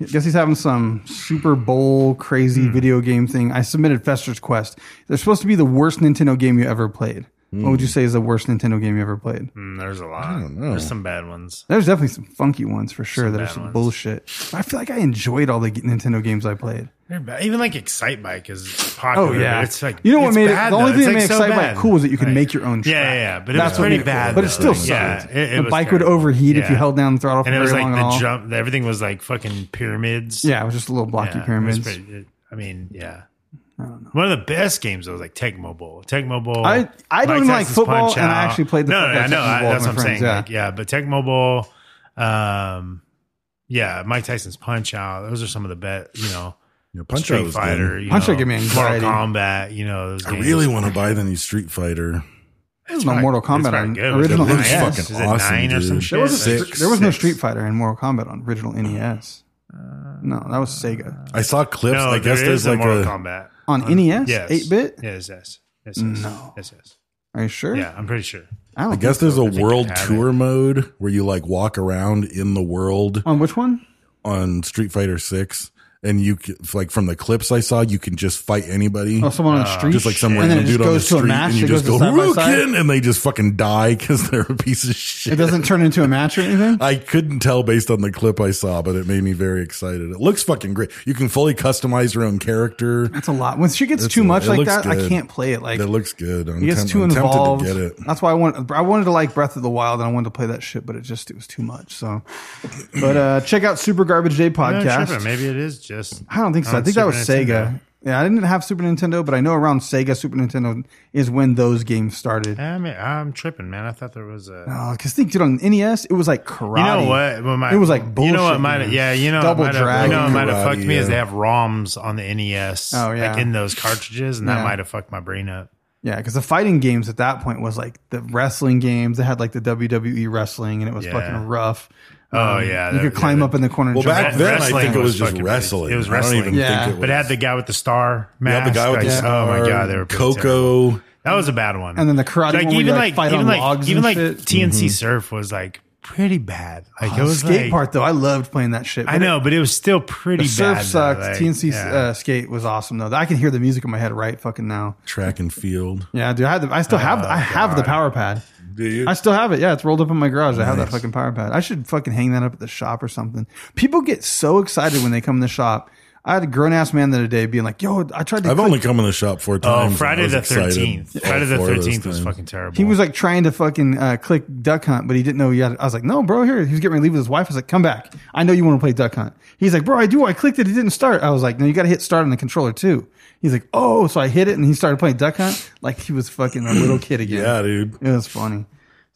I guess he's having some Super Bowl crazy
Hmm.
video game thing. I submitted Fester's Quest. They're supposed to be the worst Nintendo game you ever played. What
Hmm.
would you say is the worst Nintendo game you ever played?
There's a lot. There's some bad ones.
There's definitely some funky ones for sure that are
bad
some
ones.
bullshit. But I feel like I enjoyed all the g- Nintendo games I played.
They're bad. Even like Excite Bike is popular. but it's like
Oh, you know what
it's
made it
bad,
the only
though.
thing that made
It's, like, so
Excite Bike
bad.
cool was that you could
Like-
make your own.
Yeah,
Track.
yeah, yeah, but it
That's
was
what made
pretty
it cool.
bad.
but
though.
it still sucked.
Yeah, it, it
the
was
bike would
terrible.
overheat if you
Yeah.
held down the throttle for
and it was
very
like
long.
the
and all.
jump. Everything was like fucking pyramids.
Yeah, it was just a little blocky
Yeah, it was
pyramids.
pretty- it- I mean, yeah. One of the best games though was like Tecmo Bowl. Tecmo Bowl.
I- I
Mike
don't like
Tyson's
football,
Punch-Out.
and I actually played the
no, no,
fuck out
I know.
Tecmo
I,
Bowl
that's what
with
I'm
my
saying.
friends, yeah.
Like, yeah, but Tecmo Bowl. Um, yeah, Mike Tyson's Punch Out. Those are some of the best. You know,
Yeah, Punch-Out
Street
was
Fighter.
good.
You
Punch-Out
know,
gave me anxiety.
Mortal Kombat. You know, those
I
games.
really want to buy the new Street Fighter.
There's no Mortal
It's
Kombat
probably
on
good. Was it
original
It looks
nine?
NES.
fucking
Is it
awesome,
nine or some
dude.
shit?
There was, a,
Like-
Six.
there was no Street Fighter in Mortal Kombat on original NES. No, that was Sega
I saw clips.
No,
I guess
there is
there's
a
like
Mortal
a.
Kombat.
on NES.
Yes.
Eight bit.
Yes, yes. Yes, yes.
No.
Yes, yes.
Are you sure?
Yeah, I'm pretty sure.
I don't
I guess there's a
think I
world
have
tour mode where you like walk around in the world
on which one?
on Street Fighter Six, and you c- like from the clips I saw, you can just fight anybody.
Oh, someone on the street.
Uh, just like some
and then
random
it just
dude on the
goes to a
street,
match.
and you
It goes
just
to
go
side by side.
Rukin, and they just fucking die because they're a piece of
It
shit.
doesn't turn into a match or anything.
I couldn't tell based on the clip I saw, but it made me very excited. It looks fucking great. You can fully customize your own character.
That's a lot. When she gets
It's
too
a-
much
it
like
looks
that, I
good.
can't play it. Like
It looks good. I'm,
It gets
temp-
too
I'm
involved.
tempted to get it.
That's why I want. I wanted to like Breath of the Wild, and I wanted to play that shit, but it just it was too much. So, but uh check out Super Garbage Day
No,
podcast.
tripping. Maybe it is just.
I don't think so. I
on
think that was
Oh, Super Nintendo.
Sega. Yeah, I didn't have Super Nintendo, but I know around Sega, Super Nintendo is when those games started.
I mean, I'm tripping, man. I thought there was a.
Because think, dude, on NES, it was like karate.
You know what? Well, my-
it was like bullshit.
You know what? Might have-
man.
yeah, you know,
double
it might have-
dragon.
You know, it might have
Karate,
fucked me is
yeah.
they have ROMs on the NES.
Oh, yeah.
like in those cartridges, and
Yeah.
that might have fucked my brain up.
Yeah, because the fighting games at that point was like the wrestling games. They had like the WWE wrestling, and it was
Yeah.
fucking rough.
Oh,
Um,
yeah,
you
that-
could
yeah,
climb
that-
up in the corner. And
Well,
jump
back
out.
then, I
Wrestling
think it was,
was
just
fucking-
wrestling.
it was
I don't
wrestling.
even
Yeah.
think it was.
But it had the guy with the star
Yeah,
mask.
the guy with the
like,
star,
Oh my god, they were pretty terrible.
Coco.
That was a bad one.
And then the karate one where you, like, fight on
even like
logs
even
and
like
shit.
TNC Surf was like pretty bad. Like it
The
was
skate
like,
part though. I loved playing that shit.
I know, but it was still pretty
The surf
bad. though,
sucked.
like,
TNC
yeah.
uh, skate was awesome though. I can hear the music in my head right fucking now.
Track and field.
Yeah, dude. I had the, I still have the,
Oh,
I have the power pad.
Do you?
I still have it. Yeah, it's rolled up in my garage. I have that fucking power pad. I should fucking hang that up at the shop or something. People get so excited when they come in the shop. I had a grown ass man the other day being like, "Yo, I tried to."
I've
click-
only come in the shop four
Oh,
times. and I
Friday
was
the
excited
thirteenth.
all
Friday the
four of those
thirteeness was
times.
fucking terrible.
He was like trying to fucking uh, click Duck Hunt, but he didn't know he had. I was like, no, bro, here. He was getting ready to leave with his wife. I was like, come back. I know you want to play Duck Hunt. He's like, bro, I do. I clicked it. It didn't start. I was like, no, you got to hit start on the controller too. He's like, oh, so I hit it and he started playing Duck Hunt like he was fucking a little kid again.
Yeah, dude.
It was funny.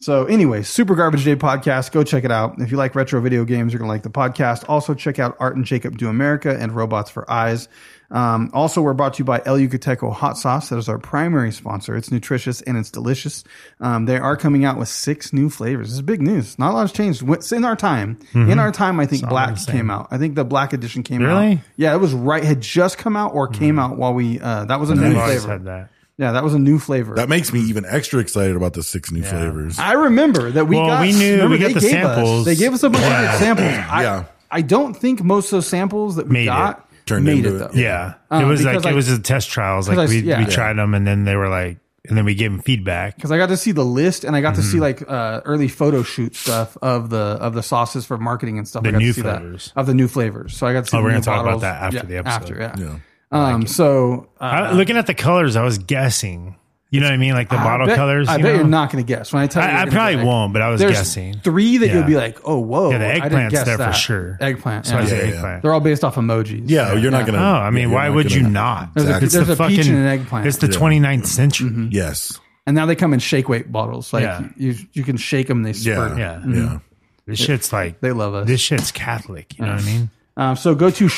So, anyway, Super Garbage Day podcast. Go check it out. If you like retro video games, you're going to like the podcast. Also, check out Art and Jacob Do America and Robots for Eyes. Um, also, we're brought to you by El Yucateco Hot Sauce. That is our primary sponsor. It's nutritious and it's delicious. Um, they are coming out with six new flavors. This is big news. Not a lot has changed It's in our time. In our time, I think black came out. I think the black edition came out.
Mm-hmm. Really? Mm.
Yeah, it was right. Had just come out or came out while we. Uh, that was a new
I've always
flavor.
had that.
Yeah, that was a new flavor.
That makes me even extra excited about the six new flavors.
I remember that we
Well,
got
we knew-
remember
we got
they
the
gave Us,
samples.
they gave us a bunch of different samples. I,
Yeah.
I don't think most of those samples that we
Made it.
got
Turned
made
into
it
it.
though.
Yeah,
Uh,
it was
because,
like,
like-
it was the test trials. Like
because I-
we,
yeah.
we tried them, and then they were like, and then we gave them feedback.
Because I got to see the list and I got to see
Mm-hmm.
like uh, early photo shoot stuff of the of the sauces for marketing and stuff.
The
I got
new
to see
flavors.
that, of the new flavors. So I got to see.
Oh,
the
we're
new
gonna talk
bottles.
about that after
Yeah,
the episode.
After, yeah.
Yeah.
Um, so uh,
I, looking at the colors, I was guessing. You know what I mean? Like the bottle
I bet,
colors.
I
you
bet
know?
you're not going to guess when I tell you.
I-
you're
I
gonna be
probably won't, but I was
there's
guessing.
Three that you'll
Yeah.
be like, oh whoa,
Yeah, the
I didn't
eggplant's
guess
there for
that.
sure.
Eggplant.
So I
yeah.
said
yeah.
eggplant.
They're all based off emojis.
Yeah, you're not
Yeah.
gonna.
Oh, I mean,
you're
why would
gonna-
you not?
There's a-
Exactly.
It's the
there's a peach
fucking-
and an eggplant.
It's the 29th century.
Yes.
And now they come in shake weight bottles. Like
Yeah.
you, you can shake them. They spurt.
Yeah.
Yeah. Mm-hmm.
Yeah.
This shit's like
They love us.
This shit's Catholic. You know what I mean?
Um, so go to E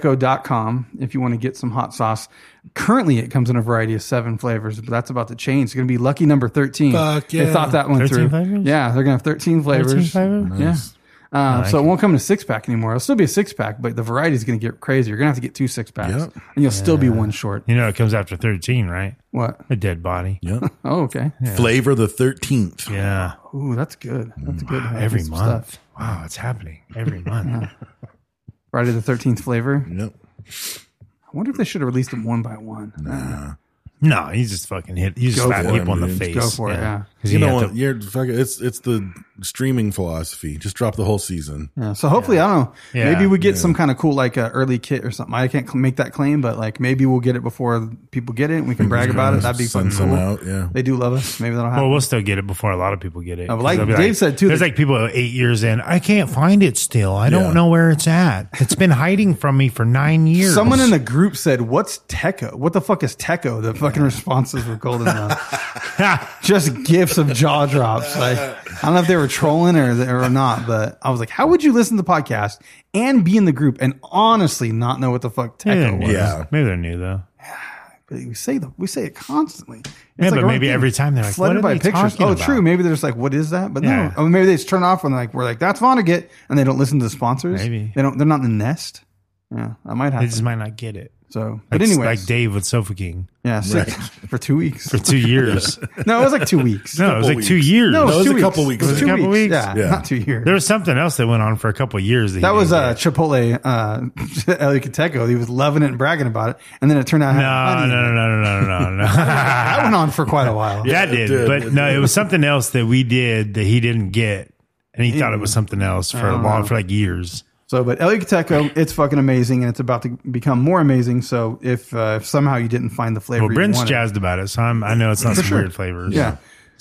shopelyucateco.com if you want to get some hot sauce. Currently, it comes in a variety of seven flavors, but that's about to change. It's going to be lucky number 13.
Fuck
They
yeah.
thought that one
13
through.
flavors?
Yeah, they're going to have 13 flavors.
13 flavors?
Yeah. Um,
like
so it won't come in a six pack anymore. It'll still be a six pack, but the variety is going to get crazy. You're going to have to get two six packs,
Yep.
and you'll still be one short.
You know, it comes after 13, right?
What?
A dead body.
Yeah.
Oh, okay.
Flavor the thirteenth.
Yeah.
Ooh, that's good. That's good. I like
Every
some
month.
stuff.
Wow, it's happening every month.
Friday the 13th flavor.
Yep.
I wonder if they should have released them one by one.
no, he's just fucking hit. You just
Go
slap
for it,
people in the
dude.
face.
Go for it, yeah.
'Cause
You
you
know
have
what?
to-
You're fucking. It's it's the streaming philosophy. Just drop the whole season.
Yeah, so hopefully, I don't know.
Yeah.
Maybe we get some kind of cool like uh, early kit or something. I can't cl- make that claim, but like maybe we'll get it before people get it. and We can brag about it. That'd be
Send
fucking
some
cool.
out, yeah.
They do love us. Maybe that'll happen.
Well, we'll still get it before a lot of people get it.
Oh, like
'Cause they'll be
Dave said, too,
There's
that-
like people eight years in. I can't find it still. I
Yeah.
don't know where it's at. It's been hiding from me for nine years.
Someone in the group said, "What's Teco? What the fuck is Teco?" The fucking responses were golden. though. Just gifs of jaw drops. Like I don't know if they were trolling or or not, but I was like, "How would you listen to the podcast and be in the group and honestly not know what the fuck
Maybe they're
Teco was?"
new.
Yeah.
maybe they're new though.
We say the we say it constantly. It's
Yeah, but
a
maybe
routine.
every time they're like,
flooded
"What
by
are they
pictures.
talking
oh,
about?"
true. Maybe they're just like, "What is that?" But
Yeah.
no, or maybe they just turn off when like we're like, "That's Vonnegut," and they don't listen to the sponsors.
Maybe.
they don't. They're not in the nest. Yeah, that might
They
happen.
just might not get it.
so,
Like,
but anyway,
like Dave with Sofa King
yeah, six, for two weeks.
for two years.
no, it was like two weeks.
no, it was
Couple
like two
weeks.
years.
no,
it was
two
a couple weeks.
It was
It was
two
a
couple
weeks.
weeks?
Yeah,
Yeah.
not two years.
there was something else that went on for a couple of years. he
that was
didn't
uh, Chipotle uh, El Yucateco. He was loving it and bragging about it, and then it turned out
get. no, no, no, no, no, no, no, no.
that went on for quite a while.
that
it
did,
did.
but
It
no, it was something else that we did that he didn't get, and he thought it
Mm.
was something else for a long, for like years.
So, but El Yucateco, it's fucking amazing, and it's about to become more amazing. So, if, uh, if somehow you didn't find the flavor,
Well, Brent's
you wanted,
jazzed about it, so I'm, I know it's not some
sure.
weird flavors.
Yeah.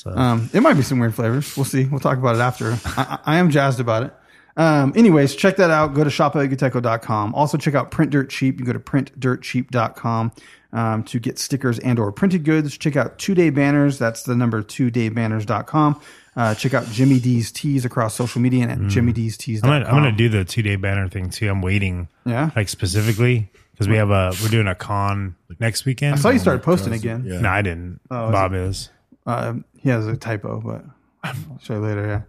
Um, it might be some weird flavors. We'll see. We'll talk about it after. I, I I am jazzed about it. Um, anyways, check that out. Go to shopelguteco.com. Also check out Print Dirt Cheap. You go to printdirtcheap.com um, to get stickers and or printed goods. Check out Two Day Banners. That's the number two daybanners.com. Uh, check out Jimmy D's Tees across social media and at Jimmy D's Tees.
Mm. I'm gonna, I'm gonna do the two day banner thing too. I'm waiting,
Yeah.
like specifically because we have a we're doing a con next weekend.
I saw you Oh, started posting again.
Yeah.
No, I didn't. Bob is.
Um, he has a typo, but I'll show you later. Yeah.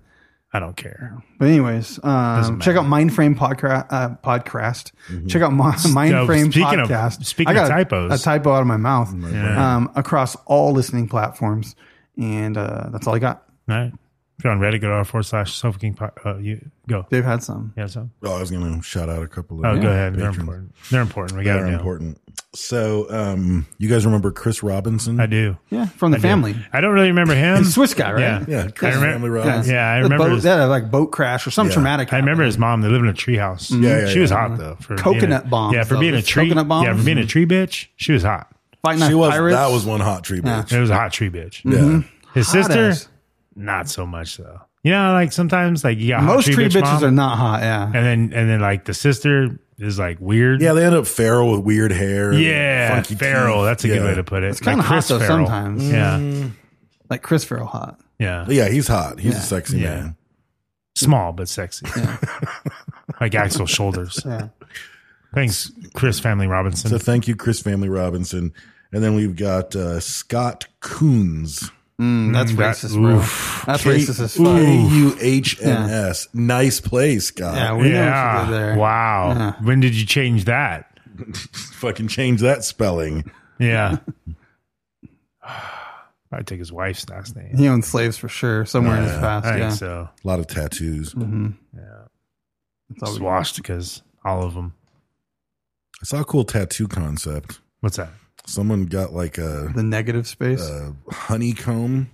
I don't care.
But anyways, um, check out Mindframe Podcra- uh, Podcast. Check out Mo- Mindframe
Mm-hmm. speaking of-
Podcast.
speaking
I got
of
a-
typos. Oh
a typo out of my mouth um, across all listening platforms, and uh, that's all I got.
All right. If you're on Reddit, go to r forward slash Sofa King. Po- Uh, you go.
Dave had some.
Yeah. So.
Oh, I was gonna shout out a couple of.
Oh, go ahead. They're
patrons.
important. They're important. We got
They're
to know.
important. So, um, you guys remember Chris Robinson?
I do.
Yeah, from the
I do.
family.
I don't really remember him.
He's a Swiss guy, right?
Yeah.
Yeah, Chris
I remem-
Family Robinson.
Yeah, I
The
remember
boat,
his-
that like boat crash or some
Yeah.
traumatic.
I remember his mom. They lived in a tree house.
Yeah, yeah,
she was
yeah.
hot though. For
Coconut
being a,
bombs,
Yeah, for
though.
being a
Those
tree.
coconut bombs.
Yeah, for being a tree bitch. She was hot.
fighting
She was,
pirates.
that was one hot tree bitch.
It was a hot tree bitch.
Yeah.
His
Mm-hmm. Hot
sister,
ass.
not so much though. You know, like sometimes like you got hot
Most tree,
bitch
bitches
mom,
are not hot. Yeah,
and then and then like the sister is like weird.
Yeah, they end up feral with weird hair. and
yeah,
funky
feral.
teeth.
That's a good
Yeah. Mm.
way to put it. It's
kinda hot, though, sometimes.
Yeah,
like Chris Farrell hot.
yeah,
Yeah, he's hot. He's
Yeah.
a sexy
Yeah.
man.
small but sexy, like Axel shoulders.
Yeah.
Thanks, Chris Family Robinson.
So thank you, Chris Family Robinson. And then we've got uh, Scott Coons.
Mm, that's
that-
racist, bro.
oof.
That's racist as fuck.
K-U-H-N-S. Nice place, Scott.
Yeah, we know what
yeah.
you did there.
Wow.
Yeah.
When did you change that?
Fucking change that spelling.
Yeah. I take his wife's last name.
He owned slaves for sure somewhere in his past.
I
Yeah,
think so.
A lot of tattoos.
Mm-hmm.
That's all we-
Swastikas, all of them.
I saw a cool tattoo concept.
What's that?
Someone got like a,
the negative space.
a honeycomb,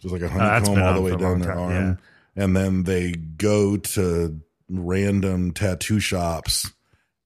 just like a
Mm-hmm. Oh, that's
honeycomb
been
all the
on
way
for a
down
long
their
time,
arm. And then they go to random tattoo shops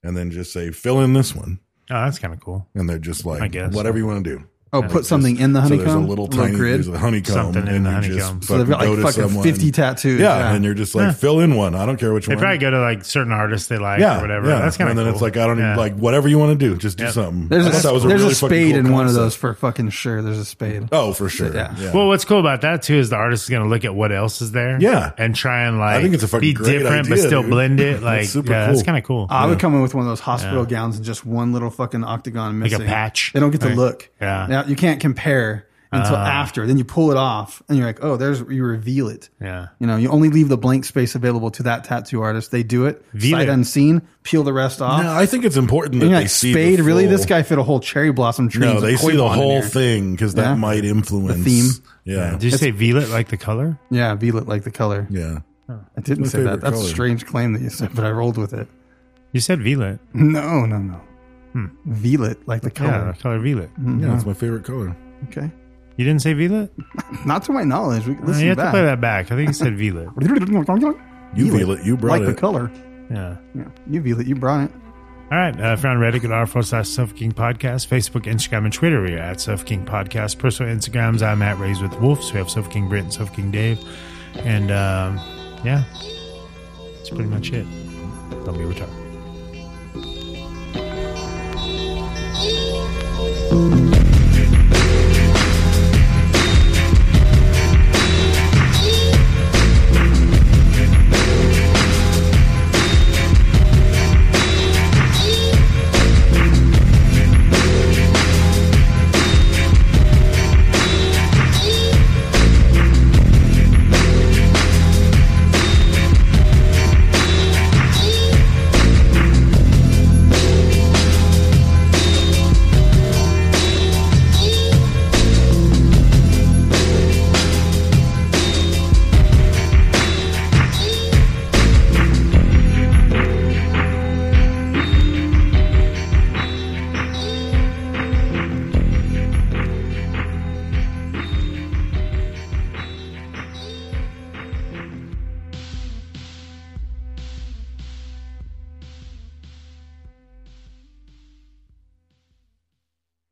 and then just say, fill in this one.
Oh, that's kind of cool.
And they're just
I
like,
guess.
whatever you want to do.
oh, put something in the honeycomb.
So there's a little tiny there's a honeycomb,
Something
and
in the
you
honeycomb.
Just
So
So they've got
fucking
like
go to
fucking
someone.
fifty tattoos.
Yeah, and you're just like fill in one. I don't care which
They
one.
probably go to like certain artists they like
yeah,
or whatever.
yeah.
That's kind of
And
cool.
then it's like I don't
Yeah.
even like whatever you want to do, just do
Yeah.
something.
there's
I thought
a,
that was
there's
really
a
fucking
spade
cool
in one of
concept.
those for fucking sure. There's a spade.
Oh, for sure.
Yeah.
Yeah.
Well, what's cool about that too is the artist is going to look at what else is there.
Yeah.
And try and like
I think it's a fucking
be
great
different but
idea,
still
dude.
blend it.
That's
Like,
super
yeah, that's
cool.
kind of cool.
I would come in with one of those hospital gowns and just one little fucking octagon
a
missing.
patch.
They don't get to
Right.
look.
Yeah.
Now, you can't compare until
Ah.
after. Then you pull it off and you're like, oh, there's you reveal it.
yeah.
You know, you only leave the blank space available to that tattoo artist. They do it
Veal
sight
it.
unseen. Peel the rest off.
No, I think it's important that
and you're
they
like,
see
uh, spade.
the
really?
full-
This guy fit a whole cherry blossom tree.
No,
and
they
koi
see the
pond in
whole
here.
thing because
Yeah.
that might influence
theme.
Yeah,
Did you say violet like the color?
Yeah, violet like the color.
yeah.
I didn't
My
say that.
favorite
That's a
color.
strange claim that you said, but I rolled with it.
You said violet.
No, no, no.
Hmm.
Violet like the
Yeah,
color.
the color violet.
Yeah, it's my favorite color.
Okay.
You didn't say violet?
Not to my knowledge. We can listen
you have
back.
to play that back. I think you said violet.
You feel it. You brought
like the
it.
color.
Yeah.
Yeah, you violet. You brought it.
All right. Uh, found Reddit at r forward slash Suffolk King Podcast, Facebook, Instagram, and Twitter. We are at Suffolk King Podcast. Personal Instagrams, I'm at Raised with Wolves. We have Suffolk King Brent and Suffolk King Dave. And um, yeah, that's pretty much it. Don't be retarded.